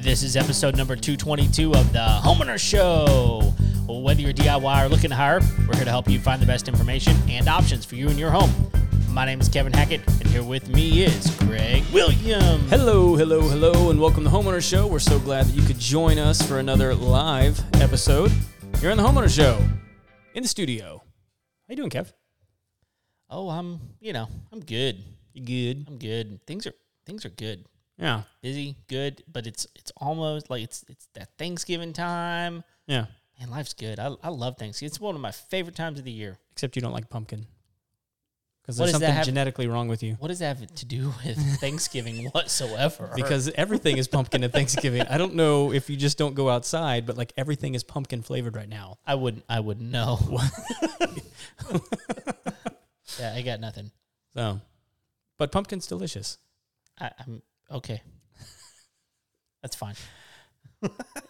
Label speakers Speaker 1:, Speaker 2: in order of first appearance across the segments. Speaker 1: This is episode number 222 of the Homeowner Show. Well, whether you're DIY or looking to hire, we're here to help you find the best information and options for you and your home. My name is Kevin Hackett, and here with me is Greg Williams.
Speaker 2: Hello, hello, hello, and welcome to Homeowner Show. We're so glad that you could join us for another live episode. You're on the Homeowner Show in the studio. How you doing, Kev?
Speaker 1: Oh, I'm, you know, I'm good.
Speaker 2: You good?
Speaker 1: I'm good. Things are things are good.
Speaker 2: Yeah,
Speaker 1: Busy, good, but it's it's almost like it's it's that Thanksgiving time.
Speaker 2: yeah.
Speaker 1: Man, life's good. I, I love Thanksgiving. It's one of my favorite times of the year.
Speaker 2: Except you don't like pumpkin because
Speaker 1: What
Speaker 2: there's
Speaker 1: does that
Speaker 2: something
Speaker 1: have-
Speaker 2: genetically wrong with you.
Speaker 1: What does that have to do with Thanksgiving whatsoever?
Speaker 2: Because everything is pumpkin at Thanksgiving. I don't know if you just don't go outside, but like everything is pumpkin flavored right now.
Speaker 1: I wouldn't. I wouldn't know. yeah, I got nothing.
Speaker 2: So, but pumpkin's delicious.
Speaker 1: I, I'm okay. That's fine.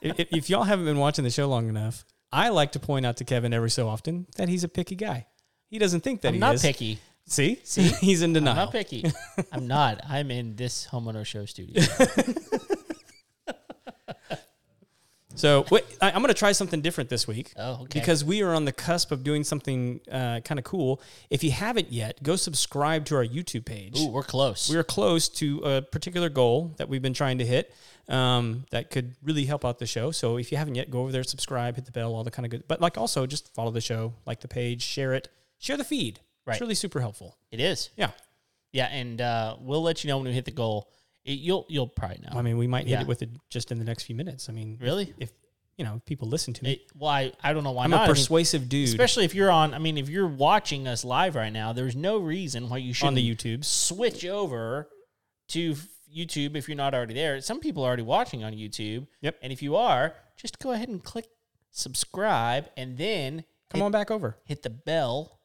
Speaker 2: if, if- if y'all haven't been watching the show long enough, I like to point out to Kevin every so often that he's a picky guy. He doesn't think that
Speaker 1: I'm
Speaker 2: he
Speaker 1: not
Speaker 2: is. Oh.
Speaker 1: picky.
Speaker 2: See, see, he's in
Speaker 1: I'm
Speaker 2: denial.
Speaker 1: not picky. I'm not. I'm in this homeowner show studio.
Speaker 2: so wait, I, I'm going to try something different this week.
Speaker 1: Oh, okay.
Speaker 2: Because we are on the cusp of doing something uh, kind of cool. If you haven't yet, go subscribe to our YouTube page.
Speaker 1: Ooh, we're close.
Speaker 2: We are close to a particular goal that we've been trying to hit um, that could really help out the show. So if you haven't yet, go over there, subscribe, hit the bell, all the kind of good. But like also just follow the show, like the page, share it, share the feed.
Speaker 1: Right.
Speaker 2: It's really super helpful.
Speaker 1: it is.
Speaker 2: Yeah.
Speaker 1: Yeah, and uh, we'll let you know when we hit the goal. It, you'll you'll probably know.
Speaker 2: I mean, we might hit
Speaker 1: Yeah.
Speaker 2: it with it just in the next few minutes. I mean,
Speaker 1: really?
Speaker 2: if you know people listen to me,
Speaker 1: It, well, I, I don't know why
Speaker 2: I'm
Speaker 1: not.
Speaker 2: a
Speaker 1: I mean,
Speaker 2: persuasive dude
Speaker 1: especially if you're on. I mean, if you're watching us live right now, there's no reason why you shouldn't
Speaker 2: on the YouTubes.
Speaker 1: switch over to f- YouTube if you're not already there. Some people are already watching on YouTube.
Speaker 2: Yep.
Speaker 1: And if you are, just go ahead and click subscribe and then
Speaker 2: Come on back over.
Speaker 1: hit the bell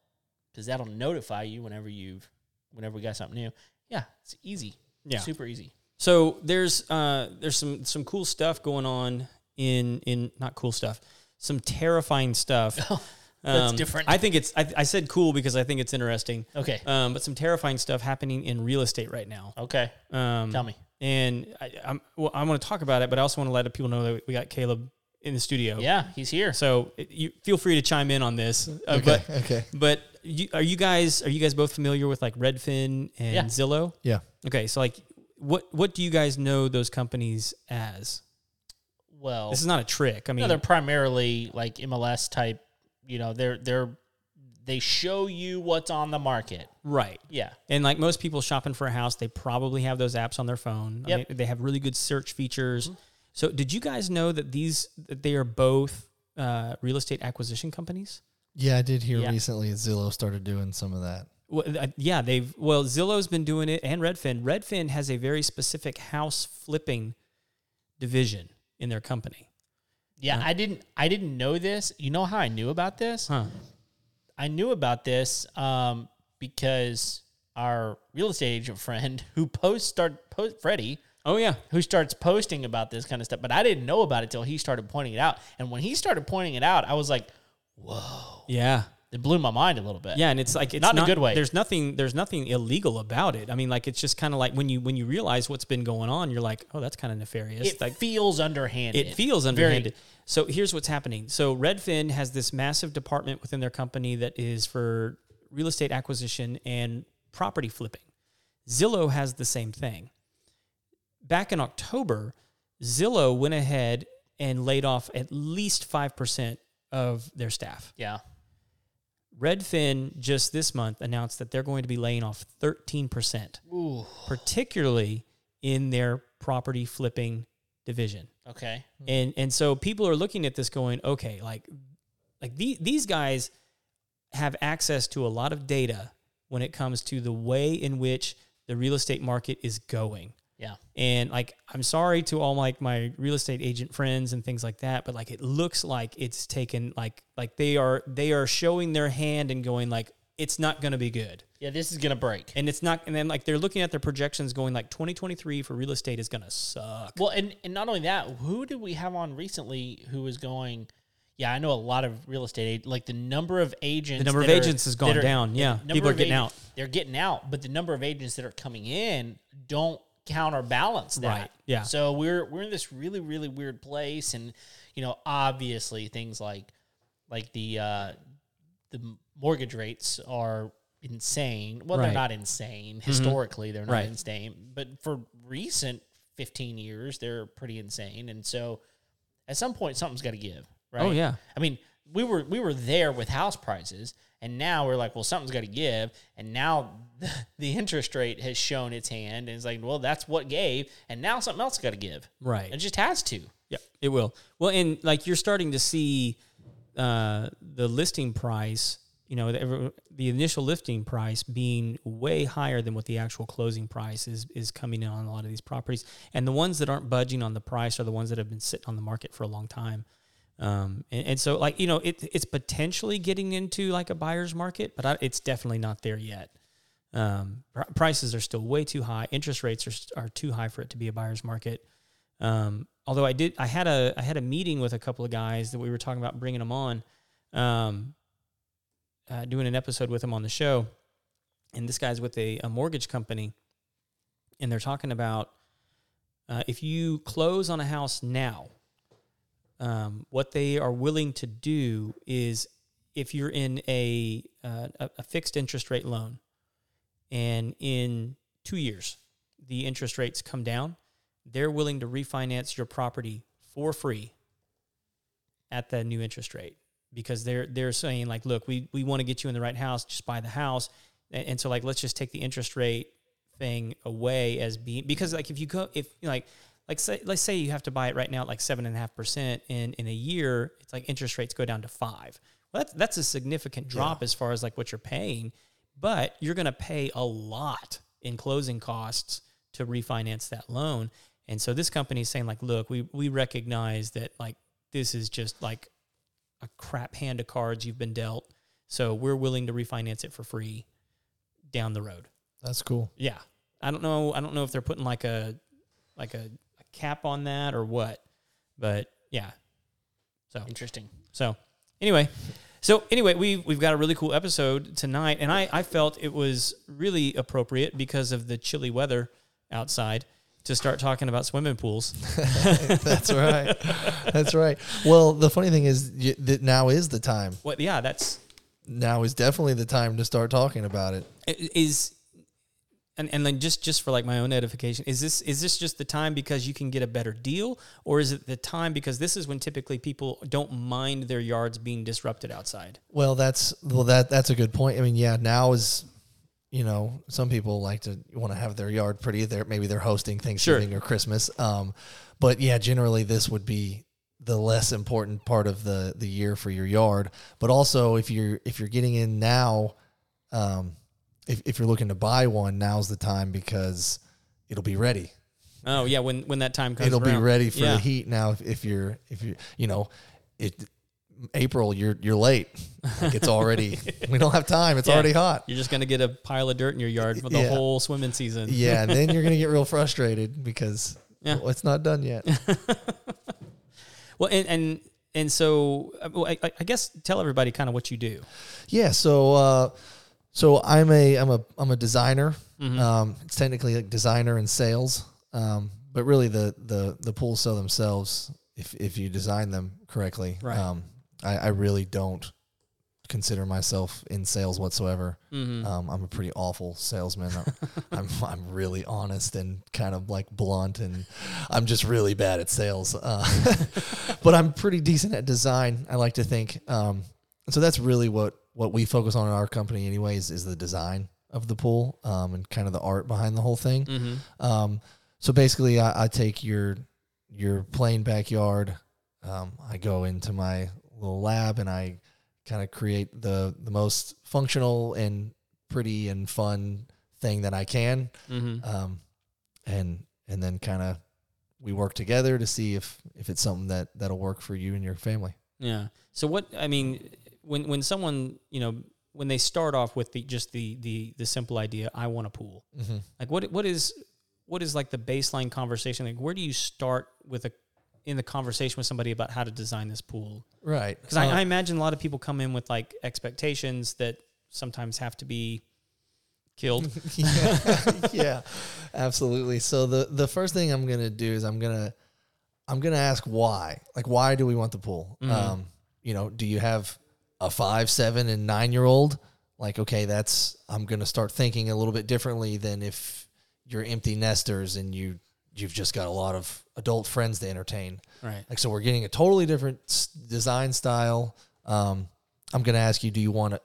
Speaker 1: because that'll notify you whenever you've whenever we got something new. Yeah, it's easy.
Speaker 2: Yeah.
Speaker 1: Super easy.
Speaker 2: So there's uh, there's some some cool stuff going on in in not cool stuff, some terrifying stuff.
Speaker 1: Oh,
Speaker 2: Um,
Speaker 1: That's different.
Speaker 2: I think it's I, I said cool because I think it's interesting.
Speaker 1: Okay.
Speaker 2: Um, but some terrifying stuff happening in real estate right now.
Speaker 1: okay.
Speaker 2: Um,
Speaker 1: Oh, Tell me.
Speaker 2: and I, I'm well, I want to talk about it, but I also want to let people know that we got Caleb in the studio.
Speaker 1: Yeah, he's here.
Speaker 2: So it, you feel free to chime in on this. Uh, But
Speaker 3: okay.
Speaker 2: but you, are you guys are you guys both familiar with like Redfin and
Speaker 1: Yeah.
Speaker 2: Zillow?
Speaker 3: Yeah.
Speaker 2: Okay, so like what what do you guys know those companies as?
Speaker 1: Well,
Speaker 2: This is not a trick. I mean,
Speaker 1: No, they're primarily like MLS type. You know, they're they're they show you what's on the market.
Speaker 2: right.
Speaker 1: Yeah.
Speaker 2: And like most people shopping for a house, they probably have those apps on their phone. I
Speaker 1: Yep. Mm-hmm.
Speaker 2: mean, they have really good search features. So, did you guys know that these that they are both uh, real estate acquisition companies?
Speaker 3: Yeah, I did hear
Speaker 1: Yeah.
Speaker 3: recently Zillow started doing some of that.
Speaker 2: Well, uh, yeah, they've well Zillow's been doing it, and Redfin. Redfin has a very specific house flipping division in their company.
Speaker 1: Yeah, I didn't I didn't know this. You know how I knew about this?
Speaker 2: Huh.
Speaker 1: I knew about this um, because our real estate agent friend who posts start post Freddie
Speaker 2: Oh yeah,
Speaker 1: who starts posting about this kind of stuff, but I didn't know about it till he started pointing it out. And when he started pointing it out, I was like, "Whoa!"
Speaker 2: yeah,
Speaker 1: It blew my mind a little bit.
Speaker 2: yeah. And it's like it's
Speaker 1: Not in a good way.
Speaker 2: There's nothing. There's nothing illegal about it. I mean, like it's just kind of like when you when you realize what's been going on, you're like, oh, that's kind of nefarious.
Speaker 1: it
Speaker 2: like
Speaker 1: feels underhanded.
Speaker 2: it feels
Speaker 1: Very-
Speaker 2: underhanded. so here's what's happening. So Redfin has this massive department within their company that is for real estate acquisition and property flipping. Zillow has the same thing. Back in October, Zillow went ahead and laid off at least 5% of their staff.
Speaker 1: Yeah.
Speaker 2: Redfin just this month announced that they're going to be laying off 13%,
Speaker 1: Ooh.
Speaker 2: particularly in their property flipping division
Speaker 1: Okay.
Speaker 2: and and so people are looking at this going okay like like the, these guys have access to a lot of data when it comes to the way in which the real estate market is going
Speaker 1: Yeah.
Speaker 2: and like i'm sorry to all like my real estate agent friends and things like that but like it looks like it's taken like like they are they are showing their hand and going like it's not going to be good
Speaker 1: Yeah. This is gonna break.
Speaker 2: and it's not and then like they're looking at their projections going like 2023 for real estate is going to suck
Speaker 1: Well, and, and not only that, who did we have on recently who was going? Yeah, I know a lot of real estate, ag- like the number of agents.
Speaker 2: the number of
Speaker 1: that are-
Speaker 2: agents has
Speaker 1: that
Speaker 2: gone
Speaker 1: are-
Speaker 2: down
Speaker 1: the
Speaker 2: yeah
Speaker 1: number
Speaker 2: people are
Speaker 1: of
Speaker 2: getting
Speaker 1: ag-
Speaker 2: out
Speaker 1: They're getting out, but the number of agents that are coming in don't counterbalance that.
Speaker 2: Right, yeah.
Speaker 1: So we're we're in this really really weird place, and you know, obviously things like like the uh, the mortgage rates are insane. Well,
Speaker 2: Right. Mm-hmm.
Speaker 1: they're not insane historically; they're not
Speaker 2: Right.
Speaker 1: insane, but for recent fifteen years, they're pretty insane. And so, at some point, something's got to give, right?
Speaker 2: Oh yeah.
Speaker 1: I mean, we were we were there with house prices, and now we're like, well, something's got to give, and now the, interest rate has shown its hand, and it's like, well, that's what gave, and now something else got to give.
Speaker 2: Right.
Speaker 1: It just has to.
Speaker 2: Yeah, it will. Well, and like you're starting to see uh, the listing price, you know, the, every- the initial listing price being way higher than what the actual closing price is is coming in on a lot of these properties. And the ones that aren't budging on the price are the ones that have been sitting on the market for a long time. Um, and, and so, like you know, it, it's potentially getting into like a buyer's market, but I, it's definitely not there yet. Um, pr- prices are still way too high. Interest rates are, st- are too high for it to be a buyer's market. Um, although I did, I had a, I had a meeting with a couple of guys that we were talking about bringing them on, um, uh, doing an episode with them on the show, and this guy's with a, a mortgage company, and they're talking about uh, if you close on a house now, um, what they are willing to do is if you're in a uh, a a fixed interest rate loan, and in two years the interest rates come down, they're willing to refinance your property for free at the new interest rate because they're they're saying like, look, we we want to get you in the right house, just buy the house, and, and so like let's just take the interest rate thing away as being because like if you go if you know, like like say, let's say you have to buy it right now at like seven and a half percent and in a year it's like interest rates go down to five well that's that's a significant drop as far as like what you're paying but you're going to pay a lot in closing costs to refinance that loan and so this company is saying like look we we recognize that like this is just like a crap hand of cards you've been dealt so we're willing to refinance it for free down the road
Speaker 3: That's cool.
Speaker 2: yeah. I don't know. I don't know if they're putting like a like a, a cap on that or what, but yeah. So
Speaker 1: Interesting.
Speaker 2: so anyway, so anyway, we we've got a really cool episode tonight, and I I felt it was really appropriate because of the chilly weather outside to start talking about swimming pools.
Speaker 3: That's right. That's right. Well, the funny thing is y- that now is the time.
Speaker 2: What? Yeah, that's
Speaker 3: Now is definitely the time to start talking about it.
Speaker 2: i- is. And, and then just just for like my own edification, is this is this just the time because you can get a better deal, or is it the time because this is when typically people don't mind their yards being disrupted outside?
Speaker 3: Well, that's well that that's a good point. I mean, yeah, now is you know some people like to want to have their yard pretty. They're maybe they're hosting Thanksgiving or Christmas. Um, but yeah, generally this would be the less important part of the the year for your yard. But also if you're if you're getting in now, um, if if you're looking to buy one, now's the time because it'll be ready.
Speaker 2: Oh yeah, when when that time comes,
Speaker 3: It'll be
Speaker 2: around.
Speaker 3: ready for
Speaker 2: Yeah.
Speaker 3: the heat now. If, if you're if you you know it. April, you're you're late. Like, it's already. we don't have time. It's
Speaker 2: Yeah.
Speaker 3: already hot.
Speaker 2: You're just gonna get a pile of dirt in your yard for the
Speaker 3: Yeah.
Speaker 2: whole swimming season.
Speaker 3: Yeah, and then you're gonna get real frustrated because
Speaker 2: Yeah.
Speaker 3: well, it's not done yet.
Speaker 2: Well, and and and so uh, well, I, I I guess tell everybody kind of what you do.
Speaker 3: Yeah. So, uh, so I'm a I'm a I'm a designer.
Speaker 2: Mm-hmm.
Speaker 3: Um, it's technically like designer and sales, um, but really the the the pools sell themselves if if you design them correctly.
Speaker 2: Right.
Speaker 3: Um, I, I really don't consider myself in sales whatsoever. Um, I'm a pretty awful salesman. I'm, I'm I'm really honest and kind of like blunt, and I'm just really bad at sales. Uh, but I'm pretty decent at design. I like to think. Um, and so that's really what what we focus on in our company, anyways, is the design of the pool um, and kind of the art behind the whole thing. Um, so basically, I, I take your your plain backyard. Um, I go into my little lab and I kind of create the the most functional and pretty and fun thing that I can. Um, and and then kind of we work together to see if if it's something that that'll work for you and your family.
Speaker 2: Yeah. So what I mean, when when someone you know when they start off with the just the the the simple idea, I want a pool. Like what what is what is like the baseline conversation? Like where do you start with a in the conversation with somebody about how to design this pool?
Speaker 3: Right.
Speaker 2: Because I, I imagine a lot of people come in with like expectations that sometimes have to be killed.
Speaker 3: yeah, yeah, absolutely. So the the first thing I'm gonna do is I'm gonna I'm gonna ask why. Like, why do we want the pool? Um, you know, do you have a five, seven, and nine year old? Like, okay, that's I'm gonna start thinking a little bit differently than if you're empty nesters and you you've just got a lot of adult friends to entertain.
Speaker 2: Right.
Speaker 3: Like, so we're getting a totally different s- design style. Um, I'm gonna ask you, do you want it?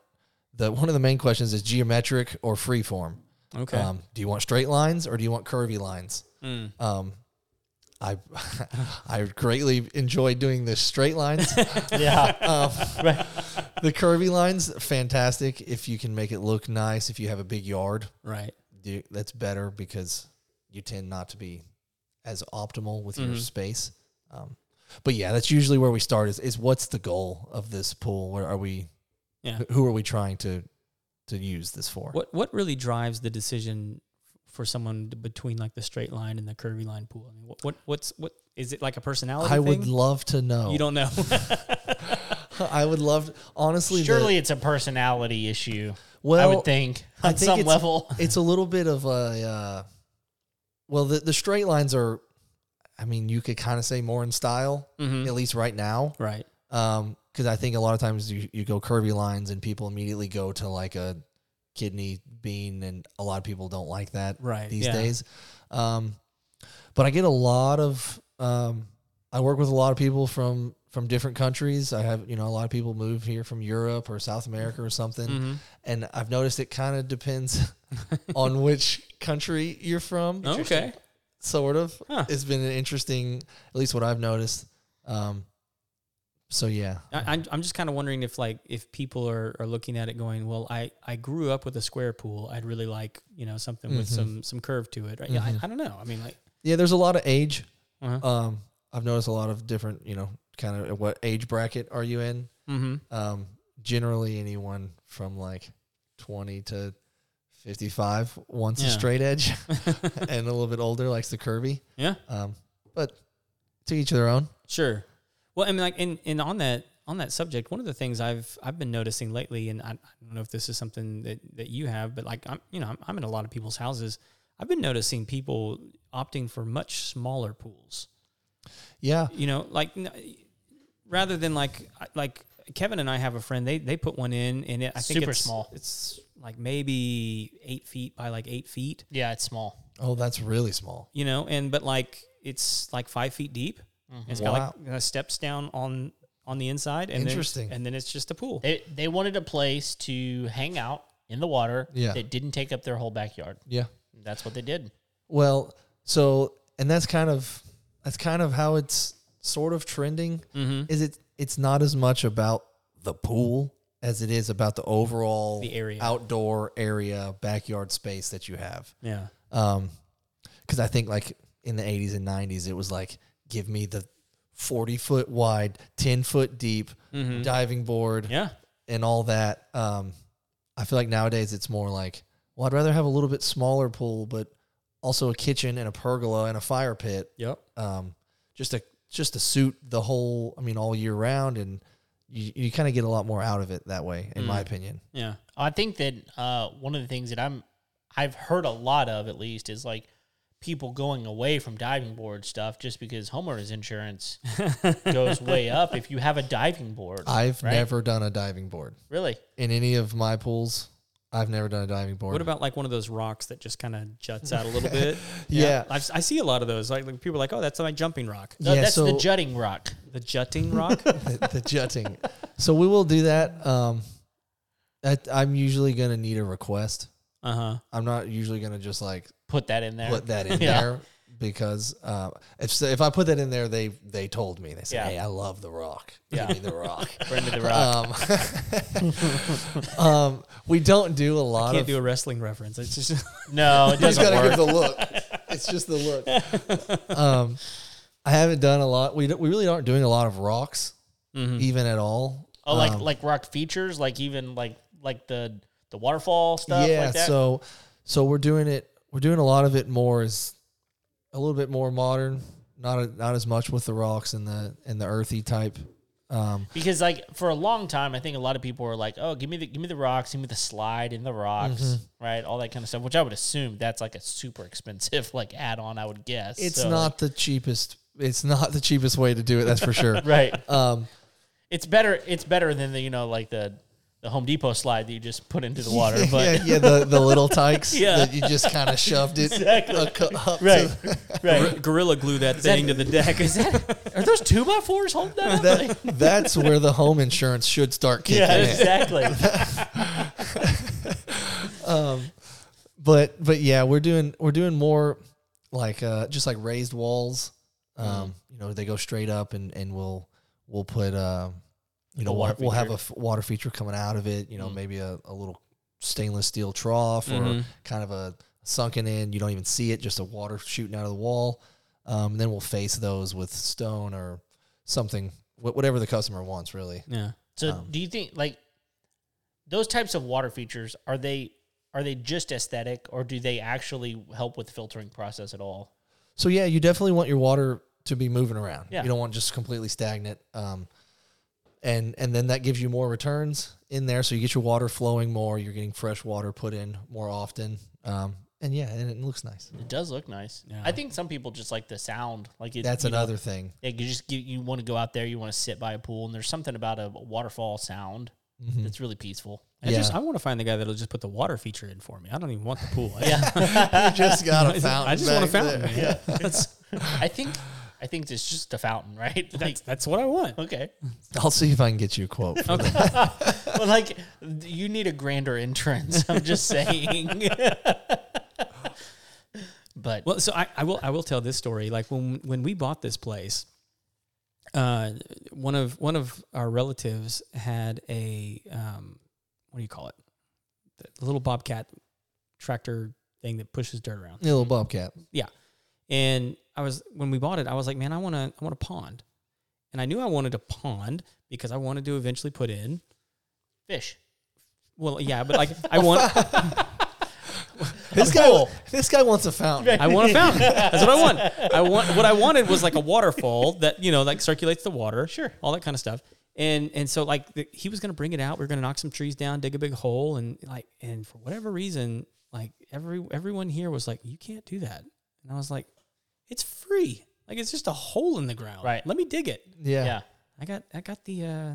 Speaker 3: The one of the main questions is geometric or freeform.
Speaker 2: Okay. Hmm.
Speaker 3: Um, do you want straight lines or do you want curvy lines? Um, I I greatly enjoy doing the straight lines. Um,
Speaker 1: Yeah.
Speaker 3: the curvy lines, fantastic. If you can make it look nice, if you have a big yard,
Speaker 2: right.
Speaker 3: do, that's better because you tend not to be as optimal with
Speaker 2: Mm-hmm.
Speaker 3: your space. Um, but yeah, that's usually where we start. Is is what's the goal of this pool? Where are we?
Speaker 2: Yeah.
Speaker 3: wh- Who are we trying to to use this for?
Speaker 2: What what really drives the decision for someone to- between like the straight line and the curvy line pool? I mean, what, what what's what is it like a personality?
Speaker 3: I would
Speaker 2: thing?
Speaker 3: love to know.
Speaker 2: You don't know.
Speaker 3: I would love honestly. the-
Speaker 1: Surely it's a personality issue.
Speaker 3: well,
Speaker 1: I would think
Speaker 3: I
Speaker 1: on
Speaker 3: think
Speaker 1: some
Speaker 3: it's-
Speaker 1: level.
Speaker 3: it's a little bit of a uh, well the, the straight lines are i mean you could kind of say more in style
Speaker 2: Mhm.
Speaker 1: Mm-hmm.
Speaker 3: at least right now
Speaker 2: right.
Speaker 3: because Um, i think a lot of times you, you go curvy lines and people immediately go to like a kidney bean and a lot of people don't like that
Speaker 2: Right,
Speaker 3: these
Speaker 2: yeah.
Speaker 3: days um, but i get a lot of um, i work with a lot of people from from different countries i have you know a lot of people move here from europe or south america or something
Speaker 2: Mm-hmm.
Speaker 3: and i've noticed it kind of depends on which country you're from
Speaker 2: Okay.
Speaker 3: sort of
Speaker 2: Oh. Huh.
Speaker 3: it's been an interesting at least what i've noticed um, so yeah
Speaker 2: I, I'm, I'm just kind of wondering if like if people are, are looking at it going, well, I, I grew up with a square pool. I'd really like you know something with
Speaker 3: Mm-hmm.
Speaker 2: some some curve to it. Right? Yeah, I, I don't know. I mean, like
Speaker 3: Yeah, there's a lot of age.
Speaker 2: Uh-huh.
Speaker 3: Um, I've noticed a lot of different, you know, kind of what age bracket are you in?
Speaker 2: mm-hmm.
Speaker 3: Um, generally, anyone from like 20 to 55 wants a
Speaker 2: Yeah.
Speaker 3: straight edge, and a little bit older likes the curvy.
Speaker 2: yeah,
Speaker 3: Um, but to each their own.
Speaker 2: sure. Well, I mean, like and and on that on that subject, one of the things I've I've been noticing lately, and I, I don't know if this is something that that you have, but like I'm you know I'm, I'm in a lot of people's houses. I've been noticing people opting for much smaller pools.
Speaker 3: Yeah,
Speaker 2: you know like n- rather than like like kevin and i have a friend they they put one in and it, i think
Speaker 1: Super
Speaker 2: it's
Speaker 1: small.
Speaker 2: it's like maybe eight feet by like eight feet
Speaker 1: yeah, it's small.
Speaker 3: oh, that's really small.
Speaker 2: you know and but like it's like five feet deep and it's got like uh, steps down on on the inside and
Speaker 3: Interesting.
Speaker 2: then, and then it's just a pool
Speaker 1: They they wanted a place to hang out in the water
Speaker 3: Yeah.
Speaker 1: that didn't take up their whole backyard.
Speaker 3: Yeah,
Speaker 1: That's what they did.
Speaker 3: Well, so and that's kind of that's kind of how it's sort of trending.
Speaker 2: Mm-hmm.
Speaker 3: Is it? It's not as much about the pool as it is about the overall
Speaker 2: The area.
Speaker 3: outdoor area, backyard space that you have.
Speaker 2: yeah
Speaker 3: Um, because I think like in the '80s and '90s, it was like, give me the 40 foot wide, 10 foot deep
Speaker 2: Mm-hmm.
Speaker 3: diving board
Speaker 2: yeah
Speaker 3: and all that. Um, I feel like nowadays it's more like, well, I'd rather have a little bit smaller pool, but also a kitchen and a pergola and a fire pit.
Speaker 2: yep
Speaker 3: Um, just to just to suit the whole. I mean, all year round, and you, you kind of get a lot more out of it that way, in
Speaker 1: Mm.
Speaker 3: my opinion.
Speaker 2: yeah
Speaker 1: I think that uh, one of the things that I'm I've heard a lot of at least is like people going away from diving board stuff just because homeowners insurance goes way up if you have a diving board.
Speaker 3: I've
Speaker 1: Right.
Speaker 3: never done a diving board
Speaker 1: really?
Speaker 3: in any of my pools. I've never done a diving board.
Speaker 2: what about like one of those rocks that just kind of juts out a little bit
Speaker 3: Yeah.
Speaker 2: I've, i see a lot of those like, like people are like oh that's my jumping rock
Speaker 1: No,
Speaker 3: Yeah,
Speaker 1: that's the
Speaker 3: so-
Speaker 1: jutting rock.
Speaker 2: the jutting rock
Speaker 3: the, the jutting? So we will do that. Um, that I'm usually gonna need a request.
Speaker 2: uh-huh
Speaker 3: I'm not usually gonna just like
Speaker 1: Put that in there.
Speaker 3: put that in
Speaker 1: Yeah.
Speaker 3: there because uh, if so, if I put that in there, they they told me they said,
Speaker 1: Yeah.
Speaker 3: "Hey, I love The Rock.
Speaker 1: Yeah.
Speaker 3: Give me The Rock."
Speaker 1: Friend of the rock.
Speaker 3: Uh, um, um, we don't do a lot
Speaker 2: can't
Speaker 3: of.
Speaker 2: do a wrestling reference. It's just
Speaker 1: no, it
Speaker 3: He's
Speaker 1: doesn't
Speaker 3: gotta
Speaker 1: work.
Speaker 3: give the look. It's just the look. Um, I haven't done a lot. We don't- we really aren't doing a lot of rocks, even at all.
Speaker 1: Mm-hmm. Oh, like like rock features, like even like like the the waterfall stuff
Speaker 3: yeah
Speaker 1: like that.
Speaker 3: so so we're doing it we're doing a lot of it more is a little bit more modern not a, not as much with the rocks and the and the earthy type Um,
Speaker 1: Because like for a long time, I think a lot of people were like, "Oh, give me the give me the rocks, give me the slide and the rocks,
Speaker 3: Mm-hmm.
Speaker 1: right? All that kind of stuff." Which I would assume that's like a super expensive like add on. I would guess
Speaker 3: it's
Speaker 1: So,
Speaker 3: not the cheapest. It's not the cheapest way to do it. That's for sure.
Speaker 1: right.
Speaker 3: Um,
Speaker 1: It's better. It's better than the you know like the the Home Depot slide that you just put into the water.
Speaker 3: yeah,
Speaker 1: but
Speaker 3: yeah, the, the little tykes
Speaker 1: Yeah.
Speaker 3: that you just kind of shoved it
Speaker 1: Exactly.
Speaker 3: a cu- up to-
Speaker 1: right, right.
Speaker 2: Gor- Gorilla glue that thing to the deck. Is that
Speaker 1: Are those two by fours holding that? up?
Speaker 3: that, that's where the home insurance should start kicking
Speaker 1: yeah,
Speaker 3: in.
Speaker 1: exactly.
Speaker 3: but but yeah, we're doing we're doing more like uh just like raised walls. Um,
Speaker 1: Mm.
Speaker 3: you know, they go straight up and and we'll we'll put um you know,
Speaker 1: A water
Speaker 3: we'll, we'll have a
Speaker 1: feature. Mm.
Speaker 3: f- water feature coming out of it, you know, maybe a, a little stainless steel trough
Speaker 1: Mm-hmm.
Speaker 3: or kind of a sunken in, you don't even see it, just a water shooting out of the wall. Um, and then we'll face those with stone or something, wh- whatever the customer wants, really.
Speaker 2: yeah.
Speaker 1: So
Speaker 3: Um,
Speaker 1: do you think like those types of water features are they are they just aesthetic or do they actually help with the filtering process at all?
Speaker 3: So yeah, you definitely want your water to be moving around.
Speaker 1: Yeah.
Speaker 3: You don't want just completely stagnant. Um, and and then that gives you more returns in there, so you get your water flowing more. You're getting fresh water put in more often. Um, and yeah, and it looks nice.
Speaker 1: It does look nice.
Speaker 2: Yeah.
Speaker 1: I think some people just like the sound. Like it,
Speaker 3: That's
Speaker 1: you know,
Speaker 3: another thing.
Speaker 1: yeah, you just get, you want to go out there, you want to sit by a pool, and there's something about a waterfall sound
Speaker 2: Mm-hmm.
Speaker 1: that's really peaceful.
Speaker 2: I
Speaker 3: yeah,
Speaker 2: just I want to find the guy that'll just put the water feature in for me. I don't even want the pool. I
Speaker 1: Yeah,
Speaker 3: You just got a
Speaker 2: just,
Speaker 3: fountain.
Speaker 2: I just want a
Speaker 3: back
Speaker 2: fountain.
Speaker 3: there.
Speaker 2: man. That's,
Speaker 1: I think I think it's just a fountain, right? Like,
Speaker 2: that's that's what I want.
Speaker 1: okay,
Speaker 3: I'll see if I can get you a quote. For that.
Speaker 1: but like you need a grander entrance. I'm just saying. but
Speaker 2: Well, so I, I will I will tell this story. Like when when we bought this place, uh, one of one of our relatives had a um, what do you call it? The little bobcat tractor thing that pushes dirt around.
Speaker 3: Yeah, little bobcat.
Speaker 2: And I was when we bought it, I was like, man, I want to I want a pond, and I knew I wanted a pond because I wanted to eventually put in.
Speaker 1: fish.
Speaker 2: Well, yeah, but like I want
Speaker 3: This guy, this guy wants a fountain.
Speaker 2: I want a fountain. That's what I want. I want what I wanted was like a waterfall that you know like circulates the water. Sure, all that kind of stuff. And and so like the, he was gonna bring it out. We were are gonna knock some trees down, dig a big hole, and like and for whatever reason, like every everyone here was like, you can't do that. And I was like, it's free. Like it's just a hole in the ground.
Speaker 1: Right.
Speaker 2: Let me dig it.
Speaker 3: Yeah.
Speaker 1: yeah.
Speaker 2: I got I got the uh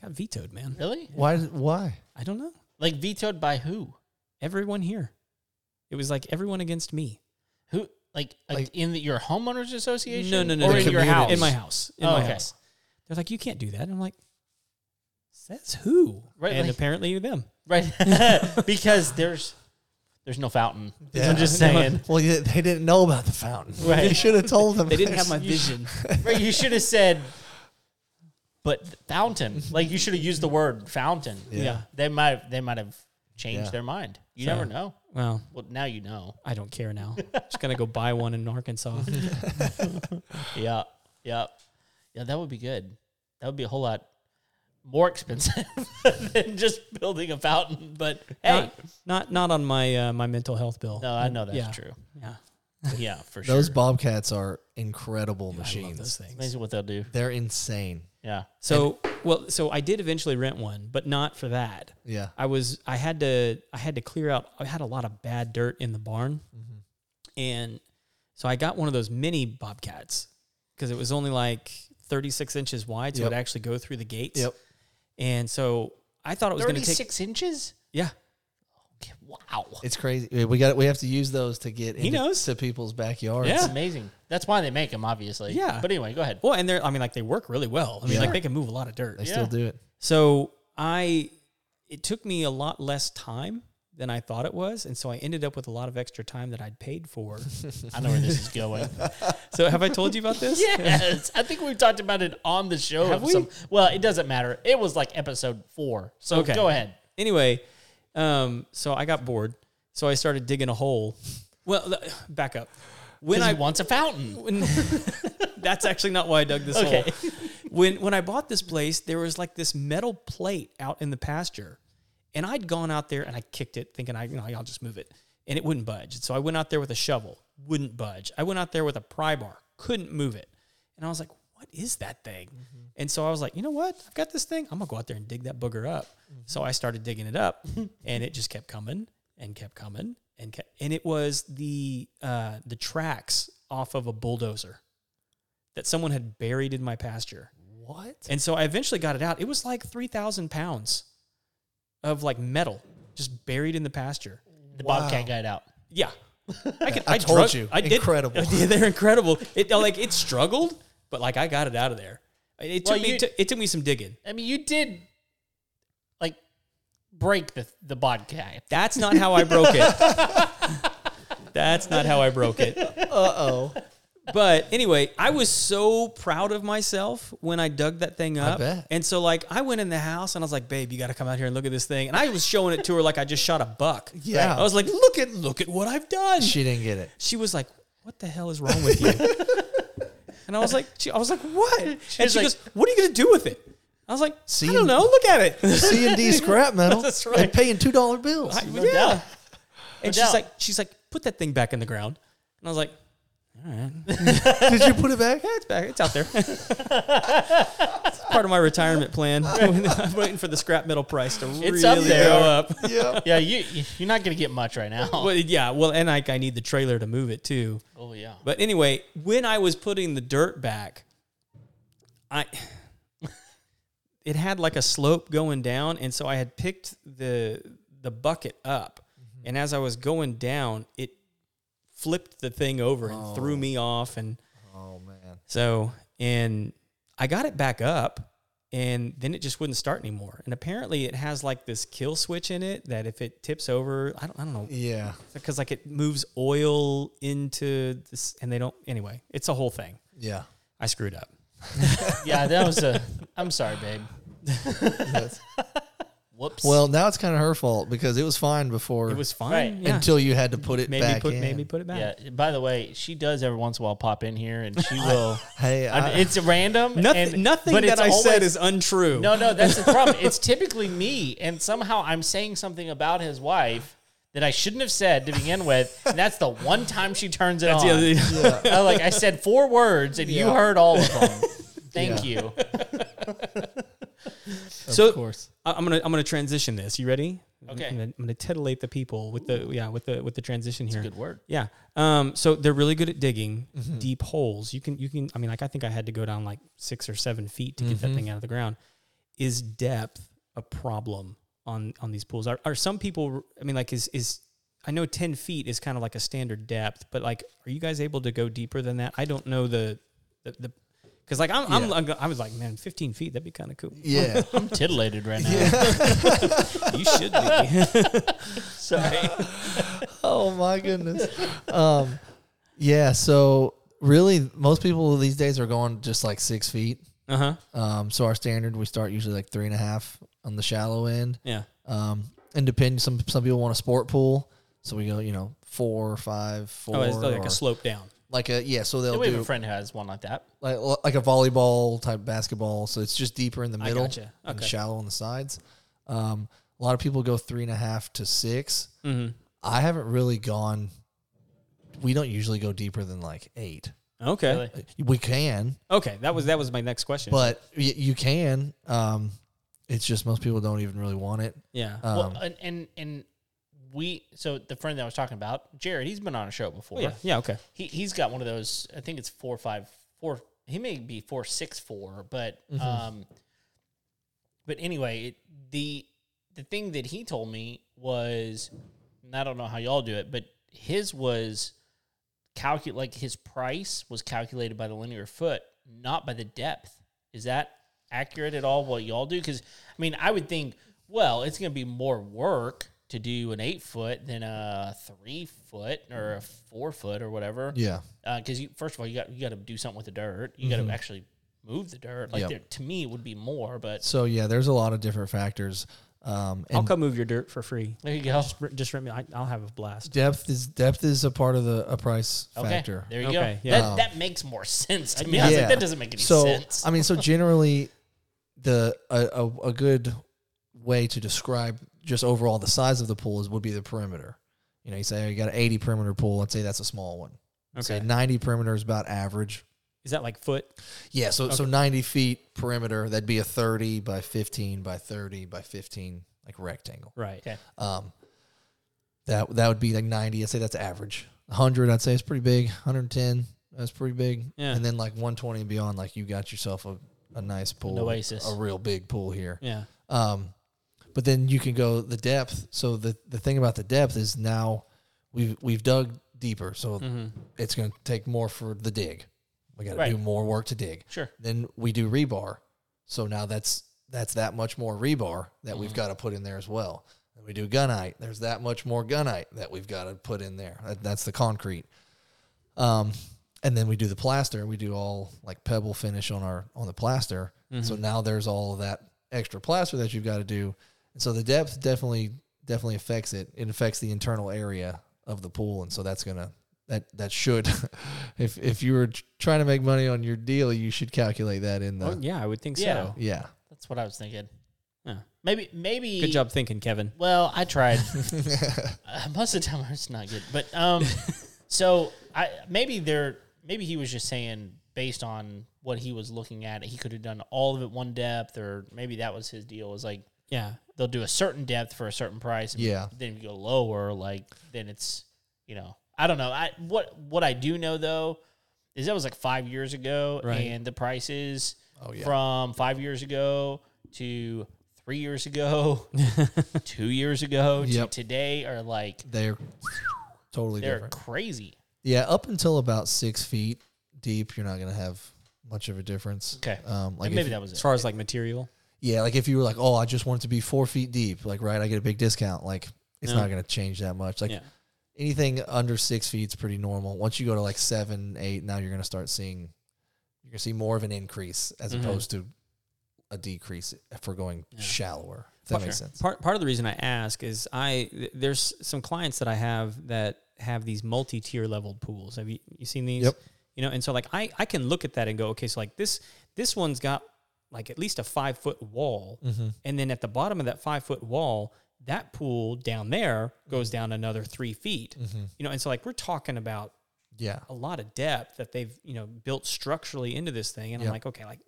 Speaker 2: got vetoed, man.
Speaker 1: Really?
Speaker 3: Why? Why?
Speaker 2: I don't know.
Speaker 1: Like vetoed by who?
Speaker 2: Everyone here. It was like everyone against me.
Speaker 1: Who? Like, a-
Speaker 3: Like-
Speaker 1: in the, your homeowners association?
Speaker 2: No, no, no.
Speaker 1: Or
Speaker 2: no.
Speaker 1: in your
Speaker 3: community.
Speaker 1: house?
Speaker 2: In my house. In
Speaker 1: Oh,
Speaker 2: my
Speaker 1: okay.
Speaker 2: house. They're like, you can't do that. And I'm like, says who?
Speaker 1: Right,
Speaker 2: And
Speaker 1: like-
Speaker 2: apparently them.
Speaker 1: right? because there's there's no fountain.
Speaker 3: Yeah.
Speaker 1: I'm just saying.
Speaker 3: Well, you, they didn't know about the fountain.
Speaker 1: Right.
Speaker 3: You should have told them.
Speaker 2: They didn't have my vision.
Speaker 1: right? You should have said, but th- fountain. Like you should have used the word fountain.
Speaker 3: Yeah.
Speaker 2: Yeah.
Speaker 1: They might they might have changed
Speaker 3: Yeah.
Speaker 1: their mind. You
Speaker 2: So-
Speaker 1: never know.
Speaker 2: Well,
Speaker 1: Well, now you know.
Speaker 2: I don't care now. just going to go buy one in Arkansas.
Speaker 1: Yeah, yeah, yeah. That would be good. That would be a whole lot more expensive than just building a fountain. But hey,
Speaker 2: Not, not not on my uh, my mental health bill.
Speaker 1: no, I know that's
Speaker 2: Yeah.
Speaker 1: true.
Speaker 2: Yeah.
Speaker 1: Yeah, for sure.
Speaker 3: Those bobcats are incredible
Speaker 2: I love those
Speaker 3: machines.
Speaker 2: things.
Speaker 1: Amazing what they'll do.
Speaker 3: They're insane.
Speaker 1: Yeah.
Speaker 2: So, well, so I did eventually rent one, but not for that.
Speaker 3: Yeah.
Speaker 2: I was I had to I had to clear out I had a lot of bad dirt in the barn.
Speaker 3: Mm-hmm.
Speaker 2: And so I got one of those mini bobcats because it was only like 36 inches wide so
Speaker 3: Yep.
Speaker 2: it actually go through the gates. And so I thought it was going to take
Speaker 1: 36 inches?
Speaker 2: Yeah.
Speaker 1: Okay, Wow.
Speaker 3: It's crazy. We- We got we have to use those to get into
Speaker 2: knows.
Speaker 3: to people's backyards.
Speaker 2: Yeah.
Speaker 1: That's amazing. That's why they make them, obviously.
Speaker 2: Yeah.
Speaker 1: But anyway, go ahead.
Speaker 2: Well, and they're I mean like they work really well. I mean like they can move a lot of dirt.
Speaker 3: They still
Speaker 1: Yeah.
Speaker 3: do it.
Speaker 2: So I it took me a lot less time than I thought it was and so I ended up with a lot of extra time that I'd paid for.
Speaker 1: I know where this is going.
Speaker 2: so have I told you about this?
Speaker 1: yes. I think we've talked about it on the show.
Speaker 2: Have
Speaker 1: of
Speaker 2: we?
Speaker 1: Some, well, it doesn't matter. It was like episode four. So
Speaker 2: Okay.
Speaker 1: go ahead.
Speaker 2: anyway, um, so I got bored, so I started digging a hole. Well, l- back up. When
Speaker 1: When I
Speaker 2: I
Speaker 1: wants a fountain.
Speaker 2: when, that's actually not why I dug this
Speaker 1: Okay.
Speaker 2: hole. When when I bought this place, there was like this metal plate out in the pasture, and I'd gone out there and I kicked it, thinking I you know I'll just move it, and it wouldn't budge. So I went out there with a shovel, wouldn't budge. I went out there with a pry bar, couldn't move it, and I was like, what is that thing? And so I was like, you know what? I've got this thing. I'm gonna go out there and dig that booger up. So I started digging it up, and it just kept coming and kept coming and kept, and it was the uh, the tracks off of a bulldozer that someone had buried in my pasture.
Speaker 3: What?
Speaker 2: And so I eventually got it out. It was like 3,000 pounds of like metal just buried in the pasture.
Speaker 1: The
Speaker 3: Wow.
Speaker 1: Bobcat got it out.
Speaker 2: Yeah. I, could,
Speaker 3: I told you.
Speaker 2: I did,
Speaker 3: Incredible.
Speaker 2: I did- they're incredible. It uh, like it struggled, but like I got it out of there. It, it
Speaker 1: Well,
Speaker 2: took me
Speaker 1: you-
Speaker 2: it took- it took me some digging.
Speaker 1: I mean, you did like break the the Bobcat.
Speaker 2: That's not how I broke it. That's not how I broke it.
Speaker 3: Uh oh.
Speaker 2: But anyway, I was so proud of myself when I dug that thing up.
Speaker 3: bet.
Speaker 2: And so like I went in the house and I was like, babe, you gotta come out here and look at this thing. And I was showing it to her like I just shot a buck.
Speaker 3: Yeah.
Speaker 2: I was like, look at look at what I've done. She,
Speaker 3: She didn't get it.
Speaker 2: was like, What the hell is wrong with you? and I was like, she, I was like, what? and
Speaker 1: was
Speaker 2: she
Speaker 1: like-
Speaker 2: goes, What are you gonna do with it? I was like,
Speaker 3: See
Speaker 2: I don't
Speaker 3: you-
Speaker 2: know, look at it.
Speaker 3: C and D scrap metal.
Speaker 2: That's right.
Speaker 3: And paying two dollar bills.
Speaker 2: I-
Speaker 1: No
Speaker 2: yeah.
Speaker 1: doubt.
Speaker 2: And
Speaker 1: doubt.
Speaker 2: she's like, she's like, put that thing back in the ground. And I was like,
Speaker 3: Did you put it back?
Speaker 2: It's back. It's out there. it's part of my retirement plan. I'm waiting for the scrap metal price to
Speaker 1: It's
Speaker 2: really
Speaker 1: up there.
Speaker 2: go up.
Speaker 3: yeah.
Speaker 1: Yeah, you you're not gonna get much right now.
Speaker 2: Well, yeah. Well, and I, I need the trailer to move it too.
Speaker 1: Oh yeah.
Speaker 2: But anyway, when I was putting the dirt back, I it had like a slope going down, and so I had picked the the bucket up,
Speaker 1: Mm-hmm.
Speaker 2: and as I was going down, it flipped the thing over and threw me off, and
Speaker 3: Oh man.
Speaker 2: So, and I got it back up and then it just wouldn't start anymore. And apparently it has like this kill switch in it that if it tips over, I don't, I don't know,
Speaker 3: Yeah.
Speaker 2: because like it moves oil into this and they don't, anyway, it's a whole thing.
Speaker 3: Yeah.
Speaker 2: I screwed up.
Speaker 1: Yeah, that was a. I'm sorry, babe. Whoops.
Speaker 3: Well, now it's kind of her fault because it was fine before
Speaker 2: It was fine.
Speaker 1: Right.
Speaker 2: Yeah.
Speaker 3: until you had to put it
Speaker 2: maybe
Speaker 3: back
Speaker 2: put,
Speaker 3: in.
Speaker 2: maybe put it back.
Speaker 1: yeah. By the way, she does every once in a while pop in here, and she will.
Speaker 3: Hey,
Speaker 1: I-
Speaker 3: I,
Speaker 1: it's random.
Speaker 2: Uh, Nothing,
Speaker 1: and-
Speaker 2: nothing
Speaker 1: but
Speaker 2: that
Speaker 1: it's
Speaker 2: I said
Speaker 1: always-
Speaker 2: is untrue.
Speaker 1: No, no, that's the problem. It's typically me, and somehow I'm saying something about his wife that I shouldn't have said to begin with, and that's the one time she turns it
Speaker 2: That's
Speaker 1: on.
Speaker 2: the other thing.
Speaker 1: I, like I said four words, and you
Speaker 3: Yeah.
Speaker 1: heard all of them. Thank you.
Speaker 2: so
Speaker 3: course.
Speaker 2: I- I'm gonna I'm gonna transition this. You ready?
Speaker 1: Okay.
Speaker 2: I'm gonna, I'm gonna titillate the people with the yeah with the with the transition here.
Speaker 1: Good word.
Speaker 2: Yeah. Um, so they're really good at digging
Speaker 1: Mm-hmm.
Speaker 2: deep holes. You can, you can, I mean, like, I think I had to go down like six or seven feet to get
Speaker 1: Mm-hmm.
Speaker 2: that thing out of the ground. Is depth a problem on, on these pools? Are, are some people, I mean, like, is, is, I know 10 feet is kind of like a standard depth, but like, are you guys able to go deeper than that? I don't know the, the, the cause like I'm, I'm, like- I was like, man, 15 feet, that'd be kind of cool.
Speaker 3: Yeah.
Speaker 1: I'm titillated right now.
Speaker 2: You should be.
Speaker 1: Sorry.
Speaker 3: oh my goodness. Um, yeah. So really, most people these days are going just like six feet.
Speaker 2: uh huh.
Speaker 3: Um, so our standard, we start usually like three and a half on the shallow end.
Speaker 2: Yeah.
Speaker 3: Um, and depend some some people want a sport pool, so we go you know four, five, four,
Speaker 2: Oh, it's like
Speaker 3: or-
Speaker 2: a slope down.
Speaker 3: like a yeah. So
Speaker 1: Yeah,
Speaker 3: they'll
Speaker 1: we have
Speaker 3: do
Speaker 1: a friend who has one like that.
Speaker 3: like like a volleyball type basketball. So it's just deeper in the middle
Speaker 2: gotcha.
Speaker 3: and
Speaker 2: Okay.
Speaker 3: shallow on the sides. Um, a lot of people go three and a half to 6
Speaker 2: Mm-hmm.
Speaker 3: I haven't really gone. We don't usually go deeper than like eight.
Speaker 2: Okay.
Speaker 1: Really?
Speaker 3: We can,
Speaker 2: Okay. That was, that was my next question.
Speaker 3: but y- you can. Um, it's just most people don't even really want it.
Speaker 2: yeah.
Speaker 3: Um,
Speaker 1: well, and, and and we so the friend that I was talking about, Jared, he's been on a show before.
Speaker 2: Oh, yeah. Yeah. Okay.
Speaker 1: He he's got one of those. I think it's four five four. He may be four six four, but um, but anyway, it, the the thing that he told me was, and I don't know how y'all do it, but his was calculate like his price was calculated by the linear foot, not by the depth. Is that accurate at all? What y'all do? Because I mean, I would think, well, it's going to be more work to do an eight foot than a three foot or a four foot or whatever.
Speaker 3: yeah,
Speaker 1: Because Uh, you first of all, you got you got to do something with the dirt. You
Speaker 2: Mm-hmm.
Speaker 1: got to actually move the dirt. Like
Speaker 3: Yep.
Speaker 1: there, to me, it would be more. But
Speaker 3: so yeah, there's a lot of different factors. Um,
Speaker 2: I'll
Speaker 3: and
Speaker 2: come move your dirt for free.
Speaker 1: there you go.
Speaker 2: Just, r- just rent me. I, I'll have a blast.
Speaker 3: depth is depth is a part of the a price
Speaker 1: Okay,
Speaker 3: factor.
Speaker 1: there you
Speaker 2: Okay,
Speaker 1: go.
Speaker 2: yeah. Oh.
Speaker 1: That, that makes more sense to me. I was
Speaker 3: Yeah.
Speaker 1: like, that doesn't make any
Speaker 3: so
Speaker 1: sense.
Speaker 3: I mean, so generally, the a, a, a good way to describe just overall the size of the pool is would be the perimeter. You know, you say oh, you got an 80 perimeter pool. Let's say that's a small one. Say
Speaker 2: Okay.
Speaker 3: 90 perimeter is about average.
Speaker 2: Is that like foot?
Speaker 3: Yeah, so so 90 feet perimeter, that'd be a 30 by 15 by 30 by 15 like rectangle.
Speaker 2: Right.
Speaker 1: Okay.
Speaker 3: Um that that would be like 90, I'd say that's average. 100 I'd say is pretty big. 110 that's pretty big.
Speaker 2: Yeah.
Speaker 3: And then like 120 and beyond like you got yourself a, a nice pool.
Speaker 1: oasis.
Speaker 3: A real big pool here.
Speaker 2: Yeah.
Speaker 3: Um, but then you can go the depth. So the the thing about the depth is now we've we've dug deeper, so it's going to take more for the dig. We got to
Speaker 1: Right.
Speaker 3: do more work to dig.
Speaker 1: Sure.
Speaker 3: Then we do rebar. So now that's that's that much more rebar that we've got to put in there as well. Then we do gunite. There's that much more gunite that we've got to put in there. That, that's the concrete. Um, and then we do the plaster. We do all like pebble finish on our on the plaster. So
Speaker 1: Mm-hmm.
Speaker 3: now there's all of that extra plaster that you've got to do. And so the depth definitely definitely affects it. It affects the internal area of the pool, and so that's gonna that that should if if you were tr- trying to make money on your deal, you should calculate that in the
Speaker 2: Oh, yeah, I would think
Speaker 1: Yeah.
Speaker 2: so.
Speaker 3: yeah.
Speaker 1: That's what I was thinking.
Speaker 2: Yeah.
Speaker 1: Maybe maybe
Speaker 2: Good job thinking, Kevin.
Speaker 1: Well, I tried. uh, most of the time, it's not good. But um, so I maybe there maybe he was just saying based on what he was looking at, he could have done all of it one depth, or maybe that was his deal. Was like
Speaker 2: Yeah.
Speaker 1: they'll do a certain depth for a certain price. and
Speaker 3: Yeah.
Speaker 1: Then if you go lower, like then it's you know I don't know. I what what I do know though is that was like five years ago,
Speaker 2: Right.
Speaker 1: and the prices
Speaker 3: Oh, yeah.
Speaker 1: from five years ago to three years ago, two years ago
Speaker 3: Yep.
Speaker 1: to today are like
Speaker 3: They're totally
Speaker 1: they're
Speaker 3: different.
Speaker 1: crazy.
Speaker 3: Yeah, up until about six feet deep, you're not gonna have much of a difference.
Speaker 1: Okay.
Speaker 3: Um, like
Speaker 1: and
Speaker 3: if
Speaker 1: maybe
Speaker 3: you-
Speaker 1: that was
Speaker 2: As
Speaker 1: it.
Speaker 2: far as like material.
Speaker 3: Yeah, like if you were like, oh, I just want it to be four feet deep, like right, I get a big discount. Like it's
Speaker 2: No.
Speaker 3: not going to change that much. Like
Speaker 2: Yeah.
Speaker 3: anything under six feet is pretty normal. Once you go to like seven, eight, now you're going to start seeing you're going to see more of an increase as opposed to a decrease for going shallower. If that makes sense.
Speaker 2: Part part of the reason I ask is I th- there's some clients that I have that have these multi-tier leveled pools. Have you, you seen these?
Speaker 3: Yep.
Speaker 2: You know, and so like I I can look at that and go, okay, so like this this one's got like at least a five foot wall,
Speaker 3: Mm-hmm.
Speaker 2: and then at the bottom of that five foot wall, that pool down there goes down another three feet.
Speaker 3: Mm-hmm.
Speaker 2: You know, and so like we're talking about
Speaker 3: Yeah,
Speaker 2: a lot of depth that they've you know built structurally into this thing, and
Speaker 3: Yep.
Speaker 2: I'm like, okay, like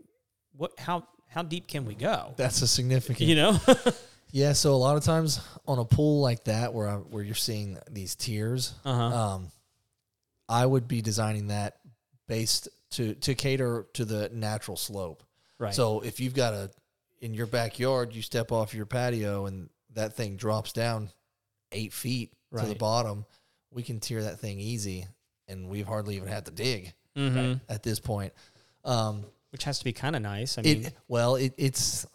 Speaker 2: what how how deep can we go?
Speaker 3: that's a significant.
Speaker 2: You know,
Speaker 3: Yeah, so a lot of times on a pool like that, where I, where you're seeing these tiers,
Speaker 2: Uh-huh.
Speaker 3: um, I would be designing that based to to cater to the natural slope.
Speaker 2: right?
Speaker 3: So if you've got a in your backyard, you step off your patio and that thing drops down eight feet to the
Speaker 2: Right.
Speaker 3: bottom, we can tear that thing easy, and we've hardly even had to dig
Speaker 2: Mhm.
Speaker 3: at this point. Um,
Speaker 2: which has to be kind of nice. I mean,
Speaker 3: it well, it, it's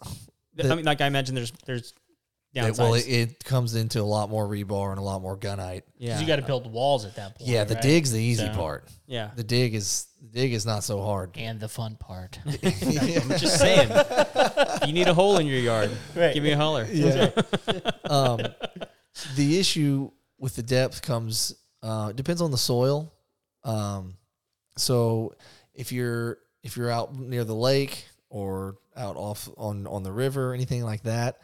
Speaker 2: th- I mean, like I imagine there's there's downsides.
Speaker 3: it, well, it, it comes into a lot more rebar and a lot more gunite.
Speaker 1: 'Cause
Speaker 2: yeah,
Speaker 1: You got to build walls at that point.
Speaker 3: Yeah, the
Speaker 1: right?
Speaker 3: dig's the easy
Speaker 1: So-
Speaker 3: part.
Speaker 2: yeah.
Speaker 3: The dig is the dig is not so hard.
Speaker 1: and the fun part.
Speaker 2: I'm just saying, you need a hole in your yard.
Speaker 1: Right.
Speaker 2: Give me a holler.
Speaker 3: Yeah. um, the issue with the depth comes uh, it depends on the soil. Um, so if you're if you're out near the lake or out off on on the river, anything like that,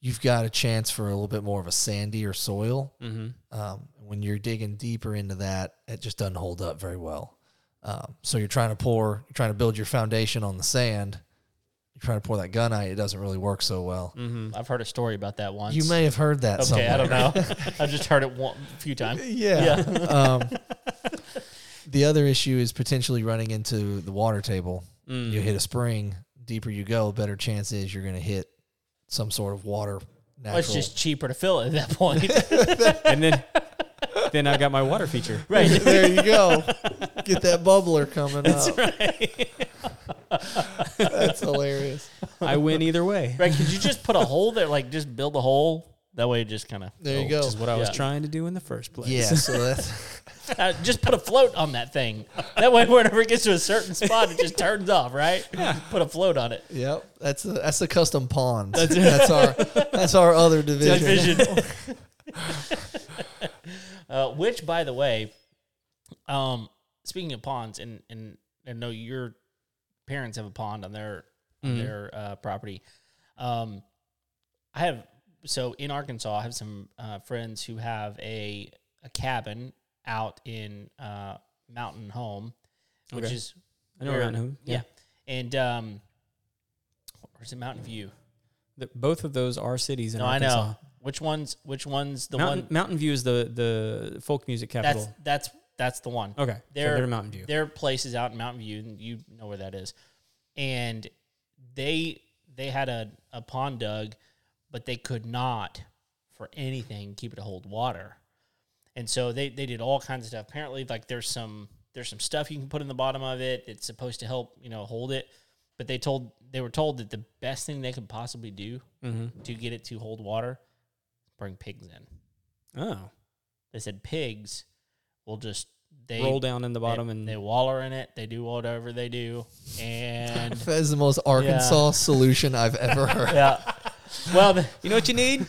Speaker 3: you've got a chance for a little bit more of a sandier soil.
Speaker 2: hmm
Speaker 3: Um, when you're digging deeper into that, it just doesn't hold up very well. Um, so you're trying to pour, you're trying to build your foundation on the sand. You're trying to pour that gunite; it doesn't really work so well.
Speaker 1: I've heard a story about that once.
Speaker 3: You may have heard that.
Speaker 1: Okay,
Speaker 3: somewhere.
Speaker 1: I don't know. I've just heard it one, a few times.
Speaker 3: Yeah. um, the other issue is potentially running into the water table. You hit a spring, deeper you go, better chance is you're going to hit some sort of water. Natural.
Speaker 1: Well, it's just cheaper to fill it at that point.
Speaker 2: And then then I've got my water feature.
Speaker 1: right.
Speaker 3: there you go. Get that bubbler coming up. That's hilarious.
Speaker 2: I win either way.
Speaker 1: Right. Could you just put a hole there? Like just build a hole. That way, it just kind of
Speaker 3: There you
Speaker 2: Which
Speaker 3: go.
Speaker 2: is what I was
Speaker 1: Yeah.
Speaker 2: trying to do in the first place.
Speaker 3: Yeah, so that's
Speaker 1: Uh, just put a float on that thing. That way, whenever it gets to a certain spot, it just turns off, right? Put a float on it.
Speaker 3: yep. That's the that's the custom pawns. That's, our that's our other division.
Speaker 1: Vision. uh, which, by the way, um, speaking of ponds, and and I know your parents have a pond on their on
Speaker 2: Mm-hmm.
Speaker 1: their uh, property. Um, I have so in Arkansas, I have some uh, friends who have a a cabin out in uh, Mountain Home, which
Speaker 2: Okay.
Speaker 1: is
Speaker 2: I know
Speaker 1: Or-
Speaker 2: around whom.
Speaker 1: Yeah. And um, or is it Mountain View?
Speaker 2: The- both of those are cities in
Speaker 1: No, I
Speaker 2: Arkansas.
Speaker 1: know. Which one's which one's the
Speaker 2: Mountain,
Speaker 1: one
Speaker 2: Mountain View is the, the folk music
Speaker 1: that's
Speaker 2: capital.
Speaker 1: that's that's the one.
Speaker 2: okay. so
Speaker 1: they're-
Speaker 2: they're Mountain View.
Speaker 1: Their place is out in Mountain View, and you know where that is. And they they had a, a pond dug, but they could not for anything keep it to hold water. And so they, they did all kinds of stuff. Apparently, like there's some there's some stuff you can put in the bottom of it. It's supposed to help, you know, hold it. But they told they were told that the best thing they could possibly do
Speaker 2: Mhm.
Speaker 1: to get it to hold water, bring pigs in.
Speaker 2: Oh.
Speaker 1: They said pigs will just they
Speaker 2: Roll down in the bottom
Speaker 1: they,
Speaker 2: and
Speaker 1: they waller in it. They do whatever they do, and
Speaker 3: That is the most Arkansas solution I've ever heard.
Speaker 1: yeah. Well, the,
Speaker 2: You know what you need?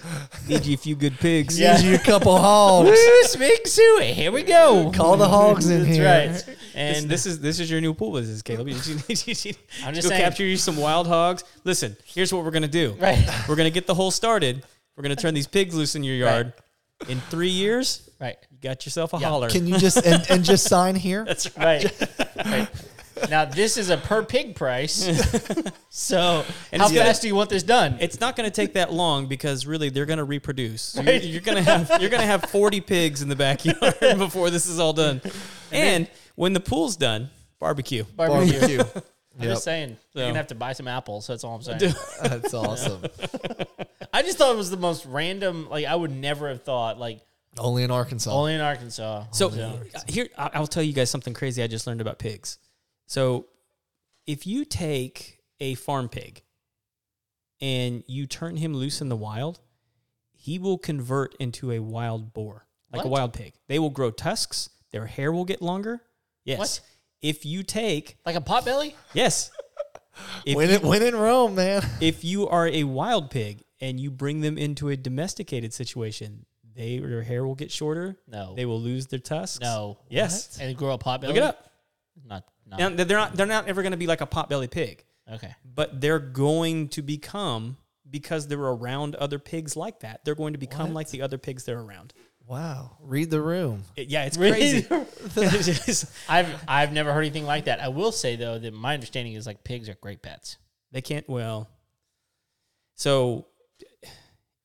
Speaker 2: need you a few good pigs.
Speaker 1: Yeah.
Speaker 3: Gives you a couple hogs.
Speaker 1: Woo, Smig Suey, Here we go.
Speaker 3: Call the hogs in
Speaker 1: That's
Speaker 3: here.
Speaker 1: right.
Speaker 2: And
Speaker 1: And
Speaker 2: this is this is your new pool business, Caleb. You just need, you just need
Speaker 1: I'm
Speaker 2: to
Speaker 1: just
Speaker 2: go
Speaker 1: saying.
Speaker 2: capture you some wild hogs. Listen, here's what we're gonna do.
Speaker 1: Right.
Speaker 2: We're gonna get the hole started. We're gonna turn these pigs loose in your yard. In three years,
Speaker 1: right,
Speaker 2: you got yourself a
Speaker 1: Yeah.
Speaker 2: holler.
Speaker 3: Can you just and, and just sign here?
Speaker 2: That's right.
Speaker 1: right, right. Now this is a per pig price. so
Speaker 2: And
Speaker 1: how
Speaker 2: it's gonna-
Speaker 1: fast do you want this done?
Speaker 2: It's not going to take that long because really they're going to reproduce. So
Speaker 1: Right.
Speaker 2: you're, you're going to have you're going to have 40 pigs in the backyard before this is all done. And when the pool's done, barbecue.
Speaker 1: Barbecue.
Speaker 3: Barbecue.
Speaker 1: I'm
Speaker 3: Yep.
Speaker 1: just saying
Speaker 2: So.
Speaker 1: you're gonna have to buy some apples. That's all I'm saying.
Speaker 3: That's awesome.
Speaker 1: I just thought it was the most random. Like I would never have thought. Like
Speaker 3: Only in Arkansas.
Speaker 1: only in Arkansas.
Speaker 2: So uh, here, I- I'll tell you guys something crazy I just learned about pigs. So if you take a farm pig and you turn him loose in the wild, he will convert into a wild boar, like a
Speaker 1: What?
Speaker 2: wild pig. They will grow tusks. Their hair will get longer. Yes.
Speaker 1: What?
Speaker 2: If you take,
Speaker 1: like a potbelly.
Speaker 2: yes, if
Speaker 3: when it when in Rome, man.
Speaker 2: if you are a wild pig and you bring them into a domesticated situation, they their hair will get shorter.
Speaker 1: No.
Speaker 2: They will lose their tusks.
Speaker 1: No.
Speaker 2: Yes.
Speaker 1: And grow a potbelly.
Speaker 2: Look it up.
Speaker 1: Not. not
Speaker 2: Now, they're not they're not ever going to be like a potbelly pig,
Speaker 1: okay.
Speaker 2: but they're going to become because they're around other pigs like that. They're going to become like the other pigs they're around.
Speaker 3: Wow. Read the room.
Speaker 2: It- yeah, it's
Speaker 1: Really?
Speaker 2: crazy. It's just-
Speaker 1: I've I've never heard anything like that. I will say though that my understanding is like pigs are great pets.
Speaker 2: they can't. Well, so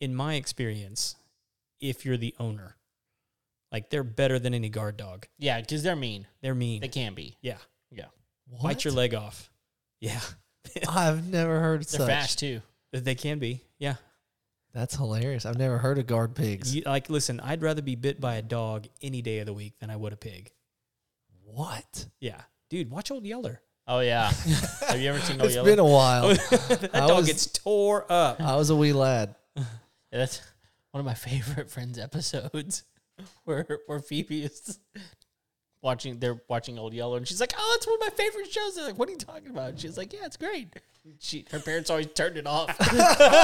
Speaker 2: in my experience, if you're the owner, like they're better than any guard dog.
Speaker 1: Yeah, because they're mean.
Speaker 2: They're mean.
Speaker 1: They can be.
Speaker 2: yeah,
Speaker 1: Yeah,
Speaker 3: What?
Speaker 2: bite your leg off. Yeah,
Speaker 3: I've never heard
Speaker 1: they're
Speaker 3: such.
Speaker 1: fast too.
Speaker 2: they can be. Yeah,
Speaker 3: That's hilarious. I've never heard of guard pigs.
Speaker 2: You- like listen, I'd rather be bit by a dog any day of the week than I would a pig.
Speaker 3: What?
Speaker 2: Yeah. Dude, watch Old Yeller.
Speaker 1: Oh yeah. Have you ever seen Old
Speaker 3: It's
Speaker 1: Yeller?
Speaker 3: been a while.
Speaker 2: that
Speaker 3: Oh. I
Speaker 2: dog
Speaker 3: was-
Speaker 2: gets tore up.
Speaker 3: I was a wee lad.
Speaker 1: Yeah, that's one of my favorite Friends episodes, where where Phoebe is watching. They're watching Old Yeller, and she's like, "Oh, it's one of my favorite shows." They're like, "What are you talking about?" And she's like, "Yeah, it's great." She her parents always turned it off,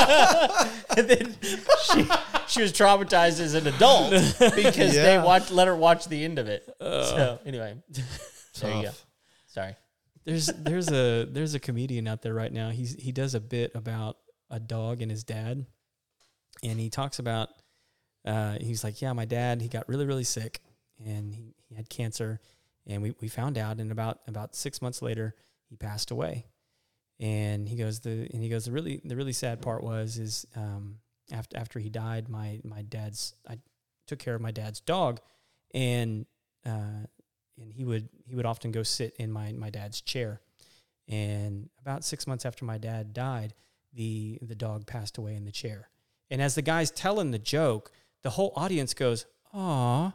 Speaker 1: and then she she was traumatized as an adult because they
Speaker 3: Yeah.
Speaker 1: watched let her watch the end of it.
Speaker 2: Uh.
Speaker 1: so anyway, there you go.
Speaker 3: Tough.
Speaker 1: Sorry.
Speaker 2: There's there's a there's a comedian out there right now. He's he does a bit about a dog and his dad. And he talks about uh, he's like, Yeah, my dad, he got really, really sick and he, he had cancer and we, we found out and about about six months later he passed away. And he goes the and he goes the really the really sad part was is um, after after he died my my dad's I took care of my dad's dog and uh, and he would he would often go sit in my my dad's chair. And about six months after my dad died, the the dog passed away in the chair. And as the guy's telling the joke, the whole audience goes, "Aw,"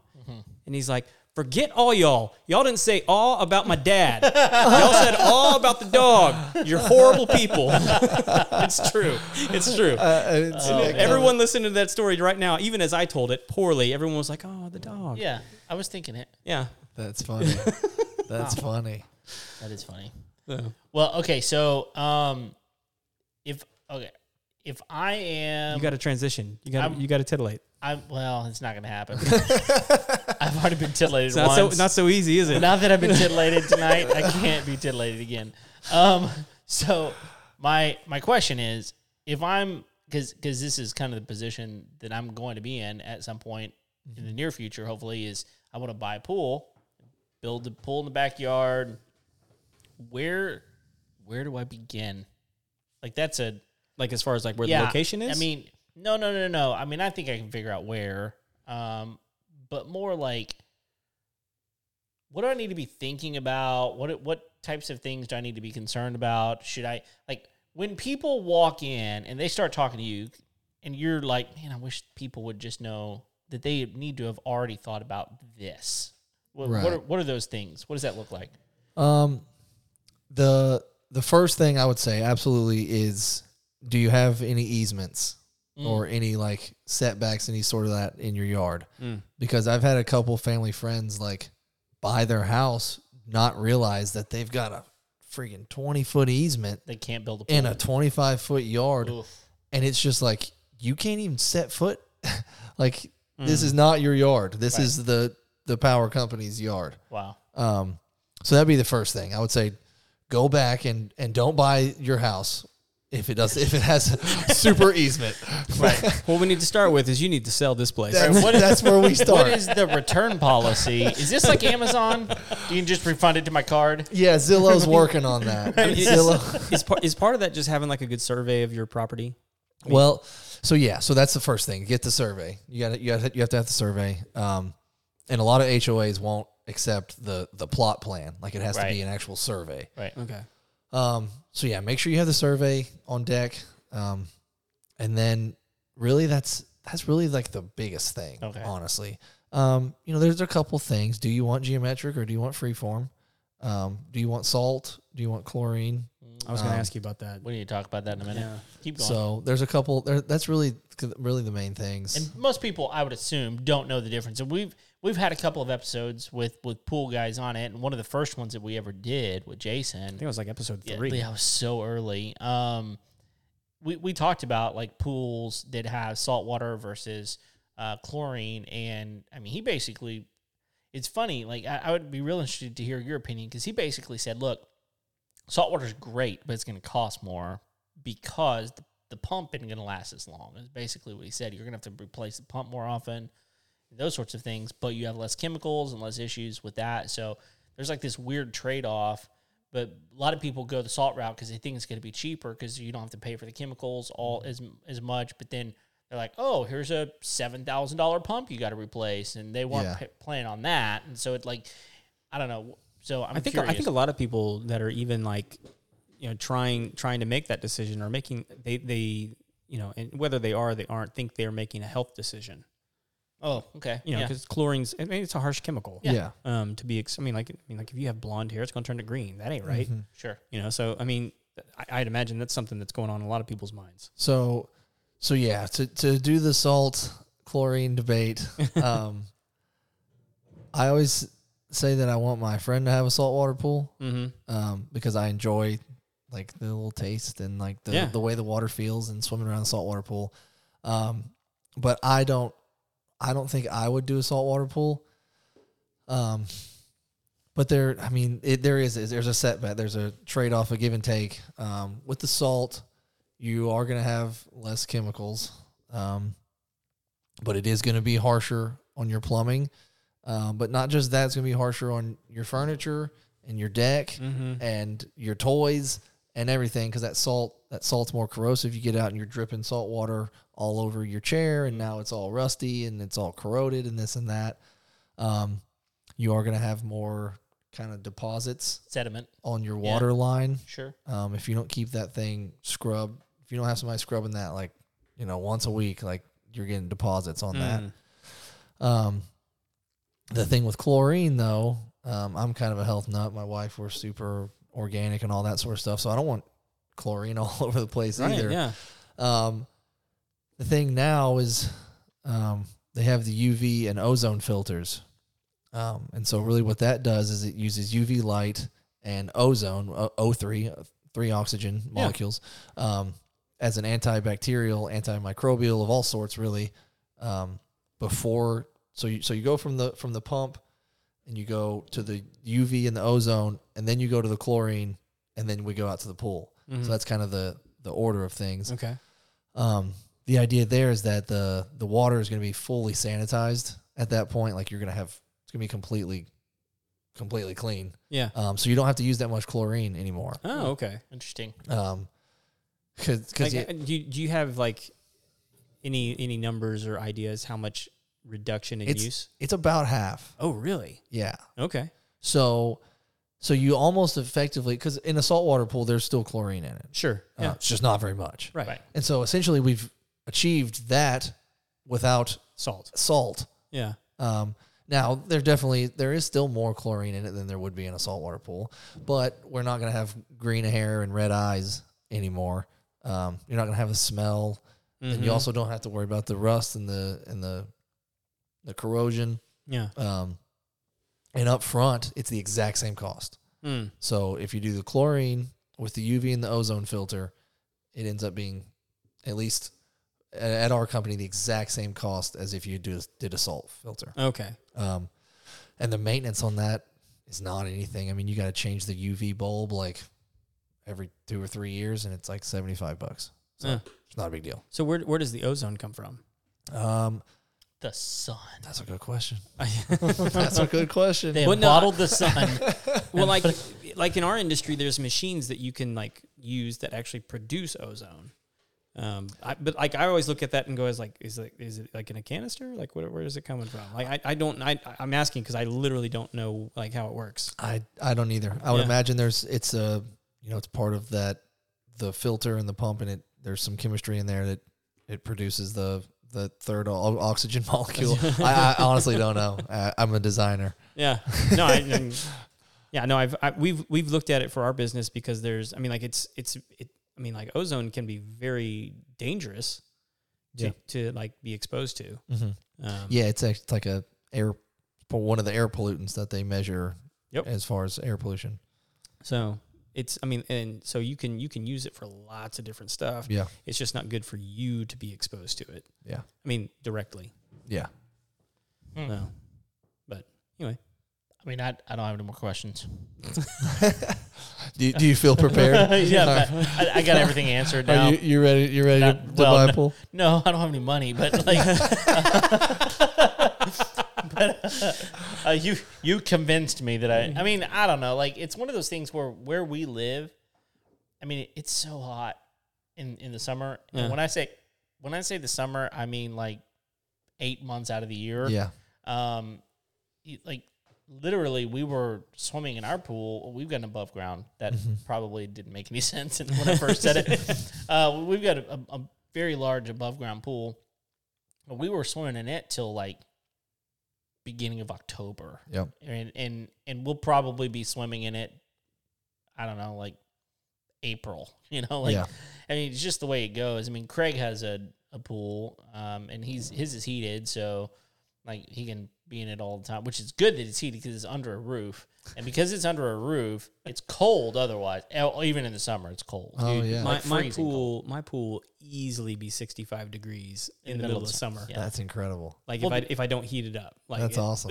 Speaker 2: and he's like. Forget all y'all. Y'all didn't say all about my dad. y'all said all about the dog. You're horrible people. it's true. It's true.
Speaker 3: Uh, uh, it's-
Speaker 1: Oh,
Speaker 2: everyone listening to that story right now, even as I told it poorly, everyone was like, "Oh, the dog."
Speaker 1: Yeah, I was thinking it.
Speaker 2: Yeah.
Speaker 3: That's funny. That's funny.
Speaker 1: That is funny.
Speaker 2: So,
Speaker 1: Well, okay, so um, if okay, if I am,
Speaker 2: you got to transition. You got
Speaker 1: I'm-
Speaker 2: you got to titillate.
Speaker 1: I'm well, it's not gonna happen. I've already been titillated
Speaker 2: It's not so,
Speaker 1: once.
Speaker 2: not so easy, is it?
Speaker 1: now that I've been titillated tonight, I can't be titillated again. Um, so my my question is, if I'm because because this is kind of the position that I'm going to be in at some point in the near future, hopefully, is I want to buy a pool, build the pool in the backyard, where where do I begin? Like that's a
Speaker 2: Like as far as like where
Speaker 1: yeah,
Speaker 2: the location is.
Speaker 1: I mean, no, no, no, no. I mean, I think I can figure out where. Um, but more like, what do I need to be thinking about? What what types of things do I need to be concerned about? Should I like when people walk in and they start talking to you, and you're like, man, I wish people would just know that they need to have already thought about this. What, what
Speaker 3: Right.
Speaker 1: are what are those things? What does that look like?
Speaker 3: Um, the the first thing I would say absolutely is, do you have any easements
Speaker 1: Mm.
Speaker 3: or any like setbacks, any sort of that in your yard?
Speaker 1: Mm.
Speaker 3: Because I've had a couple family friends like buy their house, not realize that they've got a freaking twenty foot easement
Speaker 1: They can't build a pool.
Speaker 3: in a twenty five foot yard,
Speaker 1: Oof.
Speaker 3: and it's just like you can't even set foot. like
Speaker 1: Mm.
Speaker 3: this is not your yard. This is the the power company's yard.
Speaker 1: Wow.
Speaker 3: Um, so that'd be the first thing I would say. Go back and and don't buy your house if it does if it has super easement. Right.
Speaker 2: what we need to start with is you need to sell this place.
Speaker 3: that's where we
Speaker 1: What
Speaker 3: start.
Speaker 1: is the return policy? Is this like Amazon? You can just refund it to my card.
Speaker 3: yeah, Zillow's working on that. Zillow.
Speaker 2: is part is part of that just having like a good survey of your property?
Speaker 3: Well, so yeah, so that's the first thing. Get the survey. You got to you got you have to have the survey. Um, and a lot of HOAs won't accept the the plot plan. Like it has to
Speaker 1: Right.
Speaker 3: be an actual survey.
Speaker 1: Right.
Speaker 2: Okay.
Speaker 3: Um, so yeah, make sure you have the survey on deck. Um, and then really that's that's really like the biggest thing,
Speaker 1: Okay.
Speaker 3: honestly. Um, you know, there's a couple things. Do you want geometric or do you want freeform? Um, do you want salt? Do you want chlorine?
Speaker 2: I was going to
Speaker 3: Um,
Speaker 2: ask you about that.
Speaker 1: We need to talk about that in a minute.
Speaker 2: Yeah.
Speaker 1: Keep going.
Speaker 3: So there's a couple there that's really really the main things.
Speaker 1: and most people, I would assume, don't know the difference. And we've we've had a couple of episodes with with pool guys on it, and one of the first ones that we ever did with Jason.
Speaker 2: I think it was like episode
Speaker 1: Yeah,
Speaker 2: three.
Speaker 1: yeah, it was so early. Um, we we talked about like pools that have salt water versus uh, chlorine, and I mean, he basically. It's funny. Like I, I would be real interested to hear your opinion because he basically said, "Look, salt water's great, but it's going to cost more because the, the pump isn't going to last as long." Is basically what he said. You're going to have to replace the pump more often, those sorts of things, but you have less chemicals and less issues with that. So there's like this weird trade off. But a lot of people go the salt route because they think it's going to be cheaper because you don't have to pay for the chemicals all
Speaker 2: Mm-hmm.
Speaker 1: as as much. But then they're like, oh, here's a seven thousand dollar pump you got to replace, and they weren't
Speaker 3: Yeah.
Speaker 1: p- planning on that. And so it's like, I don't know. So I'm
Speaker 2: I think
Speaker 1: curious.
Speaker 2: I think a lot of people that are even like you know trying trying to make that decision or making they they you know and whether they are or they aren't think they're making a health decision.
Speaker 1: oh, okay,
Speaker 2: You know
Speaker 1: yeah.
Speaker 2: because chlorine's I mean, it's a harsh chemical.
Speaker 3: yeah.
Speaker 2: Um, to be ex- I mean like I mean like if you have blonde hair it's going to turn to green. That ain't right.
Speaker 1: sure,
Speaker 2: You know so I mean I, I'd imagine that's something that's going on in a lot of people's minds.
Speaker 3: So so yeah, to to do the salt chlorine debate, um, I always say that I want my friend to have a saltwater pool.
Speaker 2: Mm-hmm.
Speaker 3: um, because I enjoy like the little taste and like the,
Speaker 2: Yeah.
Speaker 3: the way the water feels and swimming around the saltwater pool. Um, but I don't, I don't think I would do a saltwater pool. Um, but there, I mean, it, there is, is there's a setback, there's a trade off, a give and take. Um, with the salt, you are gonna have less chemicals, um, but it is gonna be harsher on your plumbing. Um, but not just that, it's gonna be harsher on your furniture and your deck
Speaker 2: Mm-hmm.
Speaker 3: and your toys and everything because that salt that salt's more corrosive. You get out and you're dripping salt water all over your chair, and now it's all rusty and it's all corroded and this and that. Um, you are going to have more kind of deposits
Speaker 1: sediment,
Speaker 3: on your
Speaker 1: Yeah.
Speaker 3: water line
Speaker 1: sure,
Speaker 3: um, if you don't keep that thing scrubbed. If you don't have somebody scrubbing that like you know once a week, like you're getting deposits on that. Um, the thing with chlorine, though, um, I'm kind of a health nut. My wife, we're super organic and all that sort of stuff. So I don't want chlorine all over the place
Speaker 2: Right,
Speaker 3: either.
Speaker 2: yeah.
Speaker 3: Um, the thing now is um, they have the UV and ozone filters. Um, and so, really, what that does is it uses UV light and ozone, uh, O3, uh, three oxygen
Speaker 2: Yeah.
Speaker 3: molecules, um, as an antibacterial, antimicrobial of all sorts, really. Um, before, so you so you go from the from the pump, and you go to the UV and the ozone, and then you go to the chlorine, and then we go out to the pool.
Speaker 2: Mm.
Speaker 3: So that's kind of the the order of things.
Speaker 2: Mm-hmm. Okay.
Speaker 3: Um, the idea there is that the the water is going to be fully sanitized at that point. Like you're going to have it's going to be completely completely clean.
Speaker 2: Yeah.
Speaker 3: Um, so you don't have to use that much chlorine anymore.
Speaker 2: Oh, okay.
Speaker 1: Interesting.
Speaker 3: Um, cause,
Speaker 2: Like,
Speaker 3: 'cause you-
Speaker 2: uh, do, you- do you have like any any numbers or ideas how much reduction in
Speaker 3: it's,
Speaker 2: use?
Speaker 3: it's about half.
Speaker 2: Oh, really?
Speaker 3: Yeah.
Speaker 2: Okay.
Speaker 3: So, so you almost effectively, cause in a saltwater pool, there's still chlorine in it.
Speaker 2: Sure.
Speaker 3: Uh,
Speaker 2: Yeah.
Speaker 3: it's just not very much.
Speaker 2: right.
Speaker 1: Right.
Speaker 3: And so essentially we've achieved that without
Speaker 2: Salt.
Speaker 3: salt.
Speaker 2: Yeah.
Speaker 3: Um, now there definitely there is still more chlorine in it than there would be in a saltwater pool, but we're not going to have green hair and red eyes anymore. Um, you're not going to have a smell,
Speaker 2: Mm-hmm.
Speaker 3: and you also don't have to worry about the rust and the and the the corrosion.
Speaker 2: Yeah.
Speaker 3: Um, and up front, it's the exact same cost.
Speaker 2: Mm.
Speaker 3: So if you do the chlorine with the UV and the ozone filter, it ends up being at least a- at our company the exact same cost as if you do, did a salt filter.
Speaker 2: Okay.
Speaker 3: Um, and the maintenance on that is not anything. I mean, you got to change the UV bulb like every two or three years, and it's like seventy five bucks. So
Speaker 2: Yeah.
Speaker 3: it's not a big deal.
Speaker 2: So where where does the ozone come from?
Speaker 3: Um,
Speaker 1: The sun.
Speaker 3: that's a good question.
Speaker 2: well,
Speaker 3: That's a good question.
Speaker 1: They
Speaker 2: Well, no,
Speaker 1: bottled the sun.
Speaker 2: like like in our industry, there's machines that you can like use that actually produce ozone. Um, I, but like I always look at that and go, "Is like is like is it like in a canister? Like where, where is it coming from? Like I, I don't I I'm asking because I literally don't know like how it works.
Speaker 3: I I don't either. I would
Speaker 2: Yeah.
Speaker 3: imagine there's it's a you know it's part of that the filter and the pump, and it there's some chemistry in there that it produces the the third o- oxygen molecule. I, I honestly don't know. I, I'm a designer.
Speaker 2: Yeah, no, I, I- yeah, no. I've I, we've we've looked at it for our business because there's I mean like it's it's it. I mean like ozone can be very dangerous to
Speaker 3: Yeah.
Speaker 2: to like be exposed to.
Speaker 3: Mm-hmm.
Speaker 2: Um,
Speaker 3: Yeah, it's act- it's like a air for one of the air pollutants that they measure
Speaker 2: Yep.
Speaker 3: as far as air pollution.
Speaker 2: So it's I mean, and so you can you can use it for lots of different stuff.
Speaker 3: Yeah.
Speaker 2: It's just not good for you to be exposed to it.
Speaker 3: Yeah.
Speaker 2: I mean, directly.
Speaker 3: Yeah.
Speaker 1: Hmm.
Speaker 2: No. But anyway.
Speaker 1: I mean, I, I don't have any more questions.
Speaker 3: Do, do you feel prepared?
Speaker 1: yeah, but I, I got everything answered now.
Speaker 3: Are you, you ready? You ready
Speaker 1: Not-
Speaker 3: to, to
Speaker 1: well,
Speaker 3: buy
Speaker 1: no.
Speaker 3: a pool?
Speaker 1: no, I don't have any money, but like, but uh, you you convinced me that I. I mean, I don't know. Like, it's one of those things where where we live. I mean, it's so hot in in the summer.
Speaker 2: Yeah.
Speaker 1: And when I say when I say the summer, I mean like eight months out of the year.
Speaker 3: Yeah.
Speaker 1: um, you- like literally we were swimming in our pool. We've got an above ground that
Speaker 3: Mm-hmm.
Speaker 1: probably didn't make any sense and when I first said it. Uh, we've got a, a, a very large above ground pool. But we were swimming in it till like beginning of October,
Speaker 3: Yep.
Speaker 1: and and and we'll probably be swimming in it. I don't know, like April. You know, like
Speaker 3: Yeah.
Speaker 1: I mean, it's just the way it goes. I mean, Craig has a a pool, um, and he's his is heated, so like he can be in it all the time, which is good that it's heated because it's under a roof, and because it's under a roof, it's cold. Otherwise, e- even in the summer, it's cold.
Speaker 3: Oh, yeah.
Speaker 2: my,
Speaker 1: like
Speaker 2: my
Speaker 1: freezing
Speaker 2: pool my pool will easily be sixty five degrees in, the middle of summer.
Speaker 1: Yeah.
Speaker 3: That's incredible.
Speaker 2: Like
Speaker 1: Well,
Speaker 2: if I if I don't heat it up. Like
Speaker 3: That's
Speaker 2: it-
Speaker 3: awesome.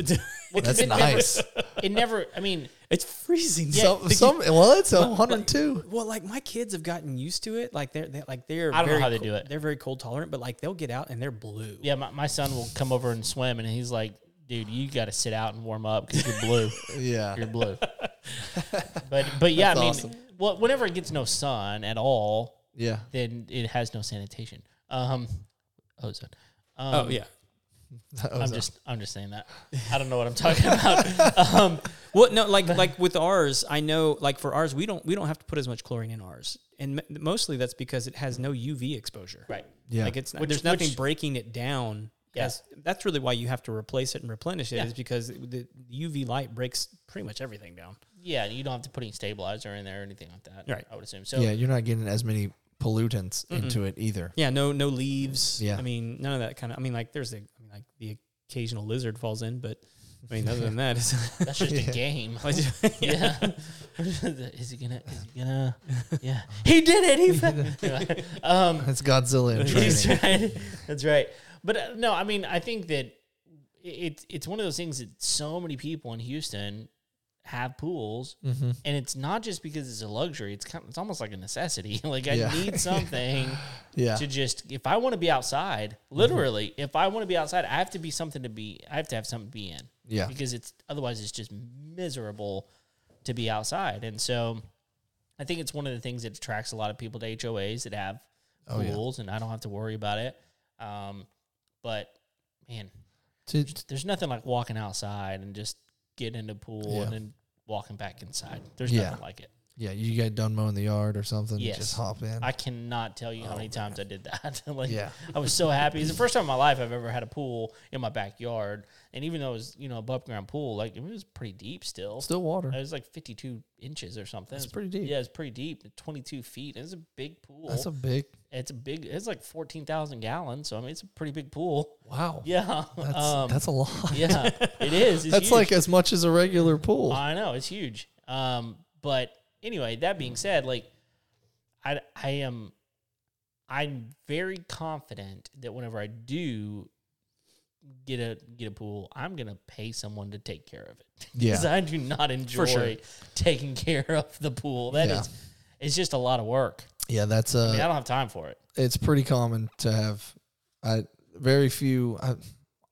Speaker 1: Because
Speaker 3: That's
Speaker 1: it never-
Speaker 3: nice.
Speaker 1: it never. I mean,
Speaker 2: It's freezing.
Speaker 3: some, some, well, it's
Speaker 1: Oh,
Speaker 3: a 102.
Speaker 2: Well, like my kids have gotten used to it. Like they're, they're like they're
Speaker 1: I don't know
Speaker 2: very
Speaker 1: how they
Speaker 2: cold-
Speaker 1: do it.
Speaker 2: They're very cold tolerant, but like they'll get out and they're blue.
Speaker 1: yeah, my, my son will come over and swim, and he's like, "Dude, you got to sit out and warm up because you're blue.
Speaker 3: Yeah.
Speaker 1: you're blue." But but yeah,
Speaker 3: That's
Speaker 1: I mean,
Speaker 3: awesome.
Speaker 1: well, whenever it gets no sun at all,
Speaker 3: Yeah.
Speaker 1: then it has no sanitation. Um, ozone. Um,
Speaker 2: Oh yeah.
Speaker 1: I'm just I'm just saying that. I don't know what I'm talking about. um,
Speaker 2: Well, no, like like with ours, I know like for ours, we don't we don't have to put as much chlorine in ours, and m- mostly that's because it has no UV exposure.
Speaker 1: right.
Speaker 3: yeah.
Speaker 2: Like it's not,
Speaker 1: Which-
Speaker 2: there's nothing
Speaker 1: which-
Speaker 2: breaking it down.
Speaker 1: Yeah.
Speaker 2: As, that's really why you have to replace it and replenish it is
Speaker 1: Yeah.
Speaker 2: because the UV light breaks pretty much everything down.
Speaker 1: Yeah, you don't have to put any stabilizer in there or anything like that.
Speaker 2: Right.
Speaker 1: I would assume. So
Speaker 3: yeah, you're not getting as many pollutants into it either.
Speaker 2: Yeah, no no leaves.
Speaker 3: Yeah.
Speaker 2: I mean none of that kind of. I mean like there's the I mean, like the occasional lizard falls in, but I mean other than that, it's,
Speaker 1: that's just a game. yeah. is he gonna? Is he gonna? Yeah. He did it. He. fa- um.
Speaker 3: That's Godzilla in
Speaker 1: That's
Speaker 3: training.
Speaker 1: right. That's right. But uh, no, I mean, I think that it's it's one of those things that so many people in Houston have pools,
Speaker 3: Mm-hmm.
Speaker 1: and it's not just because it's a luxury. It's kind it's almost like a necessity. like I
Speaker 3: Yeah.
Speaker 1: need something
Speaker 3: Yeah. Mm-hmm.
Speaker 1: to just if I want to be outside. Literally, if I want to be outside, I have to be something to be. I have to have something to be in.
Speaker 3: Yeah.
Speaker 1: because it's otherwise it's just miserable to be outside. And so I think it's one of the things that attracts a lot of people to HOAs that have
Speaker 3: Oh, yeah.
Speaker 1: rules, and I don't have to worry about it. Um, but man,
Speaker 3: To,
Speaker 1: there's nothing like walking outside and just getting in the pool
Speaker 3: Yeah.
Speaker 1: and then walking back inside. There's
Speaker 3: Yeah.
Speaker 1: nothing like it.
Speaker 3: yeah, you get done mowing the yard or something.
Speaker 1: Yes.
Speaker 3: Just hop in.
Speaker 1: I cannot tell you how many times I did that. like,
Speaker 3: Oh Yeah.
Speaker 1: I was so happy. It's the first time in my life I've ever had a pool in my backyard, and even though it was you know above ground pool, like it was pretty deep still.
Speaker 3: Still water.
Speaker 1: It was like 52 inches or something.
Speaker 3: That's
Speaker 1: It's-
Speaker 3: pretty deep.
Speaker 1: Yeah, it's pretty deep. 22 feet. It's a big pool.
Speaker 3: That's a big
Speaker 1: it's a big. It's like 14,000 gallons. So I mean, it's a pretty big pool.
Speaker 3: wow.
Speaker 1: Yeah.
Speaker 3: That's
Speaker 1: um,
Speaker 3: that's a lot.
Speaker 1: yeah. It is. It's
Speaker 3: That's
Speaker 1: huge.
Speaker 3: like as much as a regular pool.
Speaker 1: I know it's huge. Um, but anyway, that being said, like I I am I'm very confident that whenever I do get a get a pool, I'm gonna pay someone to take care of it.
Speaker 3: Yeah.
Speaker 1: I do not enjoy
Speaker 2: sure.
Speaker 1: taking care of the pool. That is,
Speaker 3: Yeah.
Speaker 1: it's just a lot of work.
Speaker 3: yeah, that's
Speaker 1: I,
Speaker 3: uh
Speaker 1: mean, I don't have time for it.
Speaker 3: it's pretty common to have I very few I,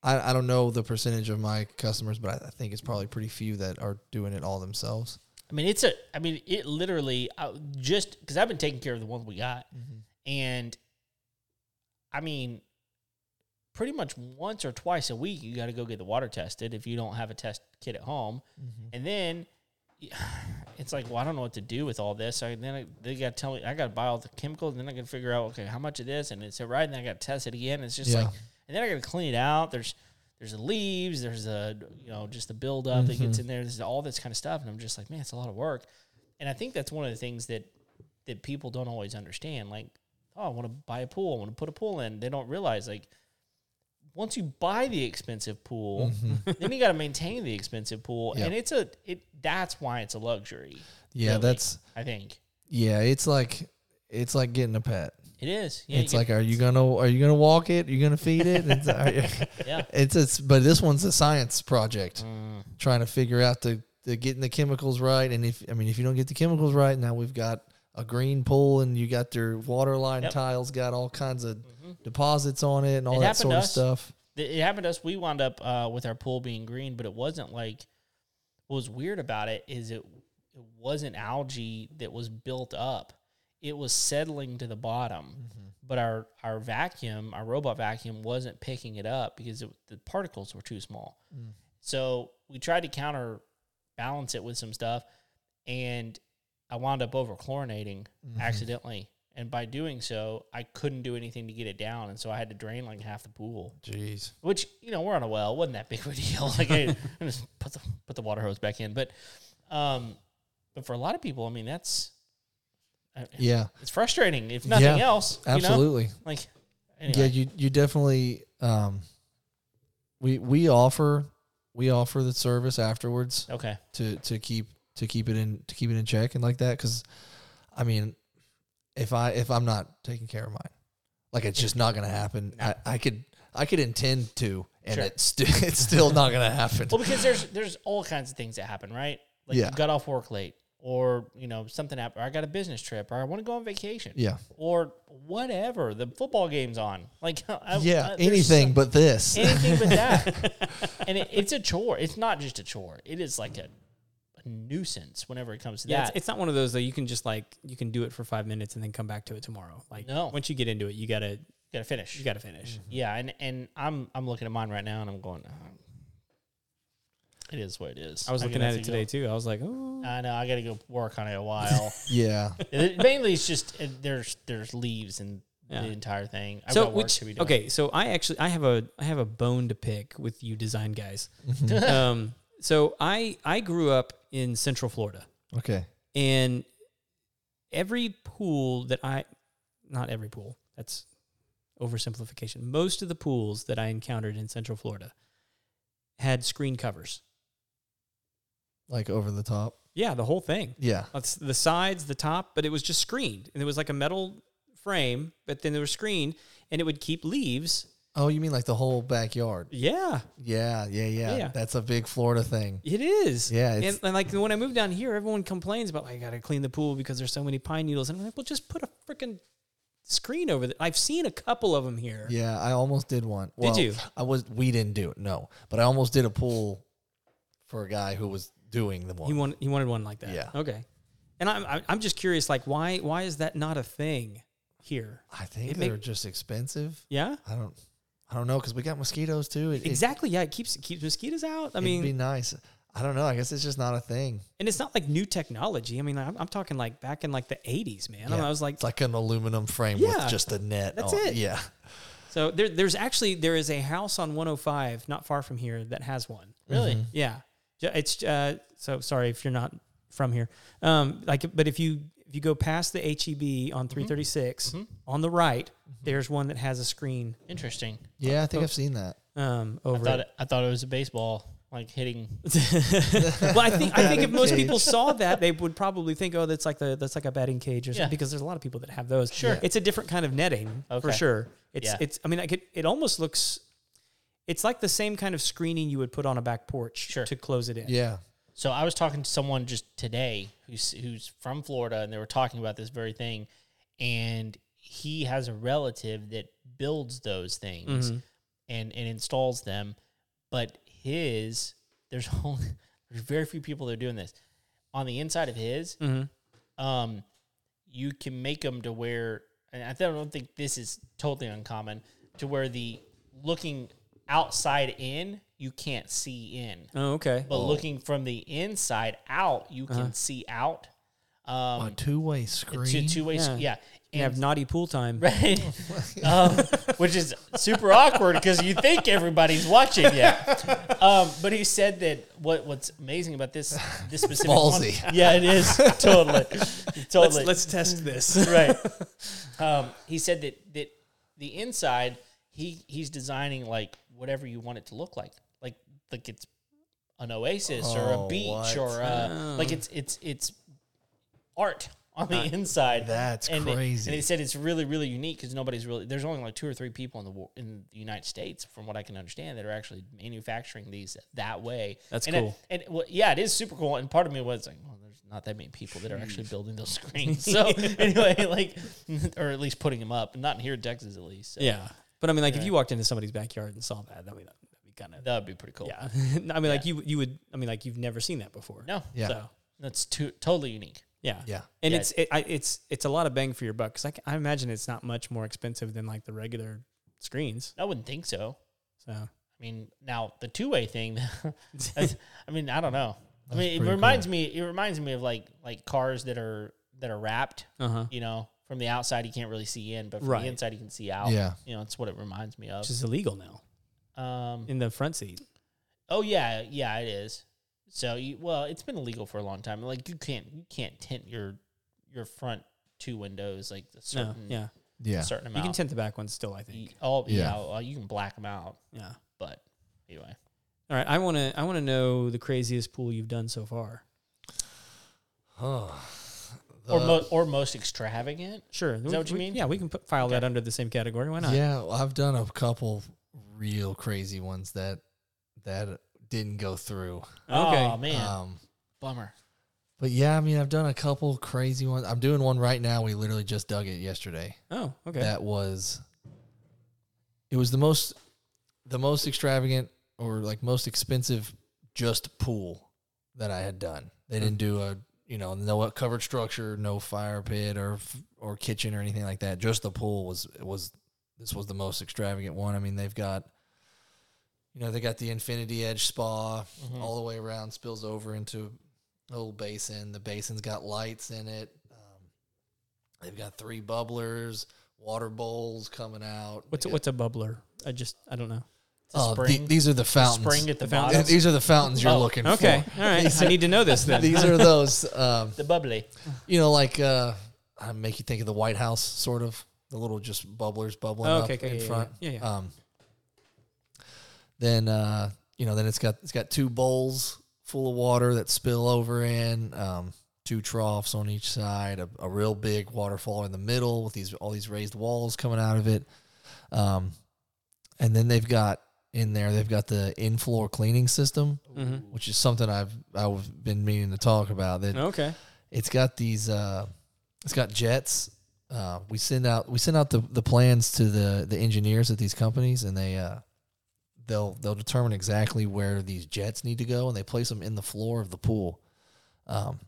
Speaker 3: I I don't know the percentage of my customers, but I, I think it's probably pretty few that are doing it all themselves.
Speaker 1: I mean, it's a. I mean, it literally I, just because I've been taking care of the ones we got, and I mean, pretty much once or twice a week, you got to go get the water tested if you don't have a test kit at home, and then y- it's like, well, I don't know what to do with all this. So then I, they got to tell me I got to buy all the chemicals, and then I can figure out okay how much of this, and it's a right, and then I got to test it again. It's just
Speaker 3: Yeah.
Speaker 1: like, and then I got to clean it out. There's there's the leaves, there's a you know just the buildup that gets in there. There's all this kind of stuff, and I'm just like, man, it's a lot of work. And I think that's one of the things that that people don't always understand. Like, oh, I want to buy a pool, I want to put a pool in. They don't realize like once you buy the expensive pool, then you got to maintain the expensive pool,
Speaker 3: Mm-hmm. Yeah.
Speaker 1: and it's a it. That's why it's a luxury.
Speaker 3: Yeah,
Speaker 1: really,
Speaker 3: that's
Speaker 1: I think
Speaker 3: yeah, it's like it's like getting a pet.
Speaker 1: it is. Yeah, you
Speaker 3: it's
Speaker 1: get-
Speaker 3: like are you gonna are you gonna walk it? Are you gonna feed it? It's are you-
Speaker 1: Yeah. Mm.
Speaker 3: it's, it's but this one's a science project. Trying to figure out the, the getting the chemicals right and if I mean if you don't get the chemicals right, now we've got a green pool and you got your water line
Speaker 1: Yep. Mm-hmm.
Speaker 3: tiles got all kinds of deposits on it and all
Speaker 1: It
Speaker 3: that
Speaker 1: happened
Speaker 3: sort
Speaker 1: to
Speaker 3: of
Speaker 1: us.
Speaker 3: stuff.
Speaker 1: Th- it happened to us. We wound up uh, with our pool being green, but it wasn't like what was weird about it is it it wasn't algae that was built up. It was settling to the bottom, but our our vacuum, our robot vacuum, wasn't picking it up because it, the particles were too small. So we tried to counterbalance it with some stuff, and I wound up over chlorinating accidentally. And by doing so, I couldn't do anything to get it down, and so I had to drain like half the pool
Speaker 3: Jeez.
Speaker 1: which you know we're on a well wasn't that big of a deal like I, I just put the put the water hose back in but um but for a lot of people i mean that's I-
Speaker 3: Yeah.
Speaker 1: it's frustrating if nothing
Speaker 3: Yeah,
Speaker 1: else you know
Speaker 3: Absolutely.
Speaker 1: like anyway.
Speaker 3: Yeah, you you definitely um we we offer we offer the service afterwards
Speaker 1: okay
Speaker 3: to to keep to keep it in to keep it in check and like that cuz I mean if I if I'm not taking care of mine like it's just not going to happen. I, I could I could intend to and
Speaker 1: Sure.
Speaker 3: it's st- it's still not going to happen.
Speaker 1: well because there's there's all kinds of things that happen right like
Speaker 3: Yeah.
Speaker 1: you got off work late or you know something happened or i got a business trip or i want to go on vacation
Speaker 3: Yeah.
Speaker 1: or whatever the football game's on like I, I-
Speaker 3: yeah,
Speaker 1: there's
Speaker 3: anything
Speaker 1: so-
Speaker 3: but this.
Speaker 1: anything but that. and it, it's a chore. It's not just a chore. It is like a, a nuisance whenever it comes to
Speaker 2: Yeah, it's,
Speaker 1: that.
Speaker 2: it's not one of those that you can just like you can do it for five minutes and then come back to it tomorrow. Like
Speaker 1: No.
Speaker 2: once you get into it, you gotta
Speaker 1: gotta finish.
Speaker 2: you gotta finish.
Speaker 1: yeah, and and I'm I'm looking at mine right now, and I'm going. "Ah, it is what it is.
Speaker 2: I was
Speaker 1: I'm
Speaker 2: looking
Speaker 1: gonna
Speaker 2: at
Speaker 1: have
Speaker 2: it
Speaker 1: to
Speaker 2: today
Speaker 1: Go,
Speaker 2: too. I was like, oh,
Speaker 1: I know. I got to go work on it a while.
Speaker 3: yeah.
Speaker 1: It- mainly, it's just it, there's there's leaves and
Speaker 2: Yeah.
Speaker 1: the entire thing. I've
Speaker 2: so
Speaker 1: got work
Speaker 2: which
Speaker 1: to be doing.
Speaker 2: okay, so I actually I have a I have a bone to pick with you design guys. um, so I I grew up in Central Florida,
Speaker 3: Okay.
Speaker 2: and every pool that I not every pool that's oversimplification. Most of the pools that I encountered in Central Florida had screen covers.
Speaker 3: Like over the top.
Speaker 2: Yeah, the whole thing.
Speaker 3: Yeah.
Speaker 2: That's the sides, the top, but it was just screened. And it was like a metal frame, but then they were screened and it would keep leaves.
Speaker 3: Oh, you mean like the whole backyard?
Speaker 2: Yeah,
Speaker 3: Yeah, yeah, yeah.
Speaker 2: Yeah.
Speaker 3: That's a big Florida thing.
Speaker 2: it is.
Speaker 3: Yeah,
Speaker 2: And,
Speaker 3: it's-
Speaker 2: and like when I moved down here, everyone complains about, like, I got to clean the pool because there's so many pine needles. And I'm like, well, just put a freaking screen over it. I've seen a couple of them here.
Speaker 3: Yeah, I almost did one. Well,
Speaker 2: you?
Speaker 3: I was. We didn't do it. No, but I almost did a pool for a guy who was doing the one.
Speaker 2: He wanted he wanted one like that.
Speaker 3: Yeah.
Speaker 2: Okay. And I'm I'm- I'm just curious, like why why is that not a thing here?
Speaker 3: I think
Speaker 2: It
Speaker 3: they're
Speaker 2: make-
Speaker 3: just expensive.
Speaker 2: Yeah.
Speaker 3: I don't, I don't know because we got mosquitoes too. It,
Speaker 2: Exactly. Yeah. It keeps it keeps mosquitoes out. I
Speaker 3: It, would be
Speaker 2: mean,
Speaker 3: nice. I don't know. I guess it's just not a thing.
Speaker 2: and it's not like new technology. I mean, I'm, I'm talking like back in like the 80s, man. I was like,
Speaker 3: it's like an aluminum frame
Speaker 2: Yeah.
Speaker 3: with just a net.
Speaker 2: That's
Speaker 3: on.
Speaker 2: it.
Speaker 3: Yeah,
Speaker 2: so there there's actually there is a house on 105 not far from here that has one.
Speaker 1: Really?
Speaker 2: Yeah. Ju- It's uh, so sorry if you're not from here. Um, like, but if you if you go past the HEB on 336
Speaker 1: Mm-hmm.
Speaker 2: on the right, there's one that has a screen
Speaker 1: Interesting.
Speaker 3: yeah. I think I've seen that.
Speaker 2: um
Speaker 1: I
Speaker 2: over. it.
Speaker 1: thought, I thought it was a baseball, like hitting.
Speaker 2: well, I think I think if most
Speaker 3: Cage.
Speaker 2: people saw that, they would probably think, oh, that's like the that's like a batting cage or something,
Speaker 1: Yeah.
Speaker 2: because there's a lot of people that have those.
Speaker 1: Sure. Yeah.
Speaker 2: it's a different kind of netting for
Speaker 1: Okay.
Speaker 2: sure. It's
Speaker 1: Yeah.
Speaker 2: it's. I mean, I could, it almost looks. It's like the same kind of screening you would put on a back porch
Speaker 1: Sure.
Speaker 2: to close it in.
Speaker 3: Yeah,
Speaker 1: So I was talking to someone just today who's who's from Florida, and they were talking about this very thing, and he has a relative that builds those things and and installs them, but his there's only there's very few people that are doing this. On the inside of his, um, you can make them to where, and I don't think this is totally uncommon, to where the looking outside in, you can't see in.
Speaker 2: Oh, okay.
Speaker 1: But looking from the inside out, you
Speaker 2: Uh-huh.
Speaker 1: can see out.
Speaker 3: a
Speaker 1: Um,
Speaker 3: two way screen.
Speaker 1: two two ways,
Speaker 2: Yeah.
Speaker 1: yeah.
Speaker 2: you have naughty pool time.
Speaker 1: Right, um, which is super awkward because you think everybody's watching you. Um, but he said that what what's amazing about this this specific one,
Speaker 3: ballsy.
Speaker 1: yeah, it is totally,
Speaker 2: Let's,
Speaker 1: totally
Speaker 2: let's test this.
Speaker 1: right. Um, he said that that the inside he he's designing like whatever you want it to look like, like like it's an oasis or
Speaker 3: Oh,
Speaker 1: a beach
Speaker 3: what? Oh.
Speaker 1: or a, like it's it's it's art on the inside.
Speaker 3: That's
Speaker 1: and it-
Speaker 3: crazy.
Speaker 1: and he said it's really really unique because nobody's really there's only like two or three people in the wor- in the United States, from what I can understand, that are actually manufacturing these that way.
Speaker 2: That's
Speaker 1: And I-
Speaker 2: cool.
Speaker 1: and well, yeah, it is super cool. And part of me was like, well, there's not that many people that are actually building those screens. So anyway, like, or at least putting them up, not here in Texas at least. So
Speaker 2: yeah, but I mean, like if you walked into somebody's backyard and saw that, I mean, that'd be kind of
Speaker 1: that would be pretty cool.
Speaker 2: yeah. I mean, like you you would. I mean, like you've never seen that before.
Speaker 1: No,
Speaker 3: Yeah,
Speaker 2: So
Speaker 1: that's too, totally unique.
Speaker 2: Yeah,
Speaker 3: Yeah.
Speaker 2: and
Speaker 1: Yeah.
Speaker 2: it's it, I, it's it's a lot of bang for your buck because I, ca- I imagine it's not much more expensive than like the regular screens.
Speaker 1: I wouldn't think so.
Speaker 2: So
Speaker 1: I mean, now the two way thing. that's- I mean, I don't know. I mean, it
Speaker 3: pretty
Speaker 1: reminds me. It reminds me of like like cars that are that are wrapped.
Speaker 2: uh huh,
Speaker 1: You know, from the outside you can't really see in, but from
Speaker 2: Right.
Speaker 1: the inside you can see out.
Speaker 3: Yeah.
Speaker 1: you know, it's what it reminds me of.
Speaker 2: which is illegal now
Speaker 1: um,
Speaker 2: Mm-hmm. in the front seat.
Speaker 1: Oh yeah, yeah, it is. So you well, it's been illegal for a long time. Like you can't you can't tint your your front two windows like a
Speaker 2: No,
Speaker 1: certain
Speaker 2: yeah,
Speaker 3: yeah.
Speaker 1: certain
Speaker 2: you
Speaker 1: amount.
Speaker 2: can tint the back ones still. I
Speaker 1: You-
Speaker 2: think.
Speaker 1: oh yeah,
Speaker 3: Yeah.
Speaker 1: well, you can black them out.
Speaker 2: Yeah.
Speaker 1: But anyway,
Speaker 2: All right, I want to I want to know the craziest pool you've done so far.
Speaker 1: or mo- or most extravagant.
Speaker 2: Sure, is
Speaker 1: that what you mean?
Speaker 2: Yeah, we can put, file that under the same category. Why not?
Speaker 3: Yeah, well, I've done a couple real crazy ones that that didn't go through.
Speaker 2: Okay. Uh,
Speaker 1: Oh man,
Speaker 3: Um,
Speaker 1: bummer.
Speaker 3: but yeah, I mean, I've done a couple crazy ones. I'm doing one right now. We literally just dug it yesterday.
Speaker 2: Oh, okay.
Speaker 3: That was it was the most the most extravagant or like most expensive just pool that I had done. They didn't do a you know no covered structure, no fire pit or f- or kitchen or anything like that. Just the pool was was this was the most extravagant one. I mean, they've got you know they got the infinity edge spa
Speaker 2: Mm-hmm.
Speaker 3: all the way around spills over into a little basin. The basin's got lights in it. Um, they've got three bubblers, water bowls coming out.
Speaker 2: what's a,
Speaker 3: They got-
Speaker 2: what's a bubbler? I just I don't know.
Speaker 1: It's a
Speaker 3: Oh, the-
Speaker 1: spring.
Speaker 3: these are the fountains.
Speaker 1: spring at the,
Speaker 2: The
Speaker 1: bottom.
Speaker 2: fountains.
Speaker 3: These are the fountains you're
Speaker 1: Oh,
Speaker 3: looking
Speaker 2: Okay,
Speaker 3: for.
Speaker 2: all right. I need to know this then.
Speaker 3: These are those, um,
Speaker 1: The bubbly.
Speaker 3: you know, like uh, I make you think of the White House, sort of the little just bubblers bubbling
Speaker 2: Oh,
Speaker 3: up
Speaker 2: okay, okay,
Speaker 3: in
Speaker 2: yeah, yeah,
Speaker 3: front.
Speaker 2: yeah. Yeah, yeah.
Speaker 3: Um, then uh, you know, then it's got it's got two bowls full of water that spill over in. Um, two troughs on each side, a, a real big waterfall in the middle with these all these raised walls coming out of it. Um, and then they've got in there they've got the in floor cleaning system,
Speaker 2: Mm-hmm.
Speaker 3: which is something I've I've been meaning to talk about. That
Speaker 2: okay.
Speaker 3: it's got these uh it's got jets uh we send out we send out the the plans to the the engineers at these companies and they uh they'll they'll determine exactly where these jets need to go, and they place them in the floor of the pool. Um,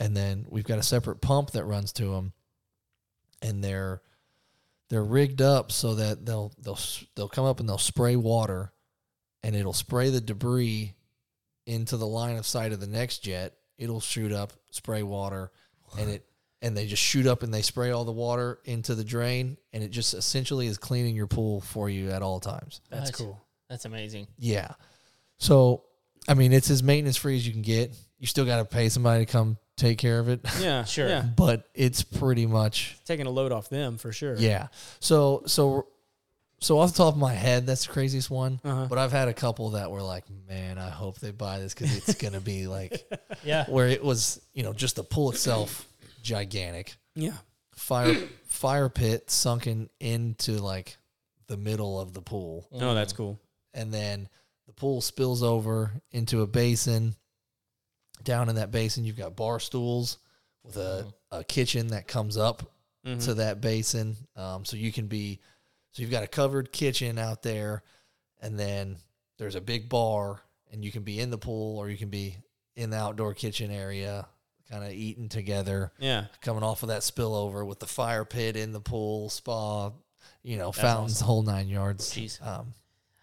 Speaker 3: and then we've got a separate pump that runs to them, and they're they're rigged up so that they'll they'll s- they'll come up and they'll spray water, and it'll spray the debris into the line of sight of the next jet. It'll shoot up, spray water, and it and they just shoot up and they spray all the water into the drain, and it just essentially is cleaning your pool for you at all times.
Speaker 2: That's
Speaker 1: Nice.
Speaker 2: cool.
Speaker 1: That's amazing.
Speaker 3: Yeah. So, I mean, it's as maintenance free as you can get. You still got to pay somebody to come take care of it,
Speaker 2: Yeah,
Speaker 1: Sure.
Speaker 2: Yeah.
Speaker 3: but it's pretty much
Speaker 2: Taking a load off them for sure.
Speaker 3: yeah. So so so off the top of my head, that's the craziest one.
Speaker 2: Uh-huh.
Speaker 3: But I've had a couple that were like, man, I hope they buy this because it's gonna be like
Speaker 1: Yeah.
Speaker 3: where it was, you know, just the pool itself, gigantic
Speaker 2: Yeah.
Speaker 3: fire fire pit sunken into like the middle of the pool.
Speaker 2: No, that's cool.
Speaker 3: and then the pool spills over into a basin. Down in that basin, you've got bar stools with a, a kitchen that comes up
Speaker 2: Mm-hmm.
Speaker 1: Mm-hmm.
Speaker 3: to that basin. Um, so you can be, so you've got a covered kitchen out there, and then there's a big bar, and you can be in the pool or you can be in the outdoor kitchen area, kind of eating together,
Speaker 2: Yeah.
Speaker 3: coming off of that spillover with the fire pit in the pool, spa, you know, fountains, whole nine yards.
Speaker 1: Jeez.
Speaker 3: Um,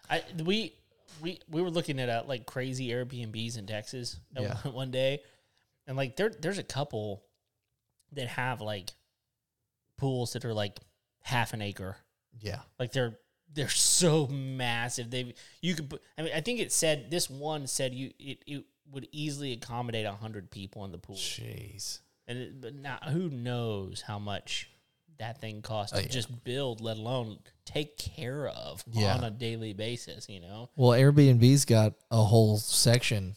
Speaker 1: I we we we were looking at uh, like crazy Airbnbs in Texas at
Speaker 3: Yeah.
Speaker 1: one- one day, and like there there's a couple that have like pools that are like half an acre.
Speaker 3: yeah.
Speaker 1: Like they're they're so massive. They you could put- I mean I think it said this one said you it, it would easily accommodate hundred people in the pool.
Speaker 3: Jeez.
Speaker 1: And it, but now who knows how much that thing costs
Speaker 3: Oh,
Speaker 1: to
Speaker 3: yeah.
Speaker 1: just build, let alone take care of
Speaker 3: Yeah.
Speaker 1: on a daily basis, you know?
Speaker 3: Well, Airbnb's got a whole section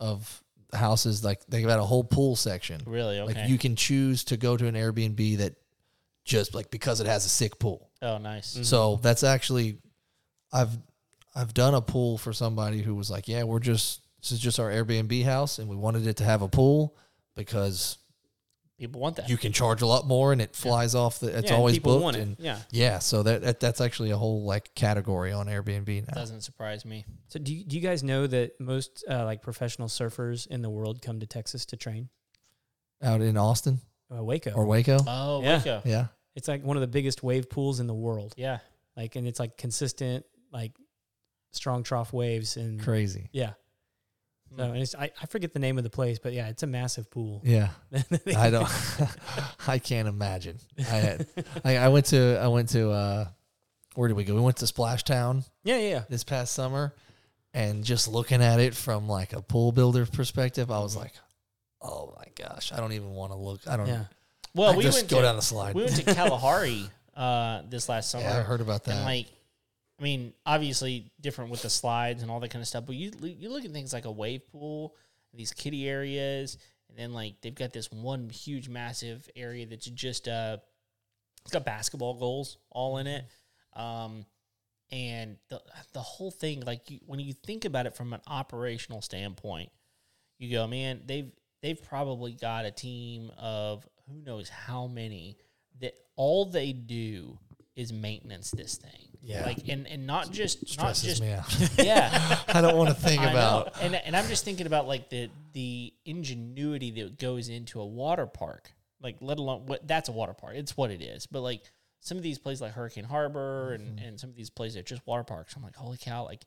Speaker 3: of houses like they've got a whole pool section.
Speaker 1: Really? Okay.
Speaker 3: Like you can choose to go to an Airbnb that just like because it has a sick pool.
Speaker 1: oh, nice.
Speaker 2: Mm-hmm.
Speaker 3: So that's actually I've I've done a pool for somebody who was like, "Yeah, we're just this is just our Airbnb house and we wanted it to have a pool because
Speaker 1: People want that.
Speaker 3: you can charge a lot more and it flies off the it's
Speaker 2: Yeah, and
Speaker 3: always
Speaker 2: people
Speaker 3: booked
Speaker 2: want it.
Speaker 3: and
Speaker 2: Yeah.
Speaker 3: yeah, so that, that that's actually a whole like category on Airbnb now.
Speaker 1: Doesn't surprise me.
Speaker 2: So do you, do you guys know that most uh, like professional surfers in the world come to Texas to train?
Speaker 3: Out in Austin
Speaker 2: Uh, Waco.
Speaker 3: or Waco?
Speaker 1: Oh,
Speaker 2: Yeah.
Speaker 1: Waco.
Speaker 3: Yeah.
Speaker 2: it's like one of the biggest wave pools in the world.
Speaker 1: Yeah.
Speaker 2: Like, and it's like consistent, like strong trough waves and
Speaker 3: Crazy.
Speaker 2: yeah. So
Speaker 3: mm.
Speaker 1: Mm.
Speaker 2: and it's, I, I forget the name of the place, but yeah, it's a massive pool.
Speaker 3: Yeah. I don't I can't imagine. I had I, I went to I went to uh where did we go? We went to Splashtown
Speaker 2: yeah, yeah, yeah.
Speaker 3: this past summer and just looking at it from like a pool builder perspective, I was like, Oh my gosh, I don't even want to look I don't
Speaker 2: Yeah.
Speaker 1: Well,
Speaker 3: I
Speaker 1: we
Speaker 3: just
Speaker 1: went
Speaker 3: go
Speaker 1: to,
Speaker 3: down the slide.
Speaker 1: We went to Kalahari uh, this last summer.
Speaker 3: yeah, I heard about
Speaker 1: and
Speaker 3: that.
Speaker 1: like, I mean, obviously different with the slides and all that kind of stuff. But you you look at things like a wave pool, these kiddie areas, and then like they've got this one huge, massive area that's just uh, it's got basketball goals all in it, um, and the the whole thing like you, when you think about it from an operational standpoint, you go, man, they've they've probably got a team of who knows how many that all they do is maintenance this thing.
Speaker 3: Yeah.
Speaker 1: Like and and not just not
Speaker 3: stresses
Speaker 1: just
Speaker 3: me out.
Speaker 1: yeah.
Speaker 3: I don't want to think
Speaker 1: I know.
Speaker 3: about
Speaker 1: And and I'm just thinking about like the the ingenuity that goes into a water park. Like let alone what that's a water park. It's what it is. But like some of these places like Hurricane Harbor and, and some of these places are just water parks. I'm like, holy cow, like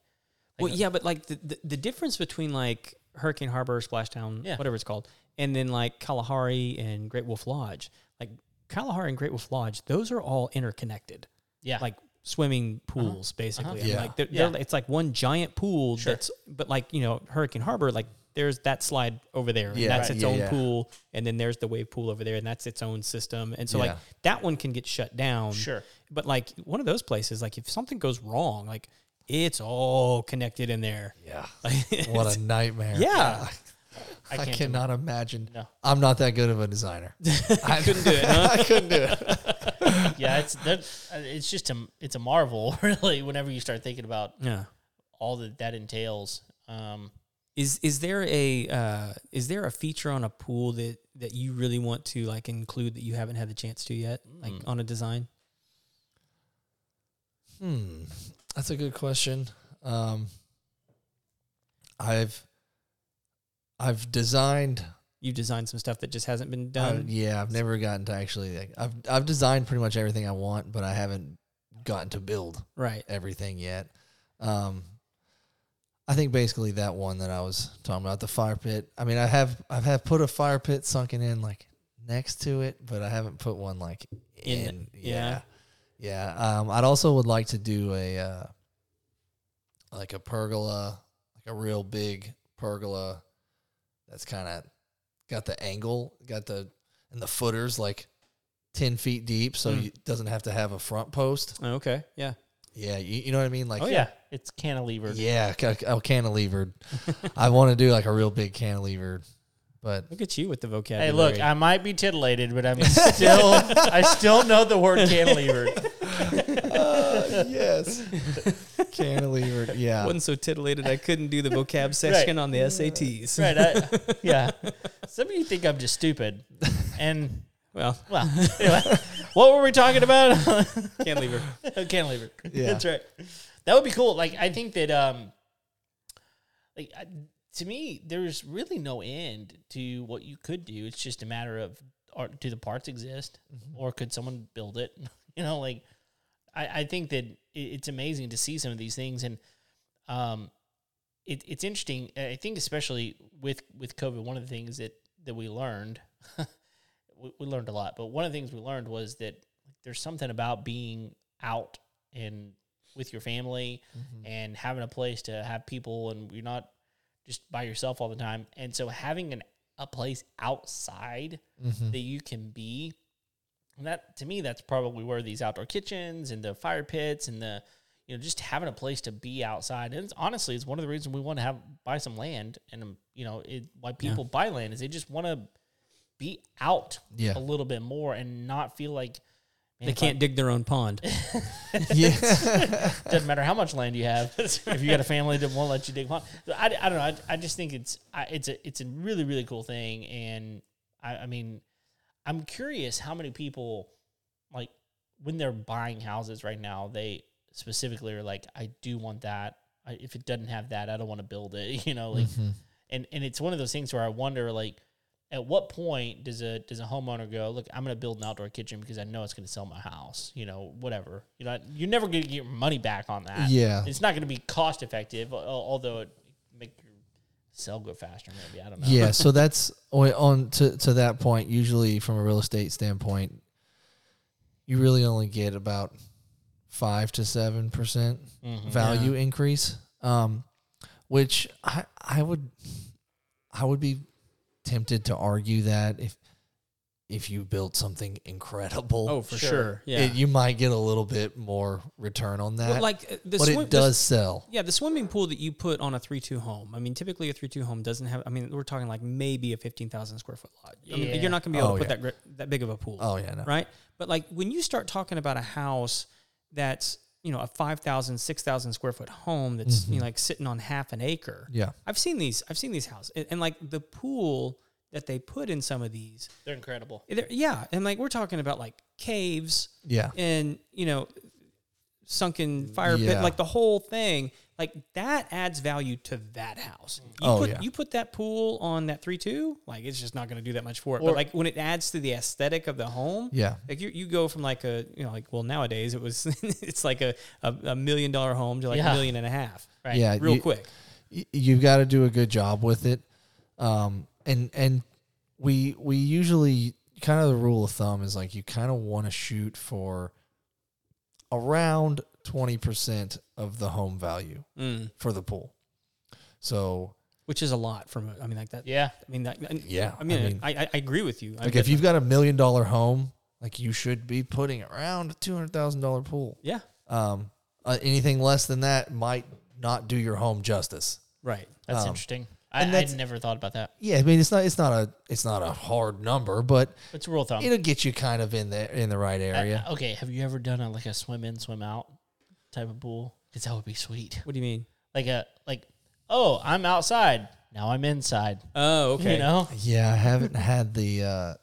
Speaker 2: Well,
Speaker 1: Like a-
Speaker 2: yeah, but like the, the, the difference between like Hurricane Harbor, Splashdown,
Speaker 1: Yeah.
Speaker 2: whatever it's called, and then like Kalahari and Great Wolf Lodge, like Kalahari and Great Wolf Lodge, those are all interconnected,
Speaker 1: yeah.
Speaker 2: like swimming pools, basically. And,
Speaker 3: Yeah.
Speaker 2: Like they're,
Speaker 1: Yeah.
Speaker 2: they're- it's like one giant pool that's, but like, you know, Hurricane Harbor, like there's that slide over there, and
Speaker 3: Yeah.
Speaker 2: that's
Speaker 3: Right.
Speaker 2: its
Speaker 3: Yeah,
Speaker 2: own
Speaker 3: yeah.
Speaker 2: pool, and then there's the wave pool over there, and that's its own system. And so, like,
Speaker 3: Yeah.
Speaker 2: that one can get shut down.
Speaker 1: Sure.
Speaker 2: But like one of those places, like if something goes wrong, like it's all connected in there.
Speaker 3: Yeah.
Speaker 2: Like,
Speaker 3: What a nightmare.
Speaker 2: Yeah.
Speaker 1: I
Speaker 3: I,
Speaker 1: can't do
Speaker 3: cannot imagine.
Speaker 1: No.
Speaker 3: I'm not that good of a designer. I couldn't
Speaker 2: do it, huh?
Speaker 3: I couldn't do it.
Speaker 1: yeah, it's that, it's just a it's a marvel really. Whenever you start thinking about
Speaker 2: yeah.
Speaker 1: all that that entails, um,
Speaker 2: Is is there a uh, is there a feature on a pool that that you really want to like include that you haven't had the chance to yet, like
Speaker 3: Mm.
Speaker 2: on a design?
Speaker 3: Hmm. That's a good question. Um, I've I've designed.
Speaker 2: You've designed some stuff that just hasn't been
Speaker 3: uh,
Speaker 2: done.
Speaker 3: yeah, I've never gotten to actually. Like, I've I've designed pretty much everything I want, but I haven't gotten to build
Speaker 2: right.
Speaker 3: everything yet. Um, I think basically that one that I was talking about, the fire pit. I mean, I have I've have put a fire pit sunken in like next to it, but I haven't put one like in.
Speaker 2: In- yeah.
Speaker 3: yeah, yeah. Um, I'd also would like to do a uh, like a pergola, like a real big pergola that's kind of got the angle, got the and the footers like ten feet deep, so
Speaker 2: Mm.
Speaker 3: you it doesn't have to have a front post.
Speaker 2: Oh, Okay. Yeah.
Speaker 3: Yeah, you, you know what I mean? Like,
Speaker 1: oh yeah, it's cantilevered.
Speaker 3: yeah, ca- ca- oh, cantilevered. I want to do like a real big cantilevered, but
Speaker 2: Look at you with the
Speaker 1: Hey,
Speaker 2: vocabulary.
Speaker 1: look, I might be titillated, but I'm still I still know the word cantilevered.
Speaker 3: yes, cantilevered.
Speaker 2: I
Speaker 3: Yeah,
Speaker 2: wasn't so titillated I couldn't do the vocab section on the SATs.
Speaker 1: Right? I, yeah. Some of you think I'm just stupid, and
Speaker 2: Well,
Speaker 1: well, anyway, what were we talking about?
Speaker 2: can't leave her.
Speaker 1: A cantilever.
Speaker 3: Yeah.
Speaker 1: That's right. That would be cool. Like I think that um like I, to me there's really no end to what you could do. It's just a matter of are, do the parts exist or could someone build it? You know, like I, I think that it, it's amazing to see some of these things and um it, it's interesting. I I think especially with with COVID, one of the things that that we learned we, we learned a lot, but one of the things we learned was that there's something about being out and with your family and having a place to have people and you're not just by yourself all the time. And so having an a place outside
Speaker 3: Mm-hmm. Mm.
Speaker 1: that you can be and that to me that's probably where these outdoor kitchens and the fire pits and the you know just having a place to be outside and it's, honestly it's one of the reasons we want to have buy some land and um, you know it, why people buy land is they just want to be out
Speaker 3: Yeah.
Speaker 1: a little bit more and not feel like man,
Speaker 2: They
Speaker 1: if I-
Speaker 2: can't dig their own pond.
Speaker 3: yeah.
Speaker 1: doesn't matter how much land you have. If you got a family that won't let you dig pond, I, I don't know. I, I just think it's I, it's a it's a really really cool thing, and I, I mean, I'm curious how many people like when they're buying houses right now, they specifically are like, I do want that. I, if it doesn't have that, I don't want to build it. You know, like,
Speaker 3: Mhm.
Speaker 1: and and it's one of those things where I wonder like. At what point does a does a homeowner go look? I'm going to build an outdoor kitchen because I know it's going to sell my house. You know, whatever. You know, you're never going to get your money back on that.
Speaker 3: yeah,
Speaker 1: It's not going to be cost effective, al- although it make your sell go faster. Maybe I don't know.
Speaker 3: yeah. So that's on- on to to that point. Usually, from a real estate standpoint, you really only get about five to seven percent
Speaker 2: Mm-hmm.
Speaker 3: value increase, um, which I I would I would be tempted to argue that if if you built something incredible,
Speaker 2: Oh, for
Speaker 1: Sure.
Speaker 2: sure. Yeah.
Speaker 3: it- you might get a little bit more return on that.
Speaker 2: but like uh, the
Speaker 3: but
Speaker 2: swim-
Speaker 3: it
Speaker 2: the-
Speaker 3: does sell.
Speaker 2: yeah, the swimming pool that you put on a three-two home. I mean, typically a three-two home doesn't have. I mean, we're talking like maybe a fifteen thousand square foot lot. I mean,
Speaker 1: Yeah.
Speaker 2: you're not going to be able
Speaker 3: Oh,
Speaker 2: to put
Speaker 3: yeah.
Speaker 2: that gr- that big of a pool.
Speaker 3: Oh yeah, no.
Speaker 2: right? But like when you start talking about a house that's, you know, a 5,000, 6,000 square foot home that's you know, like sitting on half an acre.
Speaker 3: Mm-hmm. Yeah,
Speaker 2: I've seen these. I've seen these houses. And, and, like the pool that they put in some of these. eh,
Speaker 1: They're incredible.
Speaker 2: they're- Yeah, and like we're talking about like caves
Speaker 3: yeah,
Speaker 2: and, you know, sunken fire pit,
Speaker 3: Yeah.
Speaker 2: like the whole thing. Like that adds value to that house. You
Speaker 3: Oh,
Speaker 2: put
Speaker 3: yeah.
Speaker 2: you put that pool on that 3-2, like it's just not going to do that much for it. but
Speaker 1: Or-
Speaker 2: like when it adds to the aesthetic of the home,
Speaker 3: yeah.
Speaker 2: like you, you go from like a you know like well nowadays it was it's like a, a, a million dollar home to like
Speaker 1: Yeah.
Speaker 2: a million and a half right
Speaker 3: Yeah,
Speaker 2: real
Speaker 3: Uh, you-
Speaker 2: quick
Speaker 3: y- you've got to do a good job with it. Um, and and we we usually kind of the rule of thumb is like you kind of want to shoot for around twenty percent of the home value
Speaker 2: mm.
Speaker 3: for the pool. So
Speaker 2: which is a lot from a- I mean like that
Speaker 1: Yeah.
Speaker 2: I mean that and-
Speaker 3: Yeah,
Speaker 2: I mean I,
Speaker 3: I mean-
Speaker 2: I, I agree with you I
Speaker 3: like
Speaker 2: mean,
Speaker 3: if you've got a million dollar home, like you should be putting around a two hundred thousand dollar pool.
Speaker 2: yeah
Speaker 3: Um, uh, anything less than that might not do your home justice.
Speaker 2: right
Speaker 1: That's
Speaker 3: Um,
Speaker 1: interesting. I,
Speaker 3: and that's-
Speaker 1: I'd never thought about that.
Speaker 3: Yeah, I mean it's not it's not a it's not a hard number, but
Speaker 1: It's a rule of thumb.
Speaker 3: it'll get you kind of in there in the right area.
Speaker 1: Uh, okay. Have you ever done a, like a swim in, swim out type of pool? Because that would be sweet.
Speaker 2: what do you mean
Speaker 1: Like a like. Oh, I'm outside. Now I'm inside.
Speaker 2: oh okay
Speaker 1: You know.
Speaker 3: Yeah, I haven't had the uh,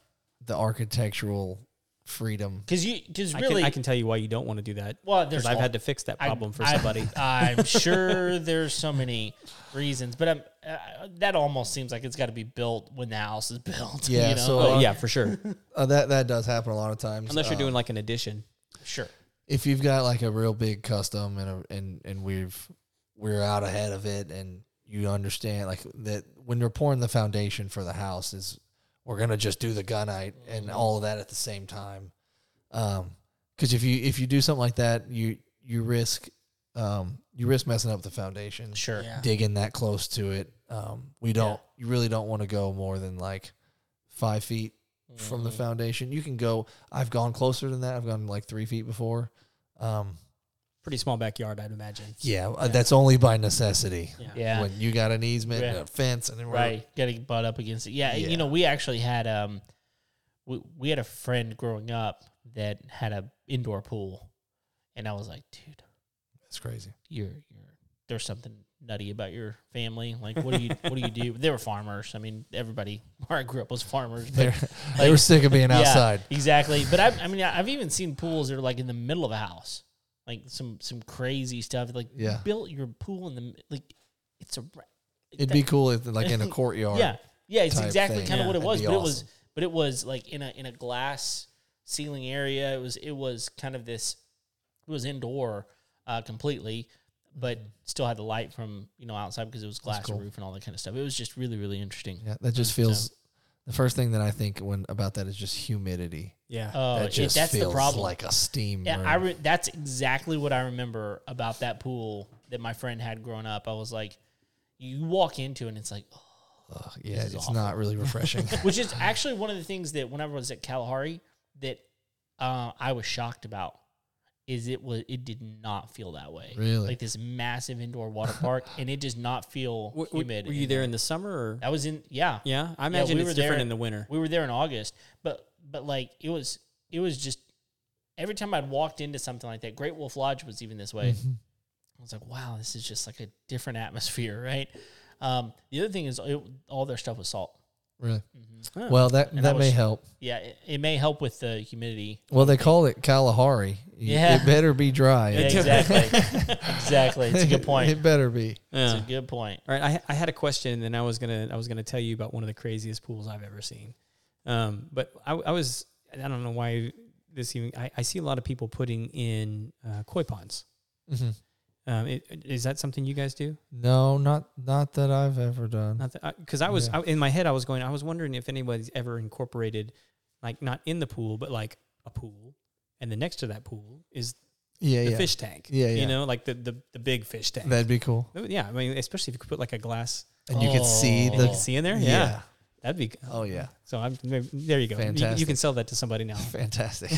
Speaker 3: the architectural freedom.
Speaker 1: Because you, because
Speaker 2: I,
Speaker 1: really,
Speaker 2: can, I can tell you why you don't want to do that.
Speaker 1: well, there's
Speaker 2: Because I've
Speaker 1: all-
Speaker 2: had to fix that problem for
Speaker 1: I-
Speaker 2: somebody.
Speaker 1: I'm sure there's so many reasons, but I'm, uh, that almost seems like it's got to be built when the house is built.
Speaker 3: Yeah,
Speaker 1: you know?
Speaker 3: so-
Speaker 1: Like,
Speaker 2: Oh, yeah, for sure.
Speaker 3: Uh, that that does happen a lot of times.
Speaker 2: Unless you're
Speaker 3: Uh,
Speaker 2: doing like an addition.
Speaker 1: sure.
Speaker 3: if you've got like a real big custom and a, and and we've we're out ahead of it and you understand like that when you're pouring the foundation for the house is we're gonna just do the gunite
Speaker 2: Mm-hmm.
Speaker 3: and all of that at the same time um because if you if you do something like that you you risk um you risk messing up the foundation
Speaker 1: Sure.
Speaker 4: Yeah.
Speaker 3: digging that close to it um we don't you really don't want to go more than like five feet from
Speaker 1: Mm-hmm.
Speaker 3: the foundation you can go i've gone closer than that i've gone like three feet before um
Speaker 2: Pretty small backyard, I'd imagine.
Speaker 3: yeah, uh, that's only by necessity.
Speaker 1: Yeah.
Speaker 3: When you got an easement, and
Speaker 1: Yeah.
Speaker 3: a fence, and then we're-
Speaker 1: right. Got to butt up against it. Yeah,
Speaker 3: Yeah.
Speaker 1: You know, we actually had um, we we had a friend growing up that had a indoor pool, and I was like, dude,
Speaker 3: that's crazy.
Speaker 1: you're you're there's something nutty about your family. Like, what do you what do you do? They were farmers. I mean, everybody where I grew up was farmers. But
Speaker 3: They're, they were sick of being
Speaker 1: Yeah,
Speaker 3: outside.
Speaker 1: exactly. But I, I mean, I've even seen pools that are like in the middle of a house, like some some crazy stuff. Like, you
Speaker 3: Yeah.
Speaker 1: built your pool in the like, it's a ra-
Speaker 3: It'd
Speaker 1: that-
Speaker 3: be cool if, like, in a courtyard.
Speaker 1: yeah, yeah. It's
Speaker 3: type
Speaker 1: exactly
Speaker 3: thing.
Speaker 1: kind of
Speaker 2: Yeah.
Speaker 1: what it was,
Speaker 3: That'd be
Speaker 1: but it was
Speaker 3: awesome.
Speaker 1: but it was like in a in a glass ceiling area. It was it was kind of this. It was indoor uh, completely, but still had the light from you know outside because it was glass
Speaker 3: cool.
Speaker 1: roof and all that kind of stuff. It was just really really interesting.
Speaker 3: Yeah, that just feels. The first thing that I think when about that is just humidity.
Speaker 2: Yeah.
Speaker 1: Oh,
Speaker 3: that
Speaker 1: it-
Speaker 3: just
Speaker 1: that's
Speaker 3: feels
Speaker 1: the problem.
Speaker 3: like a steam.
Speaker 1: Yeah,
Speaker 3: room.
Speaker 1: I re- that's exactly what I remember about that pool that my friend had growing up. I was like, you walk into it and it's like, oh.
Speaker 3: Ugh, yeah,
Speaker 1: this
Speaker 3: it's
Speaker 1: is awful.
Speaker 3: not really refreshing.
Speaker 1: which is actually one of the things that whenever I was at Kalahari that uh, I was shocked about is it was it did not feel that way.
Speaker 3: Really?
Speaker 1: like this massive indoor water park, and it does not feel
Speaker 2: W- w-
Speaker 1: humid.
Speaker 2: were you
Speaker 1: in
Speaker 2: there in the summer or?
Speaker 1: I was in. Yeah,
Speaker 2: Yeah. I imagine
Speaker 1: we were
Speaker 2: it's different
Speaker 1: there-
Speaker 2: in the winter.
Speaker 1: we were there in August, but but like it was it was just every time I'd walked into something like that, Great Wolf Lodge was even this way. I was like, wow, this is just like a different atmosphere, right? Um, the other thing is it, all their stuff was salt.
Speaker 3: really.
Speaker 2: Oh.
Speaker 3: Well, that
Speaker 1: Mm-hmm. And
Speaker 3: that
Speaker 1: that
Speaker 3: may
Speaker 1: was-
Speaker 3: help.
Speaker 1: Yeah, it, it may help with the humidity.
Speaker 3: Well, they call it Kalahari. You-
Speaker 1: Yeah.
Speaker 3: it better be dry.
Speaker 1: Yeah, exactly, exactly. It's a good point.
Speaker 3: it better be.
Speaker 1: It's
Speaker 2: Yeah.
Speaker 1: a good point.
Speaker 2: All right, I, I had a question, and then I was gonna I was gonna tell you about one of the craziest pools I've ever seen. Um, but I, I was I don't know why this even I, I see a lot of people putting in uh, koi ponds.
Speaker 3: Mhm.
Speaker 2: Um, i- is that something you guys do?
Speaker 3: No, not not that I've ever done.
Speaker 2: Not that because I, was
Speaker 3: Yeah.
Speaker 2: I, in my head I was going I was wondering if anybody's ever incorporated like not in the pool but like a pool, and then next to that pool is
Speaker 3: yeah,
Speaker 2: the
Speaker 3: yeah.
Speaker 2: fish tank.
Speaker 3: Yeah, yeah.
Speaker 2: you know like the the, the big fish tank. Oh,
Speaker 3: That'd be cool.
Speaker 2: yeah, I mean especially if you could put like a glass.
Speaker 3: And you could see
Speaker 1: Oh.
Speaker 2: you
Speaker 3: the
Speaker 2: could see in there, yeah. That'd be
Speaker 3: Oh yeah.
Speaker 2: So I'm maybe- there. You go. You- You,
Speaker 3: Fantastic.
Speaker 2: can sell that to somebody now.
Speaker 3: Fantastic.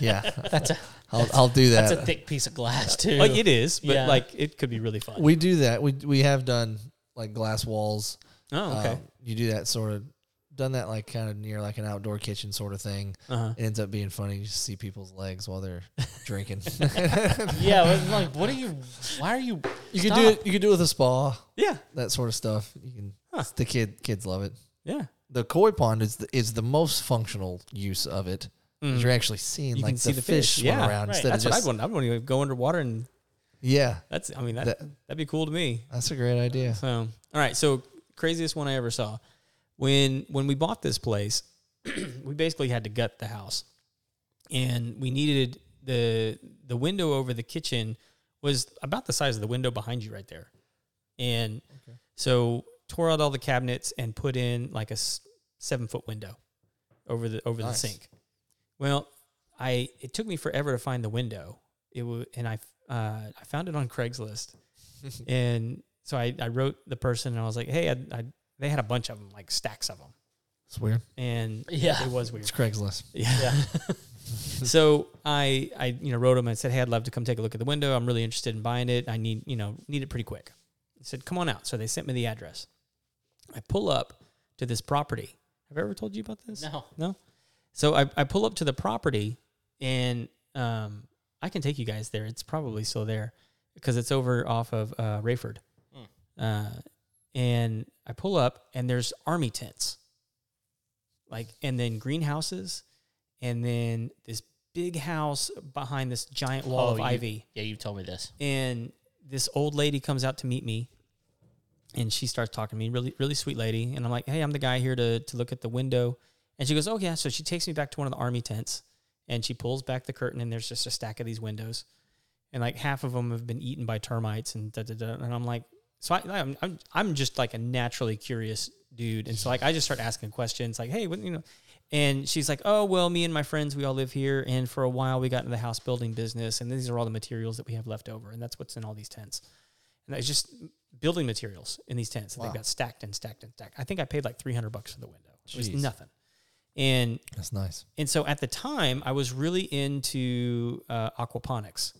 Speaker 3: yeah. That's a I'll I'll do that.
Speaker 1: That's a thick piece of glass too.
Speaker 2: Like it is, but
Speaker 1: Yeah.
Speaker 2: like it could be really fun.
Speaker 3: we do that. We we have done like glass walls.
Speaker 2: oh, okay.
Speaker 3: Um, you do that sort of done that like kind of near like an outdoor kitchen sort of thing.
Speaker 2: Uh-huh.
Speaker 3: It ends up being funny. You just see people's legs while they're drinking.
Speaker 1: yeah, but I'm like what are you? Why are you?
Speaker 3: you could do it you could do it with a spa,
Speaker 2: Yeah.
Speaker 3: that sort of stuff. You can
Speaker 2: Huh.
Speaker 3: the kid kids love it.
Speaker 2: Yeah.
Speaker 3: The koi pond is the, is the most functional use of it. 'Cause You're actually seeing
Speaker 2: Mm. You
Speaker 3: like
Speaker 2: can
Speaker 3: the,
Speaker 2: see the
Speaker 3: fish,
Speaker 2: fish.
Speaker 3: swim
Speaker 2: Yeah.
Speaker 3: around
Speaker 1: Right.
Speaker 3: instead
Speaker 2: That's
Speaker 3: of
Speaker 2: what
Speaker 3: just
Speaker 2: I'd want. I'd want to go underwater and
Speaker 3: yeah.
Speaker 2: that's. I mean that,
Speaker 3: That-
Speaker 2: that'd be cool to me.
Speaker 3: That's a great idea.
Speaker 2: So all right. So craziest one I ever saw. When when we bought this place, we basically had to gut the house, and we needed the the window over the kitchen was about the size of the window behind you right there, and so tore out all the cabinets and put in like a s- seven foot window over the over
Speaker 3: Nice.
Speaker 2: the sink. Well, I it took me forever to find the window. It wa and I uh, I found it on Craigslist, and so I, I wrote the person and I was like, hey, I, I they had a bunch of them, like stacks of them,
Speaker 3: It's weird.
Speaker 2: and
Speaker 1: Yeah.
Speaker 2: it was weird.
Speaker 3: It's Craigslist.
Speaker 2: Yeah. so I I you know wrote him and said, hey, I'd love to come take a look at the window. I'm really interested in buying it. I need you know need it pretty quick. He said, come on out. So they sent me the address. I pull up to this property. Have I ever told you about this?
Speaker 1: No.
Speaker 2: No. So I, I pull up to the property and um, I can take you guys there. It's probably still there because it's over off of uh, Rayford.
Speaker 1: Hmm.
Speaker 2: Uh, and I pull up and there's army tents, like, and then greenhouses and then this big house behind this giant wall
Speaker 1: Oh,
Speaker 2: of
Speaker 1: you-
Speaker 2: ivy.
Speaker 1: Yeah, you've told me this.
Speaker 2: And this old lady comes out to meet me and she starts talking to me, really, really sweet lady. And I'm like, hey, I'm the guy here to, to look at the window. And she goes, oh, yeah. So she takes me back to one of the army tents and she pulls back the curtain and there's just a stack of these windows. And like half of them have been eaten by termites and da da da. And I'm like, so I, I'm, I'm, I'm just like a naturally curious dude. And so like I just start asking questions like, hey, what, you know, and she's like, oh, well, me and my friends, we all live here. And for a while we got into the house building business and these are all the materials that we have left over. And that's what's in all these tents. And it's just building materials in these tents. that They've
Speaker 3: Wow.
Speaker 2: got stacked and stacked and stacked. I think I paid like 300 bucks for the window. It was
Speaker 1: Jeez.
Speaker 2: nothing. And
Speaker 3: That's nice.
Speaker 2: and so at the time, I was really into uh, aquaponics.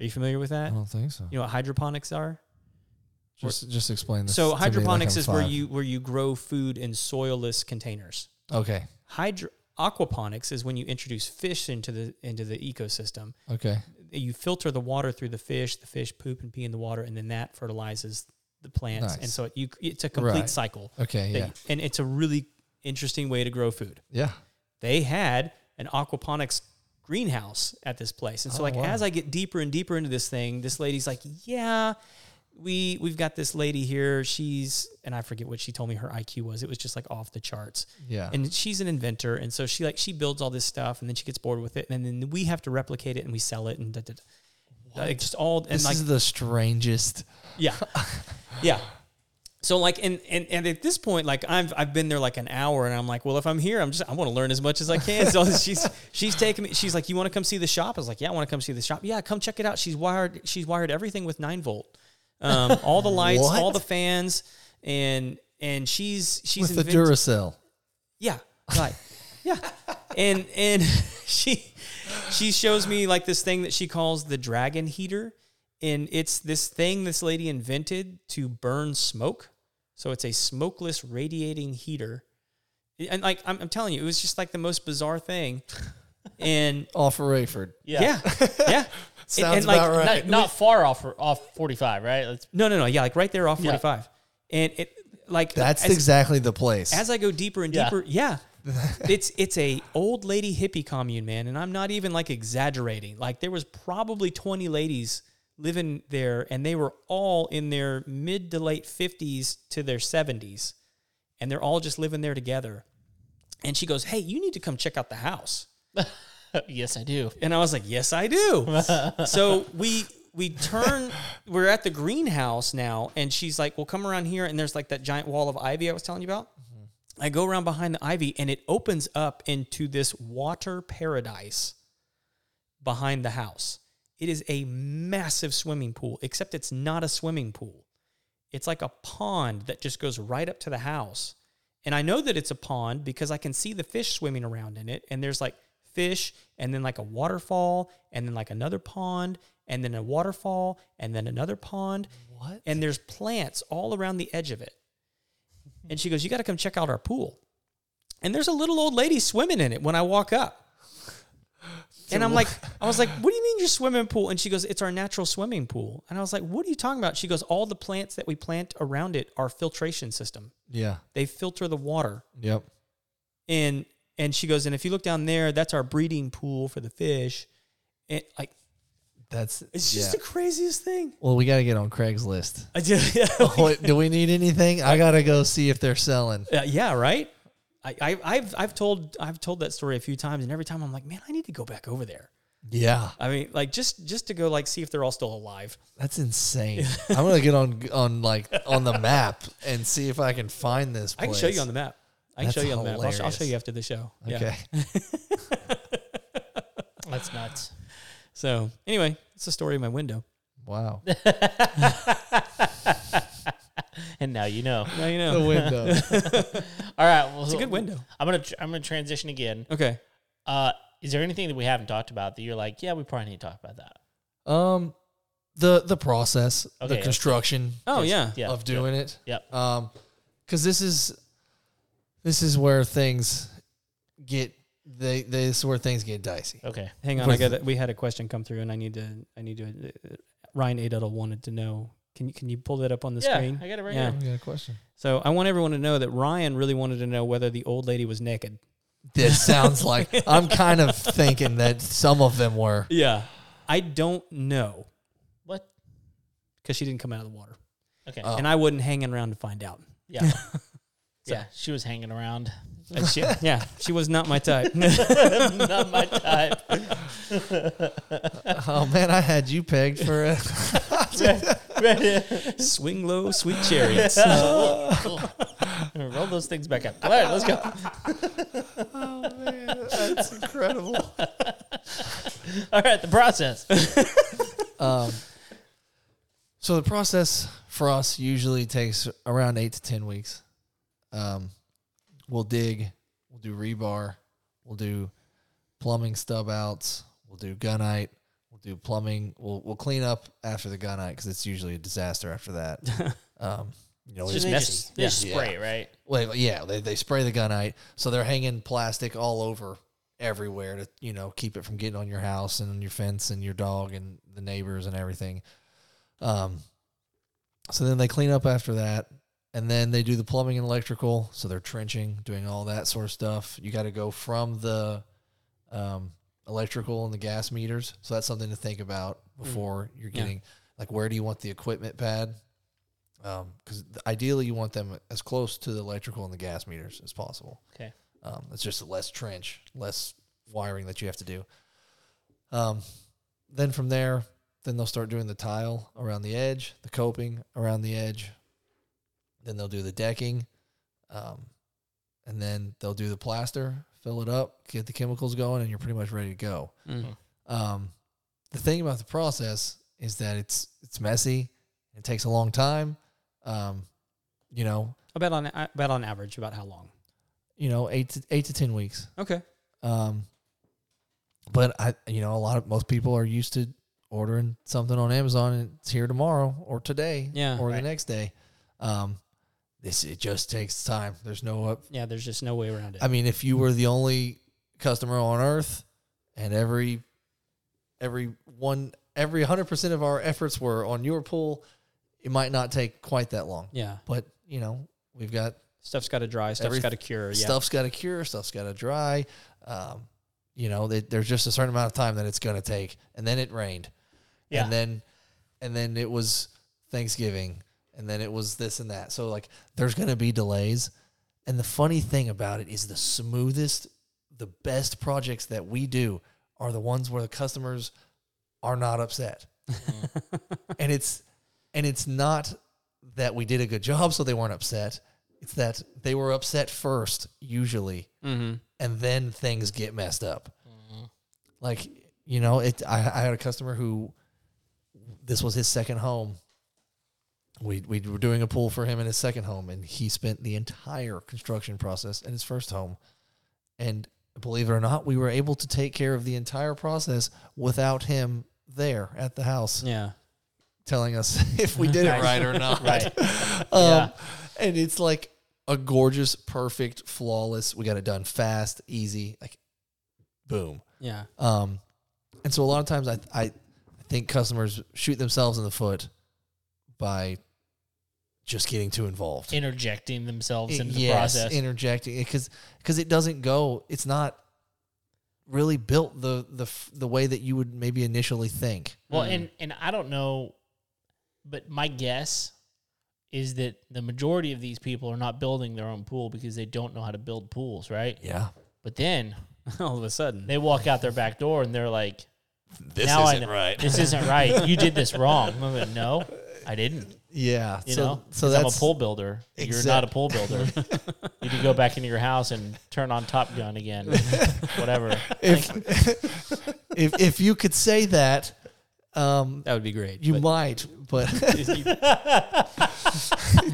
Speaker 2: Are you familiar with
Speaker 3: I
Speaker 2: that?
Speaker 3: don't think so.
Speaker 2: You know what hydroponics are?
Speaker 3: Just just explain this.
Speaker 2: So
Speaker 3: to me like
Speaker 2: hydroponics
Speaker 3: I'm
Speaker 2: is where
Speaker 3: five.
Speaker 2: you where you grow food in soilless containers.
Speaker 3: Okay.
Speaker 2: Hydro aquaponics is when you introduce fish into the into the ecosystem.
Speaker 3: Okay.
Speaker 2: You filter the water through the fish. The fish poop and pee in the water, and then that fertilizes the plants. And
Speaker 3: Nice.
Speaker 2: so it, you, it's a complete
Speaker 3: Right.
Speaker 2: cycle.
Speaker 3: Okay.
Speaker 2: that
Speaker 3: Yeah.
Speaker 2: you- and it's a really interesting way to grow food.
Speaker 3: Yeah.
Speaker 2: they had an aquaponics greenhouse at this place. And so
Speaker 3: Oh,
Speaker 2: like
Speaker 3: wow.
Speaker 2: as I get deeper and deeper into this thing, this lady's like, "Yeah, we we've got this lady here. She's and I forget what she told me her IQ was. It was just like off the charts.
Speaker 3: Yeah.
Speaker 2: And she's an inventor, and so she like she builds all this stuff and then she gets bored with it and then we have to replicate it and we sell it and da, da, da. like just all and
Speaker 3: this
Speaker 2: like
Speaker 3: is the strangest.
Speaker 2: yeah. Yeah. So like and, and and at this point, like I've I've been there like an hour and I'm like, well, if I'm here, I'm just I want to learn as much as I can. So she's she's taking me, she's like, You want to come see the shop? I was like, Yeah, I want to come see the shop. Yeah, come check it out. She's wired she's wired everything with nine volt. Um, all the lights,
Speaker 3: What?
Speaker 2: all the fans, and and she's she's
Speaker 3: With the
Speaker 2: invent-
Speaker 3: Duracell.
Speaker 2: yeah, right. yeah. And and she she shows me like this thing that she calls the dragon heater. And it's this thing this lady invented to burn smoke. So it's a smokeless radiating heater. And like I'm, I'm telling you, it was just like the most bizarre thing. And
Speaker 3: Off of Rayford.
Speaker 2: yeah. Yeah.
Speaker 3: Sounds
Speaker 2: and, like,
Speaker 3: about right.
Speaker 2: Right.
Speaker 1: Not, not far off off 45, right? Let's,
Speaker 2: No, no, no. Yeah, like right there off
Speaker 1: Yeah.
Speaker 2: 45. And it like
Speaker 3: That's
Speaker 2: as-
Speaker 3: exactly the place.
Speaker 2: as I go deeper and
Speaker 1: Yeah.
Speaker 2: deeper, yeah. it's it's a old lady hippie commune, man, and I'm not even like exaggerating. Like there was probably 20 ladies living there and they were all in their mid to late 50s to their 70s and they're all just living there together. And she goes, "Hey, you need to come check out the house."
Speaker 1: yes, I do.
Speaker 2: And I was like, "Yes, I do." so we we turn we're at the greenhouse now and she's like, "Well, come around here and there's like that giant wall of ivy I was telling you about." I go around behind the ivy and it opens up into this water paradise behind the house. It is a massive swimming pool, except it's not a swimming pool. It's like a pond that just goes right up to the house. And I know that it's a pond because I can see the fish swimming around in it. And there's like fish, and then like a waterfall, and then like another pond, and then a waterfall, and then another pond.
Speaker 3: What?
Speaker 2: And there's plants all around the edge of it. And she goes, You got to come check out our pool. And there's a little old lady swimming in it when I walk up. And I'm like, I was like, what do you mean your swimming pool? And she goes, it's our natural swimming pool. And I was like, what are you talking about? She goes, all the plants that we plant around it are filtration system.
Speaker 3: yeah.
Speaker 2: They filter the water.
Speaker 3: Yep.
Speaker 2: And and she goes, and if you look down there, that's our breeding pool for the fish. And like,
Speaker 3: That's
Speaker 2: it's just the
Speaker 3: yeah.
Speaker 2: craziest thing.
Speaker 3: well, we got to get on Craigslist.
Speaker 2: I just,
Speaker 3: What, do we need anything? I gotta go see if they're selling.
Speaker 2: Uh, yeah, right. I, I, I've I've told I've told that story a few times, and every time I'm like, man, I need to go back over there.
Speaker 3: Yeah,
Speaker 2: I mean, like just just to go like see if they're all still alive.
Speaker 3: that's insane. I'm gonna get on on like on the map and see if I can find this.
Speaker 2: I
Speaker 3: Place.
Speaker 2: can show you on the map. I can
Speaker 3: That's
Speaker 2: show you on the map. I'll, sh- I'll show
Speaker 3: hilarious.
Speaker 2: you after the show. Yeah.
Speaker 3: Okay.
Speaker 1: That's nuts.
Speaker 2: So anyway, it's the story of my window.
Speaker 3: Wow.
Speaker 1: And now you know.
Speaker 2: Now you
Speaker 3: the
Speaker 2: know.
Speaker 3: window.
Speaker 1: All right, well,
Speaker 2: It's a good window.
Speaker 1: I'm gonna tr- I'm gonna transition again.
Speaker 2: Okay.
Speaker 1: Uh, is there anything that we haven't talked about that you're like, yeah, we probably need to talk about that?
Speaker 3: Um, the the process,
Speaker 1: Okay,
Speaker 3: the
Speaker 1: let's-
Speaker 3: construction
Speaker 2: Oh
Speaker 1: Yes.
Speaker 2: yeah.
Speaker 1: yeah,
Speaker 3: of doing it.
Speaker 1: Yep.
Speaker 3: Um, because this is this is where things get they this is where things get dicey.
Speaker 1: Okay.
Speaker 2: Hang on, I got. We had a question come through, and I need to. I need to. Uh, Ryan Aduttle wanted to know. Can you can you pull that up on the
Speaker 1: yeah,
Speaker 2: screen?
Speaker 1: I got it right
Speaker 2: Yeah.
Speaker 1: here.
Speaker 3: We got a question.
Speaker 2: So I want everyone to know that Ryan really wanted to know whether the old lady was naked.
Speaker 3: This sounds like I'm kind of thinking that some of them were.
Speaker 2: Yeah. I don't know
Speaker 1: What?
Speaker 2: because she didn't come out of the water.
Speaker 1: Okay.
Speaker 3: Oh.
Speaker 2: And I wasn't hanging around to find out.
Speaker 1: yeah. yeah. She was hanging around.
Speaker 2: And she- yeah, she was not my type.
Speaker 1: Not my type.
Speaker 3: Oh man, I had you pegged for a
Speaker 2: Swing low, sweet chariots.
Speaker 1: Roll those things back up. All right, let's go.
Speaker 3: Oh man, that's incredible.
Speaker 1: All right, the process.
Speaker 3: Um, so the process for us usually takes around eight to ten weeks. Um, we'll dig, we'll do rebar, we'll do plumbing stub outs, we'll do gunite, we'll do plumbing. We'll we'll clean up after the gunite because it's usually a disaster after that. um, you know,
Speaker 1: Just,
Speaker 3: it's-
Speaker 1: they just, they
Speaker 2: Yeah.
Speaker 1: just spray, it, right?
Speaker 3: Well, yeah, they, they spray the gunite, so they're hanging plastic all over everywhere to you know keep it from getting on your house and on your fence and your dog and the neighbors and everything. Um, so then they clean up after that, and then they do the plumbing and electrical. So they're trenching, doing all that sort of stuff. You got to go from the um, electrical and the gas meters. So that's something to think about before you're
Speaker 2: Yeah.
Speaker 3: getting like where do you want the equipment pad? Because Um, ideally, you want them as close to the electrical and the gas meters as possible.
Speaker 1: Okay.
Speaker 3: Um, it's just less trench, less wiring that you have to do. Um, then from there, then they'll start doing the tile around the edge, the coping around the edge. Then they'll do the decking, um, and then they'll do the plaster, fill it up, get the chemicals going, and you're pretty much ready to go.
Speaker 2: Mm.
Speaker 3: Um, the thing about the process is that it's it's messy, it takes a long time. Um, you know,
Speaker 2: About on about on average, about how long?
Speaker 3: you know, eight to, eight to ten weeks.
Speaker 2: Okay.
Speaker 3: Um, but I, you know, a lot of most people are used to ordering something on Amazon and it's here tomorrow or today,
Speaker 2: Yeah.
Speaker 3: or the
Speaker 1: Right.
Speaker 3: next day. Um, this it just takes time. There's no up.
Speaker 2: Yeah, there's just no way around it.
Speaker 3: I mean, if you were the only customer on Earth, and every every one every hundred percent of our efforts were on your pool, it might not take quite that long.
Speaker 2: yeah,
Speaker 3: But you know, we've got
Speaker 2: stuff's got to dry, stuff's
Speaker 3: Every-
Speaker 2: got to cure. Yeah,
Speaker 3: stuff's got to cure, stuff's got to dry. Um, you know, they, there's just a certain amount of time that it's going to take, and then it rained,
Speaker 1: Yeah.
Speaker 3: and then, and then it was Thanksgiving, and then it was this and that. So like, there's going to be delays, and the funny thing about it is the smoothest, the best projects that we do are the ones where the customers are not upset, and it's, and it's not that we did a good job, so they weren't upset. It's that they were upset first, usually,
Speaker 2: mm-hmm.
Speaker 3: and then things get messed up. Like you know, it. I, I had a customer who this was his second home. We we were doing a pool for him in his second home, and he spent the entire construction process in his first home. And believe it or not, we were able to take care of the entire process without him there at the house
Speaker 2: yeah,
Speaker 3: telling us if we did it
Speaker 1: Nice.
Speaker 3: right or not.
Speaker 1: Right.
Speaker 3: Um,
Speaker 1: Yeah.
Speaker 3: And it's like a gorgeous, perfect, flawless. We got it done fast, easy, like boom.
Speaker 2: yeah,
Speaker 3: Um, and so a lot of times I, I think customers shoot themselves in the foot by just getting too involved.
Speaker 1: Interjecting themselves
Speaker 3: It-
Speaker 1: into the
Speaker 3: yes,
Speaker 1: process.
Speaker 3: interjecting because because it doesn't go. It's not really built the the f- the way that you would maybe initially think.
Speaker 1: Well,
Speaker 2: Mm.
Speaker 1: and and I don't know, but my guess is that the majority of these people are not building their own pool because they don't know how to build pools, right?
Speaker 3: Yeah,
Speaker 1: But then
Speaker 2: all of a sudden,
Speaker 1: they walk out their back door and they're like,
Speaker 3: this
Speaker 1: Now I isn't know. "This isn't right. You did this wrong." I'm like, "No, I didn't."
Speaker 3: Yeah,
Speaker 1: You
Speaker 3: so
Speaker 1: know,
Speaker 3: so
Speaker 1: 'Cause I'm a
Speaker 3: that's
Speaker 1: pool builder. You're not a pool builder. you can go back into your house and turn on Top Gun again, whatever.
Speaker 3: if, if if you could say that, um,
Speaker 2: that would be great.
Speaker 3: you
Speaker 2: but-
Speaker 3: might, but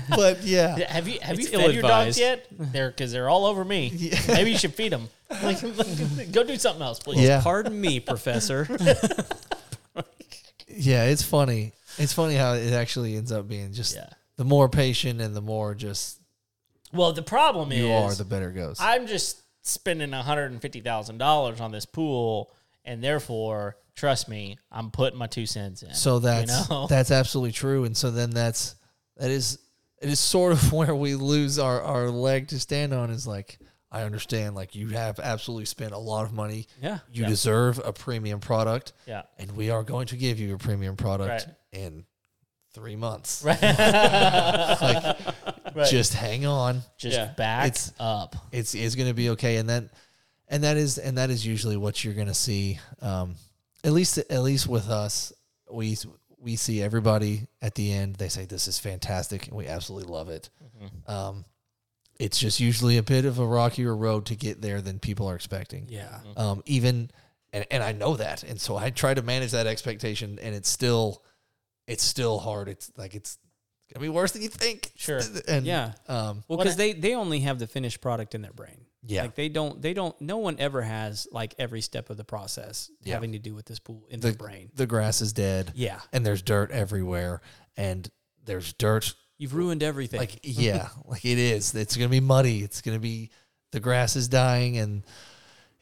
Speaker 3: but yeah,
Speaker 1: Have you have
Speaker 2: It's
Speaker 1: you fed your dogs
Speaker 2: ill-advised.
Speaker 1: yet? They're because they're all over me. Maybe you should feed them. Like, go do something else, please.
Speaker 3: yeah,
Speaker 2: Pardon me, Professor.
Speaker 3: yeah. It's funny. It's funny how it actually ends up being just
Speaker 1: Yeah.
Speaker 3: the more patient and the more just
Speaker 1: Well, the problem is
Speaker 3: you are, the better it goes.
Speaker 1: I'm just spending hundred and fifty thousand dollars on this pool, and therefore, trust me, I'm putting my two cents in.
Speaker 3: so that's
Speaker 1: know?
Speaker 3: that's absolutely true. And so then that's that is it is sort of where we lose our our leg to stand on is like. I understand like you have absolutely spent a lot of money.
Speaker 2: Yeah.
Speaker 3: You
Speaker 1: Yeah.
Speaker 3: deserve a premium product
Speaker 1: Yeah.
Speaker 3: and we are going to give you a premium product
Speaker 1: Right.
Speaker 3: in 3 months.
Speaker 1: Right. Right.
Speaker 3: Just hang on.
Speaker 1: Just
Speaker 2: Yeah.
Speaker 1: back
Speaker 3: It's-
Speaker 1: up.
Speaker 3: It's is going to be okay and then and that is and that is usually what you're going to see um at least at least with us we we see everybody at the end they say this is fantastic and we absolutely love it.
Speaker 2: Mm-hmm.
Speaker 3: Um it's just usually a bit of a rockier road to get there than people are expecting.
Speaker 2: Yeah.
Speaker 3: um, even and, and I know that, and so I try to manage that expectation, and it's still it's still hard. It's like it's gonna be worse than you think.
Speaker 1: Sure.
Speaker 3: and
Speaker 2: Yeah.
Speaker 3: um,
Speaker 2: Well, because they they only have the finished product in their brain.
Speaker 3: Yeah.
Speaker 2: Like they don't they don't no one ever has like every step of the process
Speaker 3: Yeah.
Speaker 2: having to do with this pool in
Speaker 3: the
Speaker 2: their brain.
Speaker 3: the grass is dead,
Speaker 2: Yeah.
Speaker 3: and there's dirt everywhere, and there's dirt.
Speaker 2: You've ruined everything.
Speaker 3: Like yeah, like it is. It's gonna be muddy. It's gonna be the grass is dying, and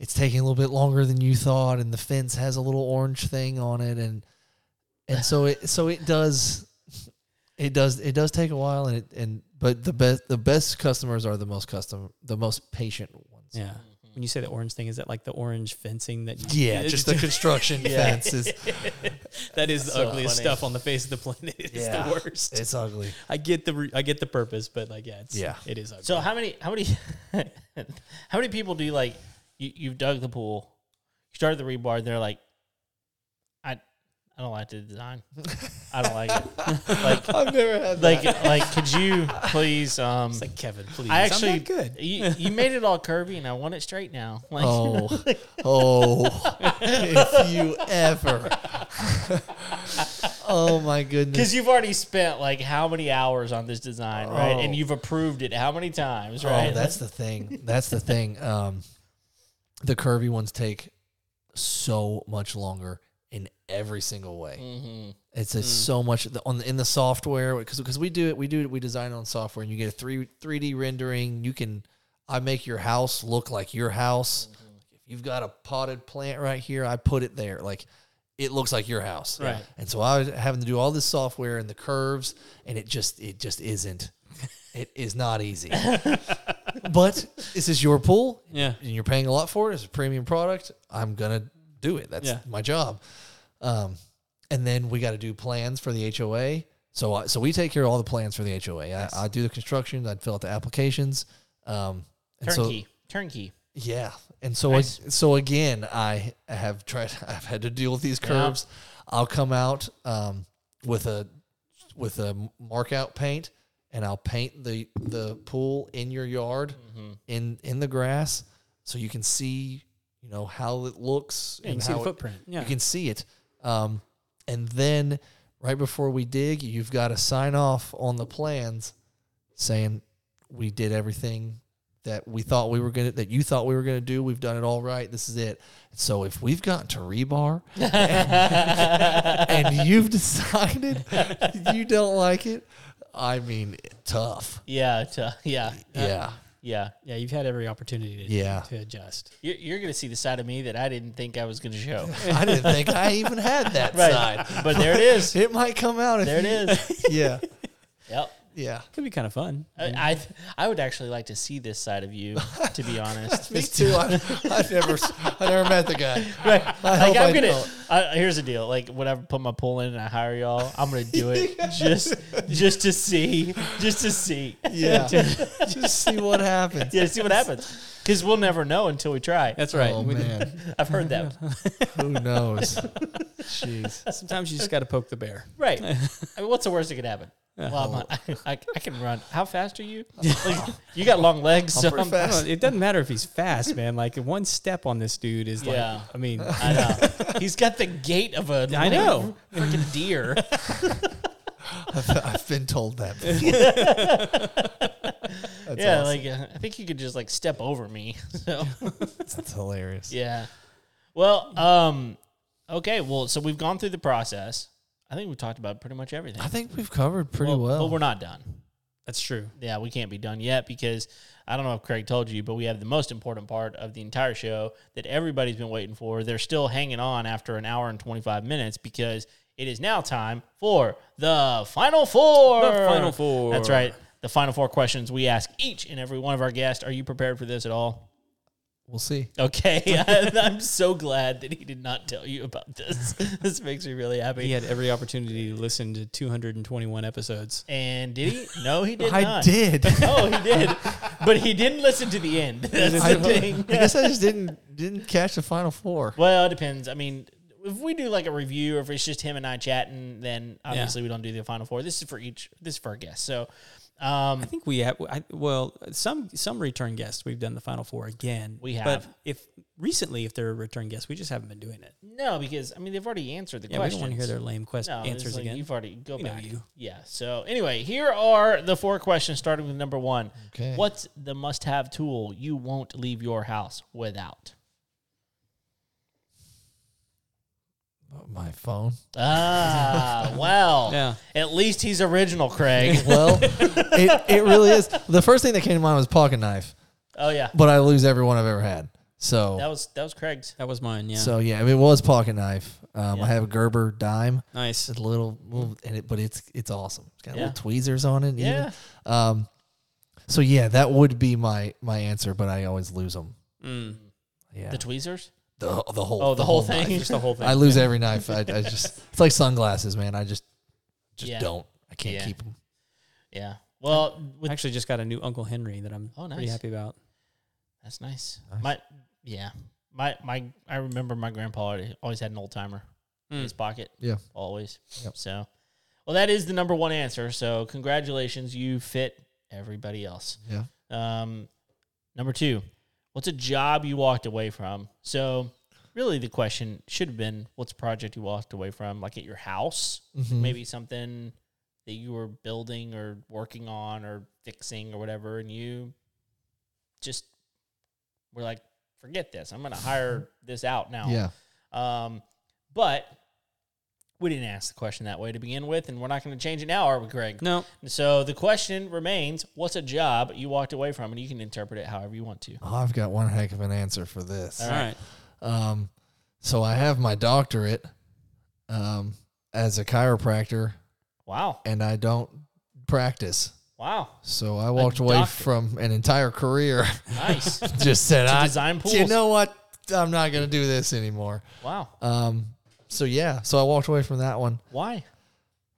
Speaker 3: it's taking a little bit longer than you thought, and the fence has a little orange thing on it, and and so it so it does it does it does take a while and it and but the best the best customers are the most custom the most patient ones
Speaker 2: yeah.
Speaker 1: Mm-hmm.
Speaker 2: When you say the orange thing, is that like the orange fencing that? You,
Speaker 3: yeah just the construction fence is
Speaker 2: that is the
Speaker 1: So
Speaker 2: ugliest
Speaker 1: funny.
Speaker 2: stuff on the face of the planet. It's
Speaker 3: Yeah.
Speaker 2: the worst.
Speaker 3: it's ugly
Speaker 2: I get the re- I get the purpose, but like yeah, it's,
Speaker 3: Yeah.
Speaker 2: it is ugly.
Speaker 1: So how many how many how many people do you like you, you've dug the pool, you started the rebar, and they're like, I I don't like the design. I don't like it. Like
Speaker 3: i've never had
Speaker 1: like like could you please um
Speaker 2: it's like Kevin, please.
Speaker 1: I
Speaker 2: I'm
Speaker 1: actually
Speaker 2: not good.
Speaker 1: You, you made it all curvy and I want it straight now. Like
Speaker 3: oh oh if you ever oh my goodness
Speaker 1: Because you've already spent like how many hours on this design, right? And
Speaker 3: Oh.
Speaker 1: you've approved it how many times,
Speaker 3: Oh,
Speaker 1: right?
Speaker 3: that's the thing. That's the thing. Um, the curvy ones take so much longer in every single way. It's,
Speaker 2: Hmm.
Speaker 3: it's so much the, on the, in the software because because we do it we do it we design on software and you get a three three D rendering. You can I make your house look like your house.
Speaker 2: Mm-hmm.
Speaker 3: If you've got a potted plant right here, I put it there. Like it looks like your house.
Speaker 1: Right.
Speaker 3: And so I was having to do all this software and the curves, and it just it just isn't. It is not easy. but this is your pool,
Speaker 2: Yeah.
Speaker 3: and you're paying a lot for it. It's a premium product. I'm gonna do it. That's
Speaker 2: Yeah.
Speaker 3: my job. Um, and then we got to do plans for the HOA. So I, so we take care of all the plans for the HOA. I, I do the construction. I fill out the applications. Um, and so-
Speaker 1: turnkey, turnkey.
Speaker 3: yeah, and so
Speaker 1: Nice.
Speaker 3: I, so again, I have tried. I've had to deal with these curves. I'll come out um, with a with a mark out paint, and I'll paint the the pool in your yard in in the grass, so you can see you know how it looks
Speaker 2: You can see
Speaker 3: how
Speaker 2: the
Speaker 3: it-
Speaker 2: footprint. Yeah.
Speaker 3: you can see it. Um, and then right before we dig, you've got to sign off on the plans saying we did everything that we thought we were gonna that you thought we were gonna do. We've done it all right. This is it. So if we've gotten to rebar and, and you've decided you don't like it, I mean tough.
Speaker 1: Yeah, t- yeah,
Speaker 3: Yeah.
Speaker 1: yeah.
Speaker 2: yeah, you've had every opportunity to
Speaker 3: Yeah.
Speaker 2: to adjust.
Speaker 1: You're, you're gonna see the side of me that I didn't think I was gonna show.
Speaker 3: I didn't think I even had that
Speaker 1: Right.
Speaker 3: side.
Speaker 1: But there it is.
Speaker 3: It might come out if
Speaker 1: There it
Speaker 3: you-
Speaker 1: is.
Speaker 3: Yeah.
Speaker 1: Yep.
Speaker 3: Yeah.
Speaker 2: Could be kind of fun.
Speaker 1: I, I I would actually like to see this side of you, to be honest.
Speaker 3: Me too. I, I never, I never met the guy.
Speaker 1: Right. like
Speaker 3: hope
Speaker 1: I'm
Speaker 3: I
Speaker 1: gonna.
Speaker 3: don't.
Speaker 1: I, here's the deal. Like when I put my pool in and I hire y'all, I'm gonna do it just just to see, just to see,
Speaker 3: Yeah, just see what happens.
Speaker 1: yeah, see what happens. Because we'll never know until we try.
Speaker 2: That's right.
Speaker 3: Oh
Speaker 2: We-
Speaker 3: man,
Speaker 1: I've heard that.
Speaker 3: who knows? Jeez.
Speaker 2: Sometimes you just got to poke the bear.
Speaker 1: Right. I mean, what's the worst that could happen? Well, I'm, I, I, I can run. How fast are you? Like, you got long legs. so
Speaker 3: pretty
Speaker 1: I'm-
Speaker 2: I
Speaker 3: fast.
Speaker 2: don't know, it doesn't matter if he's fast, man. Like one step on this dude is like,
Speaker 1: Yeah.
Speaker 2: I mean,
Speaker 1: I know. He's got the gait of a
Speaker 2: I know.
Speaker 1: freaking deer.
Speaker 3: I've, I've been told that. Before. That's
Speaker 1: yeah,
Speaker 3: awesome.
Speaker 1: like uh, I think you could just like step over me. So
Speaker 3: That's hilarious.
Speaker 1: yeah. Well, um, okay. Well, so we've gone through the process. I think we've talked about pretty much everything.
Speaker 3: I think we've covered pretty
Speaker 1: Well,
Speaker 3: well.
Speaker 1: but we're not done.
Speaker 2: that's true.
Speaker 1: Yeah, we can't be done yet because I don't know if Craig told you, but we have the most important part of the entire show that everybody's been waiting for. They're still hanging on after an hour and 25 minutes because it is now time for the final four.
Speaker 2: The Final Four.
Speaker 1: That's right. the final four questions we ask each and every one of our guests. Are you prepared for this at all?
Speaker 3: We'll see.
Speaker 1: Okay, I'm so glad that he did not tell you about this. This makes me really happy.
Speaker 2: He had every opportunity to listen to 221 episodes.
Speaker 1: And did he? No, he did
Speaker 3: I
Speaker 1: not.
Speaker 3: did.
Speaker 1: Oh, he did, but he didn't listen to the end. That's
Speaker 3: I,
Speaker 1: the thing.
Speaker 3: I guess I just didn't didn't catch the final four.
Speaker 1: Well, it depends. I mean, if we do like a review, or if it's just him and I chatting, then obviously we don't do the final four. This is for each. This is for our guests. So, um,
Speaker 2: I think we have, I, well, some some return guests we've done the final four again.
Speaker 1: We
Speaker 2: But
Speaker 1: have.
Speaker 2: if recently, if they're a return guest, we just haven't been doing it.
Speaker 1: no, because I mean they've already answered the
Speaker 2: Yeah,
Speaker 1: questions.
Speaker 2: we don't want to hear their lame quest
Speaker 1: no, it's
Speaker 2: answers
Speaker 1: like
Speaker 2: again.
Speaker 1: You've already go
Speaker 2: We know
Speaker 1: back.
Speaker 2: you.
Speaker 1: Yeah. So anyway, here are the four questions, starting with number one.
Speaker 3: Okay.
Speaker 1: What's the must-have tool you won't leave your house without?
Speaker 3: Oh, My phone.
Speaker 1: Ah, well.
Speaker 2: Yeah.
Speaker 1: At least he's original, Craig.
Speaker 3: Well, it, it really is. The first thing that came to mind was pocket knife,
Speaker 1: oh yeah,
Speaker 3: but I lose every one I've ever had.
Speaker 1: that
Speaker 3: So
Speaker 1: was that was Craig's.
Speaker 2: That was mine. Yeah.
Speaker 3: so yeah, I mean, it was pocket knife. Um, I have a Gerber dime.
Speaker 2: nice.
Speaker 3: It's a little, little and it, but it's it's awesome. It's got
Speaker 1: Yeah.
Speaker 3: little tweezers on it.
Speaker 1: Yeah.
Speaker 3: Even. Um. So yeah, that would be my my answer, but I always lose them.
Speaker 2: Mm.
Speaker 3: Yeah.
Speaker 1: The tweezers.
Speaker 3: the, the whole.
Speaker 1: Oh, the, whole,
Speaker 3: knife.
Speaker 1: thing. Just the whole thing.
Speaker 3: I lose every knife. I, I just it's like sunglasses, man. I just just
Speaker 1: Yeah.
Speaker 3: don't. I can't 'em.
Speaker 1: Yeah.
Speaker 3: keep them.
Speaker 1: yeah. Well, with,
Speaker 2: Actually, just got a new Uncle Henry that I'm
Speaker 1: Oh,
Speaker 2: pretty
Speaker 1: nice.
Speaker 2: happy about.
Speaker 1: that's nice. My yeah. My my I remember my grandpa already- always had an old timer in
Speaker 2: Mm.
Speaker 1: his pocket.
Speaker 3: Yeah.
Speaker 1: Always.
Speaker 3: Yep.
Speaker 1: So well that is the number one answer. So congratulations, you fit everybody else.
Speaker 3: Yeah.
Speaker 1: Um number two, what's a job you walked away from? So really the question should have been what's a project you walked away from? Like at your house?
Speaker 3: Mhm.
Speaker 1: maybe something that you were building or working on or fixing or whatever, and you just were like, forget this. I'm going to hire this out now.
Speaker 3: Mm-hmm. Yeah.
Speaker 1: Um, but we didn't ask the question that way to begin with, and we're not going to change it now, are we, Greg?
Speaker 2: No.
Speaker 1: So the question remains what's a job you walked away from? And you can interpret it however you want to.
Speaker 3: Oh, I've got one heck of an answer for this.
Speaker 2: All right.
Speaker 3: Um, so I have my doctorate um, as a chiropractor,
Speaker 1: Wow.
Speaker 3: and I don't practice.
Speaker 1: Wow.
Speaker 3: So I walked away
Speaker 1: doctor.
Speaker 3: from an entire career.
Speaker 1: Nice. to
Speaker 3: just said, I,
Speaker 1: design pools.
Speaker 3: you know what? I'm not going to do this anymore.
Speaker 1: wow.
Speaker 3: Um, so yeah, so I walked away from that one.
Speaker 1: Why?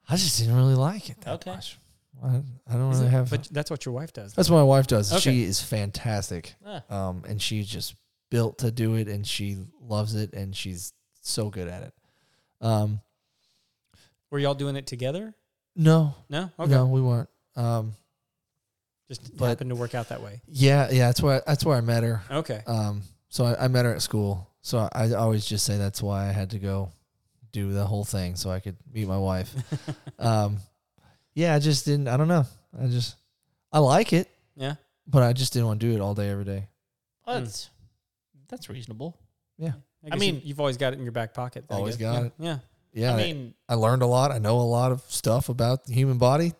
Speaker 3: I just didn't really like it. That
Speaker 1: Okay.
Speaker 3: Much. I, I don't really have.
Speaker 2: But that's what your wife does.
Speaker 3: That's what my wife does.
Speaker 2: Okay.
Speaker 3: She is fantastic.
Speaker 1: Ah.
Speaker 3: Um, and she's just built to do it and she loves it and she's so good at it. Um,
Speaker 2: Were y'all doing it together?
Speaker 3: no,
Speaker 2: No. Okay.
Speaker 3: no, we weren't. Um,
Speaker 2: Just
Speaker 3: But-
Speaker 2: happened to work out that way.
Speaker 3: yeah, yeah, that's where I, that's where I met her.
Speaker 2: Okay.
Speaker 3: Um, so I, I met her at school. So I, I always just say that's why I had to go do the whole thing so I could meet my wife. um, yeah, I just didn't. I don't know. I just I like it,
Speaker 2: Yeah.
Speaker 3: but I just didn't want to do it all day every day.
Speaker 1: Well,
Speaker 2: Hmm.
Speaker 1: that's, that's reasonable.
Speaker 2: I, guess
Speaker 1: mean-
Speaker 2: you- you've always got it in your back pocket. I
Speaker 3: Always
Speaker 2: guess.
Speaker 3: got
Speaker 2: yeah.
Speaker 3: it.
Speaker 2: Yeah.
Speaker 3: Yeah,
Speaker 1: I
Speaker 3: I-
Speaker 1: mean,
Speaker 3: I learned a lot. I know a lot of stuff about the human body,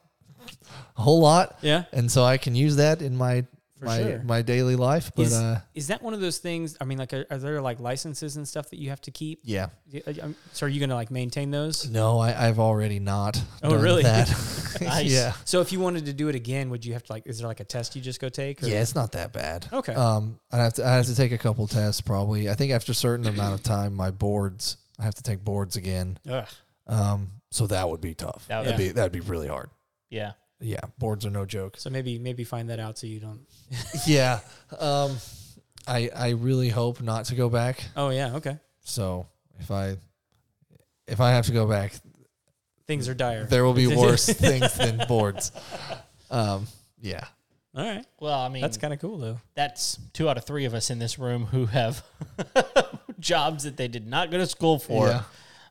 Speaker 3: a whole lot,
Speaker 2: Yeah.
Speaker 3: and so I can use that in my
Speaker 2: For
Speaker 3: my
Speaker 2: sure.
Speaker 3: my daily life. But
Speaker 2: Is-
Speaker 3: uh,
Speaker 2: Is that one of those things? I mean, like, are, are there like licenses and stuff that you have to keep?
Speaker 3: yeah,
Speaker 2: Y- I- I'm- So are you going to like maintain those?
Speaker 3: no, I, I've already not.
Speaker 2: Oh,
Speaker 3: done
Speaker 2: really?
Speaker 3: That.
Speaker 1: Nice.
Speaker 3: Yeah,
Speaker 2: So if you wanted to do it again, would you have to like? Is there like a test you just go take?
Speaker 3: yeah, it's not that bad.
Speaker 2: Okay.
Speaker 3: Um, I have to I have to take a couple tests probably. I think after a certain amount of time, my boards I have to take boards again.
Speaker 2: Ugh.
Speaker 3: Um, so that would be tough.
Speaker 1: That would-
Speaker 3: that'd be that'd be really hard.
Speaker 1: yeah.
Speaker 3: Yeah, boards are no joke.
Speaker 2: So maybe maybe find that out so you don't.
Speaker 3: yeah, um, I I really hope not to go back.
Speaker 2: Oh yeah. Okay.
Speaker 3: So if I if I have to go back,
Speaker 2: Things are dire.
Speaker 3: there will be worse things than boards. Um, yeah,
Speaker 2: All right.
Speaker 1: Well, I mean,
Speaker 2: That's kind of cool though.
Speaker 1: that's two out of three of us in this room who have jobs that they did not go to school for.
Speaker 3: yeah,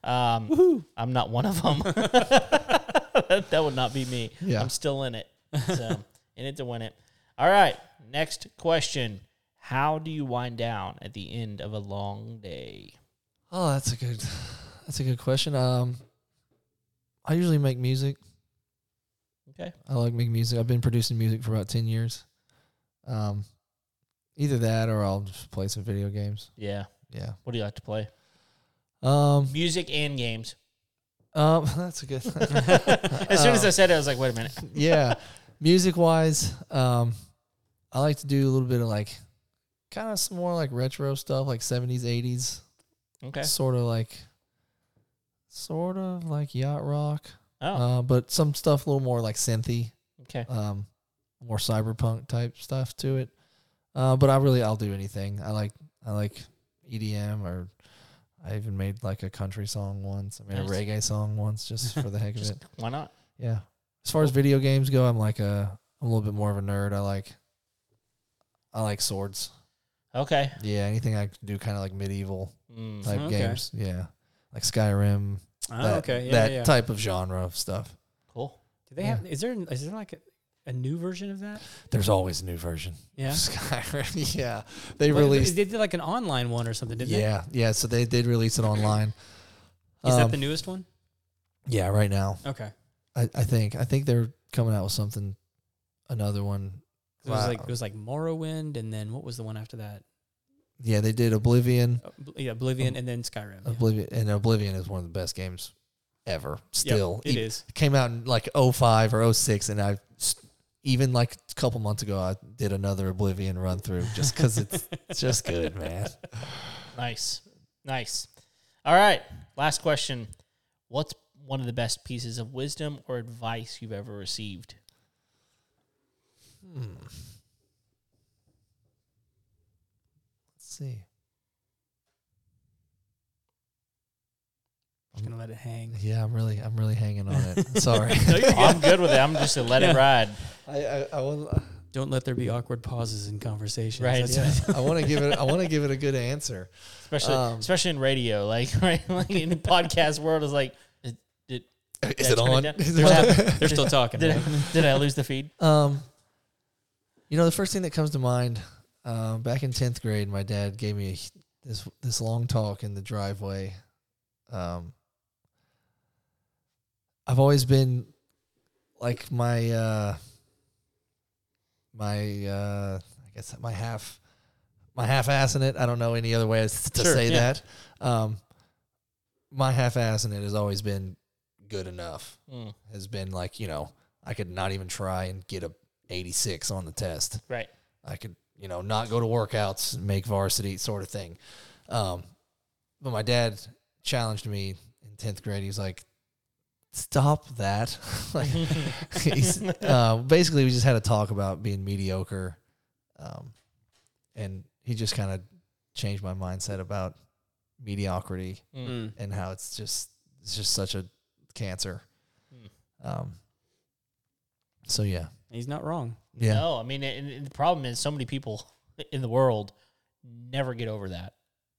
Speaker 1: Um, I'm not one of them. that would not be me.
Speaker 3: Yeah.
Speaker 1: I'm still in it. So, in it to win it. All right. Next question How do you wind down at the end of a long day?
Speaker 3: Oh, that's a good that's a good question. Um, I usually make music.
Speaker 1: Okay.
Speaker 3: I like making music. I've been producing music for about ten years. Um, either that or I'll just play some video games.
Speaker 1: Yeah.
Speaker 3: Yeah.
Speaker 1: What do you like to play?
Speaker 3: Um.
Speaker 1: Music and games.
Speaker 3: Um. That's a good. Um,
Speaker 1: as soon as I said it, I was like, wait a minute.
Speaker 3: yeah. music wise, um, I like to do a little bit of like kind of some more like retro stuff, like 70s, 80s,
Speaker 1: Okay.
Speaker 3: sort of like sort of like yacht rock,
Speaker 1: Oh,
Speaker 3: uh, but some stuff a little more like synthy,
Speaker 1: okay.
Speaker 3: um, more cyberpunk type stuff to it. Uh, but I really I'll do anything. I like I like EDM or I even made like a country song once. I made
Speaker 1: Nice.
Speaker 3: a reggae song once just for the heck of
Speaker 1: Just-
Speaker 3: it.
Speaker 1: why not?
Speaker 3: Yeah. As far as video games go, I'm like a I'm a little bit more of a nerd. I like I like swords.
Speaker 1: Okay.
Speaker 3: Yeah, anything I can do kind of like medieval
Speaker 1: Mm.
Speaker 3: type
Speaker 2: Mm-hmm, Okay.
Speaker 3: games. Yeah. Like Skyrim,
Speaker 2: Oh,
Speaker 3: that,
Speaker 2: okay. Yeah,
Speaker 3: that
Speaker 2: yeah.
Speaker 3: type of genre of stuff.
Speaker 1: Cool.
Speaker 2: Do they have? Is there? Is there like a, a new version of that?
Speaker 3: There's always a new version.
Speaker 2: Yeah.
Speaker 3: of Skyrim. yeah. They
Speaker 2: Well,
Speaker 3: released
Speaker 2: They did like an online one or something, didn't
Speaker 3: Yeah, yeah. So they did release it online.
Speaker 2: they? Is that
Speaker 3: Um,
Speaker 2: the newest one?
Speaker 3: Yeah, right now.
Speaker 2: Okay.
Speaker 3: I, I think I think they're coming out with something another one.
Speaker 2: It was
Speaker 3: Wow.
Speaker 2: like it was like Morrowind, and then what was the one after that?
Speaker 3: Yeah, they did Oblivion.
Speaker 2: Ob- Yeah, Oblivion, and then Skyrim. yeah.
Speaker 3: Um, Oblivion and Oblivion is one of the best games ever.
Speaker 2: Yep,
Speaker 3: Still,
Speaker 2: it
Speaker 3: E-
Speaker 2: is.
Speaker 3: came out in like 05 or 06 and I even like a couple months ago I did another Oblivion run through just cuz it's just good, man.
Speaker 1: Nice. Nice. All right. Last question. What's one of the best pieces of wisdom or advice you've ever received?
Speaker 3: Let's see.
Speaker 2: Just gonna let it hang.
Speaker 3: Yeah, I'm really I'm really hanging on it. Sorry.
Speaker 1: I'm good with it. I'm just to let it ride.
Speaker 3: I I, I want
Speaker 2: Don't let there be awkward pauses in conversations.
Speaker 1: Right,
Speaker 2: That's
Speaker 3: yeah,
Speaker 2: what-
Speaker 3: I want to give it I want to give it a good answer.
Speaker 1: Especially
Speaker 3: Um,
Speaker 1: especially in radio, like right like in the podcast world is like did, did,
Speaker 3: Is
Speaker 1: Yeah,
Speaker 3: it
Speaker 1: turn it
Speaker 3: on?
Speaker 1: down.
Speaker 3: Is it
Speaker 2: They're,
Speaker 3: on?
Speaker 2: still, they're still talking.
Speaker 1: did, I,
Speaker 2: right?
Speaker 1: did I lose the feed?
Speaker 3: Um, you know, the first thing that comes to mind, um, back in tenth grade, my dad gave me a, h- this this long talk in the driveway. Um, I've always been like my uh, my uh, I guess my half my half ass in it. I don't know any other way as- to
Speaker 1: Sure,
Speaker 3: say
Speaker 1: yeah.
Speaker 3: that. Um, my half ass in it has always been good enough
Speaker 1: Mm,
Speaker 3: has been like you know I could not even try and get a 86 on the test.
Speaker 1: right.
Speaker 3: I could you know not go to workouts, make varsity sort of thing. Um, but my dad challenged me in 10th grade. He's like, "Stop that!" like, he's, uh, basically, we just had a talk about being mediocre, um, and he just kind of changed my mindset about mediocrity
Speaker 1: Mm.
Speaker 2: Mm.
Speaker 3: and how it's just it's just such a cancer. Um. So yeah,
Speaker 2: He's not wrong.
Speaker 3: yeah,
Speaker 1: No, I mean, and, and the problem is so many people in the world never get over that.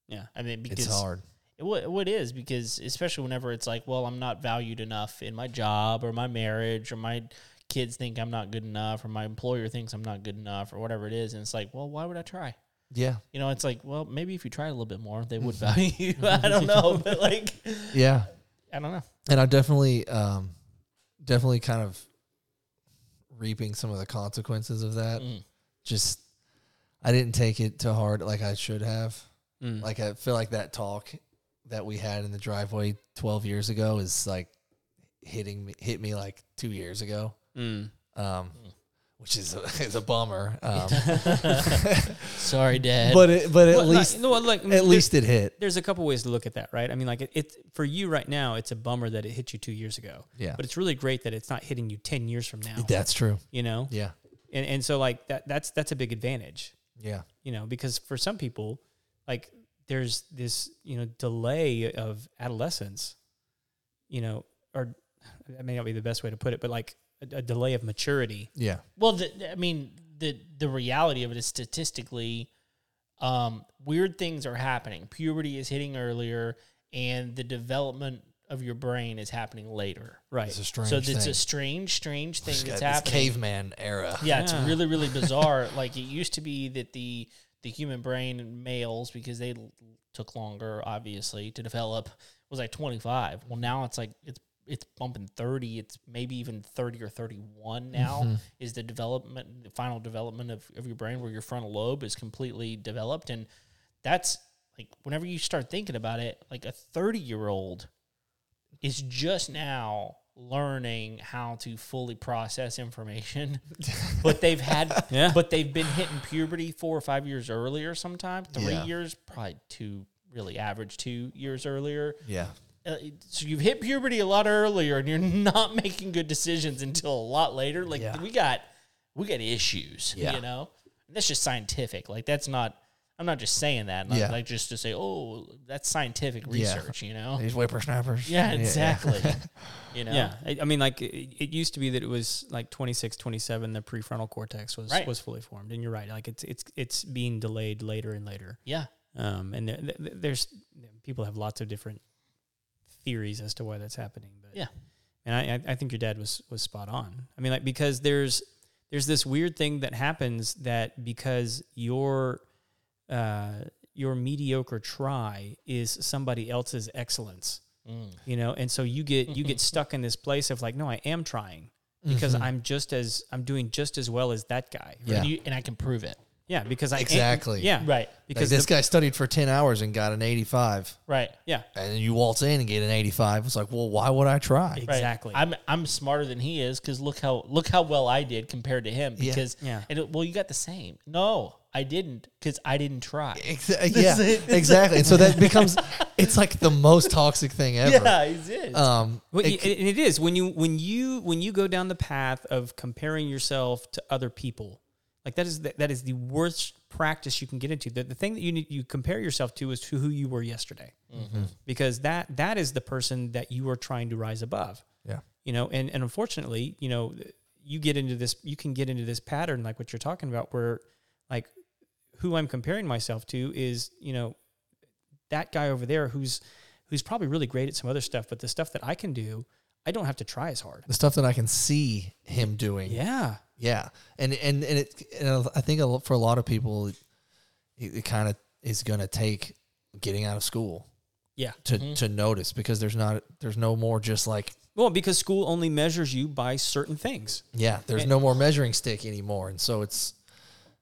Speaker 2: Yeah.
Speaker 1: I mean, because
Speaker 3: it's hard.
Speaker 1: It, wa- well, it is because especially whenever it's like, well, I'm not valued enough in my job or my marriage or my kids think I'm not good enough or my employer thinks I'm not good enough or whatever it is, and it's like, well, why would I try?
Speaker 3: Yeah,
Speaker 1: You know, it's like, well, maybe if you tried a little bit more, they would
Speaker 3: Mm-hmm.
Speaker 1: value you. I don't know, but like,
Speaker 3: yeah,
Speaker 1: I don't know.
Speaker 3: and I'm definitely, um, definitely kind of reaping some of the consequences of that.
Speaker 1: Mm.
Speaker 3: Just, I didn't take it to heart like I should have.
Speaker 2: Mm.
Speaker 3: Like I feel like that talk that we had in the driveway 12 years ago is like hitting me, hit me like two years ago.
Speaker 2: Mm.
Speaker 1: Hmm.
Speaker 3: Um. Which is a, is a bummer, um,
Speaker 1: Sorry, Dad.
Speaker 3: but it, but at
Speaker 2: Well, not-
Speaker 3: least
Speaker 2: no, well, like,
Speaker 3: at
Speaker 2: there-
Speaker 3: least it hit.
Speaker 2: there's a couple ways to look at that, right? I mean, like it, it for you right now, it's a bummer that it hit you two years ago.
Speaker 3: Yeah.
Speaker 2: But it's really great that it's not hitting you ten years from now.
Speaker 3: That's true.
Speaker 2: You know,
Speaker 3: Yeah.
Speaker 2: and and so like that that's that's a big advantage.
Speaker 3: Yeah.
Speaker 2: you know because for some people like there's this you know delay of adolescence you know or that may not be the best way to put it but like a, a delay of maturity
Speaker 3: Yeah.
Speaker 1: Well, the, the- I mean, the the reality of it is statistically, um, weird things are happening. Puberty is hitting earlier, and the development of your brain is happening later.
Speaker 2: right
Speaker 3: It's a strange
Speaker 1: so
Speaker 3: thing.
Speaker 1: it's a strange, strange thing
Speaker 3: It's
Speaker 1: that's
Speaker 3: got this
Speaker 1: happening.
Speaker 3: caveman era.
Speaker 1: Yeah, it's
Speaker 2: Yeah.
Speaker 1: really, really bizarre. like it used to be that the the human brain in males, because they l- took longer, obviously, to develop, was like twenty five. Well, now it's like it's it's bumping thirty. It's maybe even thirty or thirty one now is the development, the final development of, of your brain, where your frontal lobe is completely developed, and that's like whenever you start thinking about it, like a thirty year old is just now learning how to fully process information, but they've had,
Speaker 2: Yeah.
Speaker 1: but they've been hitting puberty four or five years earlier. Sometimes three
Speaker 3: Yeah.
Speaker 1: years, probably two, really average two years earlier.
Speaker 3: Yeah.
Speaker 1: Uh, so you've hit puberty a lot earlier, and you're not making good decisions until a lot later. Like
Speaker 3: Yeah.
Speaker 1: we got, we got issues.
Speaker 3: Yeah.
Speaker 1: You know, and that's just scientific. Like that's not. I'm not just saying that. Not,
Speaker 3: Yeah.
Speaker 1: Like just to say, oh, that's scientific
Speaker 3: Yeah.
Speaker 1: research. You know.
Speaker 3: These whippersnappers.
Speaker 1: Oh. Yeah, exactly. you know.
Speaker 2: Yeah. I, I mean, like it, it used to be that it was like 26, 27, the prefrontal cortex was,
Speaker 1: Right.
Speaker 2: was fully formed. And you're right. Like it's, it's, it's being delayed later and later.
Speaker 1: Yeah.
Speaker 2: Um, and there, there- there's people have lots of different theories as to why that's happening. But
Speaker 1: Yeah.
Speaker 2: and I, I- I think your dad was was spot on. I mean, like because there's there's this weird thing that happens that because your uh, your mediocre try is somebody else's excellence,
Speaker 3: Mm.
Speaker 2: you know, and so you get you get stuck in this place of like, no, I am trying because I'm just as I'm doing just as well as that guy.
Speaker 3: Mm-hmm. Yeah.
Speaker 1: And, you, and I can prove it.
Speaker 2: Yeah, because I am-
Speaker 3: Exactly.
Speaker 2: yeah,
Speaker 1: Right.
Speaker 2: Because
Speaker 3: Because this
Speaker 2: the-
Speaker 3: guy studied for 10 hours and got an 85.
Speaker 1: Right.
Speaker 2: yeah,
Speaker 3: And then you waltz in and get an 85. It's like, well, why would I try?
Speaker 1: Right.
Speaker 2: exactly.
Speaker 1: I'm I'm smarter than he is because look how look how well I did compared to him.
Speaker 3: Yeah.
Speaker 1: Because
Speaker 2: Yeah.
Speaker 1: And it- well, you got the same. No, I didn't because I didn't try.
Speaker 3: Ex- yeah, exactly. And so that becomes, it's like the most toxic thing ever.
Speaker 1: Yeah, it is.
Speaker 3: Um,
Speaker 2: Well,
Speaker 3: it
Speaker 2: y-
Speaker 3: c-
Speaker 2: and it is when you when you when you go down the path of comparing yourself to other people, like that is the, that is the worst practice you can get into. The, the thing that you need, you compare yourself to is to who you were yesterday,
Speaker 3: Mm-hmm.
Speaker 2: because that that is the person that you are trying to rise above.
Speaker 3: yeah.
Speaker 2: You know, and and unfortunately, you know, you get into this you can get into this pattern like what you're talking about, where like who I'm comparing myself to is you know that guy over there who's who's probably really great at some other stuff, but the stuff that I can do, I don't have to try as hard.
Speaker 3: The stuff that I can see him doing.
Speaker 2: Yeah,
Speaker 3: Yeah, and and and it, and I think a lo- for a lot of people, it, it kind of is going to take getting out of school
Speaker 2: yeah.
Speaker 3: to
Speaker 1: Mm-hmm.
Speaker 3: to notice because there's not there's no more just like
Speaker 2: Well, because school only measures you by certain things.
Speaker 3: yeah there's no more measuring stick anymore, and so it's.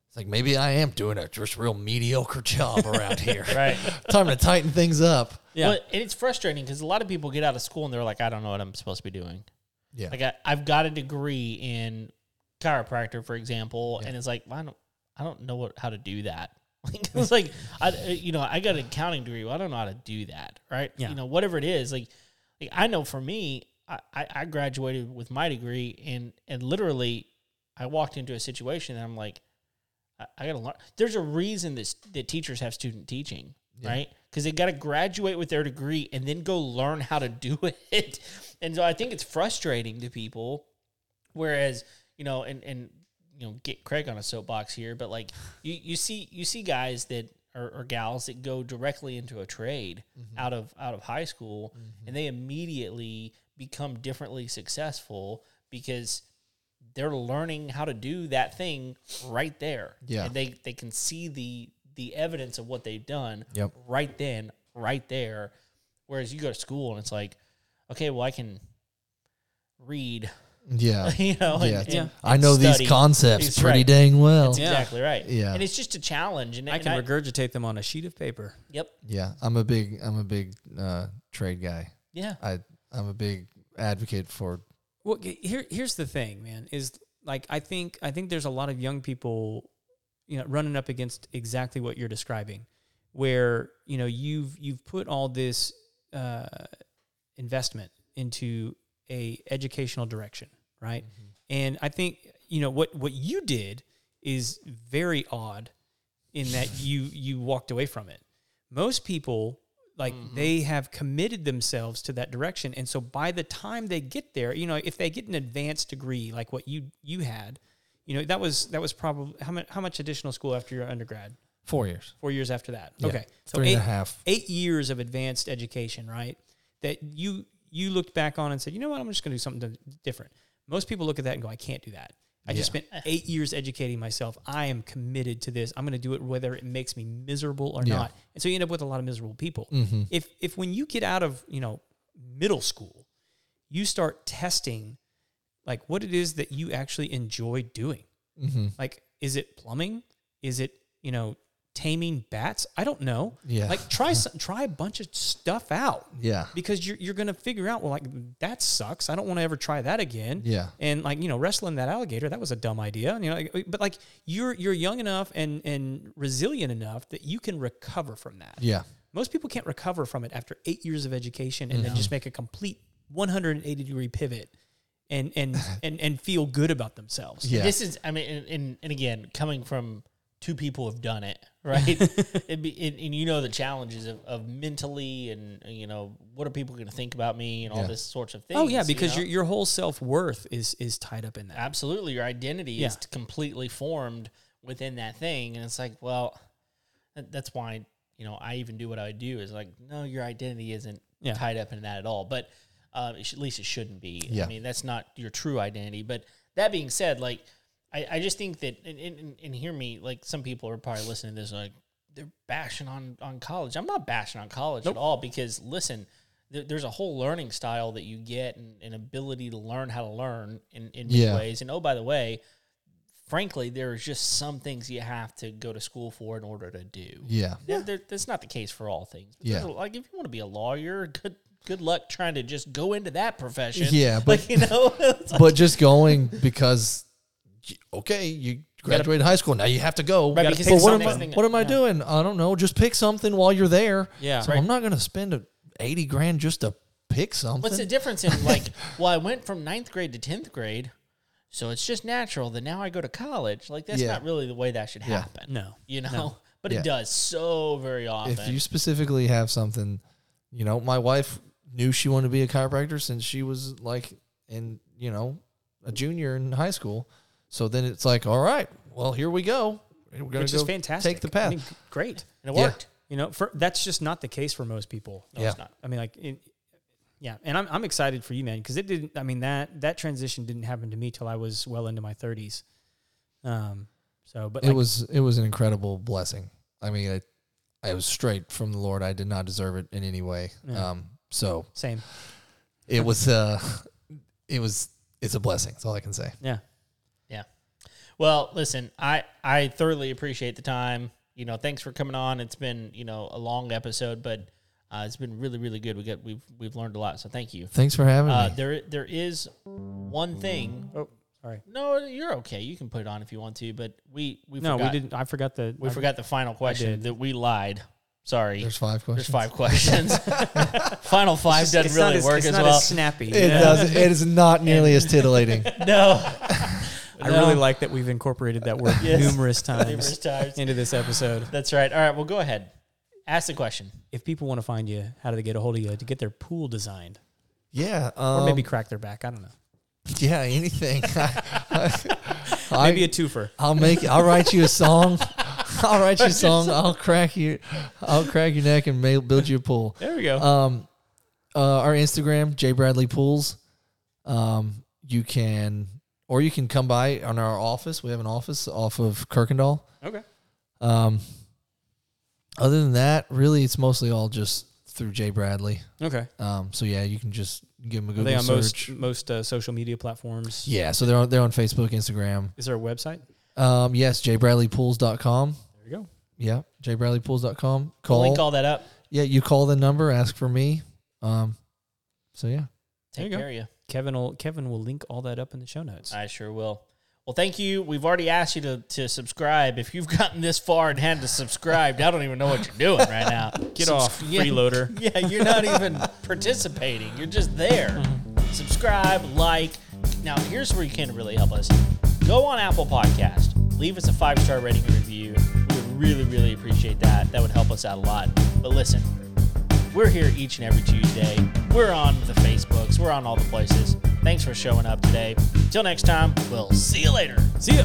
Speaker 3: it's Like maybe I am doing a just real mediocre job around here.
Speaker 1: Right.
Speaker 3: Time to tighten things up.
Speaker 2: Yeah.
Speaker 1: Well, and it's frustrating because a lot of people get out of school and they're like, I don't know what I'm supposed to be doing.
Speaker 3: Yeah.
Speaker 1: Like I, I've got a degree in chiropractor, for example, and it's like well, I don't, I don't know what how to do that. Like it's like I, you know, I got an accounting degree. Well, I don't know how to do that, right?
Speaker 2: Yeah.
Speaker 1: You know, whatever it is, like, like I know for me, I, I I graduated with my degree, and and literally, I walked into a situation and I'm like, I, I gotta learn. There's a reason this that teachers have student teaching, right? Because they gotta graduate with their degree and then go learn how to do it. And so I think it's frustrating to people. Whereas you know, and and you know, get Craig on a soapbox here, but like you you see you see guys that. Or, or gals that go directly into a trade
Speaker 3: Mm-hmm.
Speaker 1: out of out of high school, and they immediately become differently successful because they're learning how to do that thing right there.
Speaker 3: Yeah.
Speaker 1: And they they can see the the evidence of what they've done
Speaker 3: Yep.
Speaker 1: right then, right there. Whereas you go to school and it's like, okay, well I can read,
Speaker 3: Yeah.
Speaker 1: you know, and,
Speaker 3: Yeah.
Speaker 1: and-
Speaker 2: Yeah.
Speaker 3: I
Speaker 1: and
Speaker 3: know
Speaker 1: study.
Speaker 3: these concepts
Speaker 1: It's
Speaker 3: pretty
Speaker 1: right.
Speaker 3: dang well.
Speaker 1: That's exactly right.
Speaker 3: Yeah.
Speaker 1: And it's just a challenge. And
Speaker 2: I
Speaker 1: and
Speaker 2: can regurgitate them on a sheet of paper.
Speaker 1: Yep.
Speaker 3: Yeah, I'm a big I'm a big uh, trade guy.
Speaker 1: Yeah.
Speaker 3: I I'm a big advocate for
Speaker 2: Well, g- here here's the thing, man. Is like I think I think there's a lot of young people, you know, running up against exactly what you're describing, where you know you've you've put all this uh, investment into a educational direction, right? And I think you know what what you did is very odd, in that you you walked away from it. Most people like they have committed themselves to that direction and so by the time they get there you know if they get an advanced degree like what you you had you know that was that was probably how much how much additional school after your undergrad
Speaker 3: four years.
Speaker 2: four years after that
Speaker 3: Yeah,
Speaker 2: okay
Speaker 3: three
Speaker 2: eight,
Speaker 3: and a half.
Speaker 2: eight years of advanced education right that you you looked back on and said you know what i'm just going to do something di- different most people look at that and go i can't do that i just
Speaker 3: Yeah.
Speaker 2: spent eight years educating myself i am committed to this i'm going to do it whether it makes me miserable or
Speaker 3: Yeah. Mm-hmm.
Speaker 2: not and so you end up with a lot of miserable people if if when you get out of you know middle school you start testing like what it is that
Speaker 3: Mm-hmm.
Speaker 2: you actually enjoy doing like is it plumbing is it you know taming bats. I don't know.
Speaker 3: Yeah.
Speaker 2: Like try some, try a bunch of stuff out
Speaker 3: Yeah.
Speaker 2: because you're you're gonna figure out well like that sucks. I don't want to ever try that again.
Speaker 3: Yeah.
Speaker 2: And like you know wrestling that alligator that was a dumb idea. And, you know, like, but like you're you're young enough and and resilient enough that you can recover from that.
Speaker 3: Yeah.
Speaker 2: Most people can't recover from it after eight years of education and
Speaker 3: Mm-hmm.
Speaker 2: then just make a complete 180 degree pivot and and and and feel good about themselves.
Speaker 3: Yeah.
Speaker 1: This is, I mean, and, and, and again, coming from two people who've done it, right? It'd be, and, and you know the challenges of, of mentally and, you know, what are people going to think about me and all
Speaker 3: Yeah.
Speaker 1: this sorts of things.
Speaker 2: Oh yeah,
Speaker 1: you
Speaker 2: because
Speaker 1: know?
Speaker 2: your your whole self worth is is tied up in that.
Speaker 1: absolutely your identity
Speaker 2: Yeah.
Speaker 1: is completely formed within that thing. And it's like, well, that- that's why, you know, I even do what I do is like, no, your identity isn't
Speaker 2: Yeah.
Speaker 1: tied up in that at all. But uh, it should- at least it shouldn't be.
Speaker 3: Yeah.
Speaker 1: I mean, that's not your true identity. But that being said, like, I, I just think that, and, and, and- and hear me, like, some people are probably listening to this, like, they're bashing on, on college. I'm not bashing on college at all because, listen, there, there's a whole learning style that you get and an ability to learn how to learn in, in many
Speaker 3: Yeah.
Speaker 1: ways. And oh, by the way, frankly, there's just some things you have to go to school for in order to do.
Speaker 3: Yeah.
Speaker 1: There- there- that's not the case for all things. But
Speaker 3: Yeah.
Speaker 1: there's a- Like if you want to be a lawyer, good good luck trying to just go into that profession.
Speaker 3: Yeah,
Speaker 1: Like, you know, it's like-
Speaker 3: But just going because y- okay, you graduated high school, now you have to go.
Speaker 1: Right,
Speaker 3: But
Speaker 1: because
Speaker 3: what
Speaker 1: some
Speaker 3: am I,
Speaker 1: next thing-
Speaker 3: what am I doing? I don't know. Just pick something while you're there.
Speaker 2: Yeah.
Speaker 3: So I'm not going to spend a, 80 grand just to pick something.
Speaker 1: what's the difference in like? Well, I went from ninth grade to tenth grade, so it's just natural that now I go to college. Like that's
Speaker 3: Yeah.
Speaker 1: not really the way that should
Speaker 3: Yeah.
Speaker 1: happen.
Speaker 2: No.
Speaker 1: you know. But
Speaker 3: Yeah.
Speaker 1: it does so very often.
Speaker 3: if you specifically have something, you know, my wife knew she wanted to be a chiropractor since she was like in, you know, a junior in high school. So then it's like, all right, well, here we go. We're gonna
Speaker 2: Which is
Speaker 3: go
Speaker 2: fantastic.
Speaker 3: Take the
Speaker 2: I
Speaker 3: path.
Speaker 2: mean, great.
Speaker 1: and it
Speaker 3: yeah.
Speaker 1: worked.
Speaker 2: You know, for, that's just not the case for most people.
Speaker 3: yeah.
Speaker 1: not.
Speaker 2: I mean, like, it, yeah, and I'm, I'm excited for you, man, because it didn't. I mean that that transition didn't happen to me till I was well into my 30s. Um, so, but
Speaker 3: it
Speaker 2: like,
Speaker 3: was it was an incredible blessing. I mean, it, it was straight from the Lord. I did not deserve it in any way.
Speaker 2: Yeah.
Speaker 3: Um, so
Speaker 2: same,
Speaker 3: it was uh, it was it's a blessing. That's all I can say.
Speaker 2: yeah,
Speaker 1: Well, listen, I I thoroughly appreciate the time. You know, thanks for coming on. It's been you know a long episode, but uh, it's been really really good. We got we've we've learned a lot, so thank you.
Speaker 3: Thanks for having
Speaker 1: Uh,
Speaker 3: me.
Speaker 1: there there is one thing.
Speaker 2: Oh, sorry.
Speaker 1: No, you're okay. You can put it on if you want to, but we we
Speaker 2: no,
Speaker 1: forgot,
Speaker 2: we didn't. I forgot the.
Speaker 1: we
Speaker 2: I-
Speaker 1: forgot the final question
Speaker 2: did.
Speaker 1: that we lied. Sorry, there's,
Speaker 3: There's five questions.
Speaker 1: five questions. final five
Speaker 2: It's
Speaker 1: doesn't
Speaker 2: not
Speaker 1: really
Speaker 2: as-
Speaker 1: work
Speaker 2: it's
Speaker 1: as
Speaker 2: not
Speaker 1: well.
Speaker 2: As snappy.
Speaker 3: It
Speaker 2: Yeah.
Speaker 3: does. It is not nearly as titillating.
Speaker 1: no,
Speaker 2: I
Speaker 1: No.
Speaker 2: really like that we've incorporated that word
Speaker 1: Yes.
Speaker 2: numerous times
Speaker 1: Numerous times.
Speaker 2: into this episode.
Speaker 1: That's right. All right, well, go ahead. Ask the question.
Speaker 2: If people want to find you, how do they get a hold of you to get their pool designed
Speaker 3: Yeah.
Speaker 2: or
Speaker 3: Um,
Speaker 2: maybe crack their back? I don't know.
Speaker 3: Yeah. Anything.
Speaker 2: Maybe
Speaker 3: I,
Speaker 2: a twofer.
Speaker 3: I'll make. I'll write you a song. I'll write you a song. I'll crack you. I'll crack your neck and ma- build you a pool.
Speaker 2: There we go.
Speaker 3: Um, uh, our Instagram, J Bradley Pools. Um, you can, or you can come by on our office. We have an office off of Kirkendall.
Speaker 2: okay.
Speaker 3: Um, other than that, really, it's mostly all just through J Bradley.
Speaker 2: Okay.
Speaker 3: Um, so yeah, you can just give him a
Speaker 2: Are
Speaker 3: Google
Speaker 2: they on
Speaker 3: search.
Speaker 2: most most uh, social media platforms?
Speaker 3: yeah, so they're on, they're on Facebook, Instagram.
Speaker 2: Is there a website?
Speaker 3: Um, yes, jbradleypools.com.
Speaker 2: There you go.
Speaker 3: Yeah, jbradleypools.com.
Speaker 1: We'll
Speaker 3: Call.
Speaker 1: Link all that up.
Speaker 3: yeah, you call the number, ask for me. Um, so yeah.
Speaker 2: There you
Speaker 1: Take
Speaker 2: go.
Speaker 1: care of you.
Speaker 2: Kevin will Kevin will link all that up in the show notes.
Speaker 1: I sure will. Well, thank you. We've already asked you to, to subscribe. If you've gotten this far and had to subscribe, I don't even know what you're doing right now.
Speaker 2: Get off, freeloader.
Speaker 1: Yeah, you're not even participating. You're just there. Subscribe, like. Now, here's where you can really help us. Go on Apple Podcast. Leave us a five star rating and review. We would really, really appreciate that. That would help us out a lot. But listen, we're here each and every Tuesday. We're on the Facebooks. We're on all the places. Thanks for showing up today. Till next time, we'll see you later.
Speaker 2: See ya.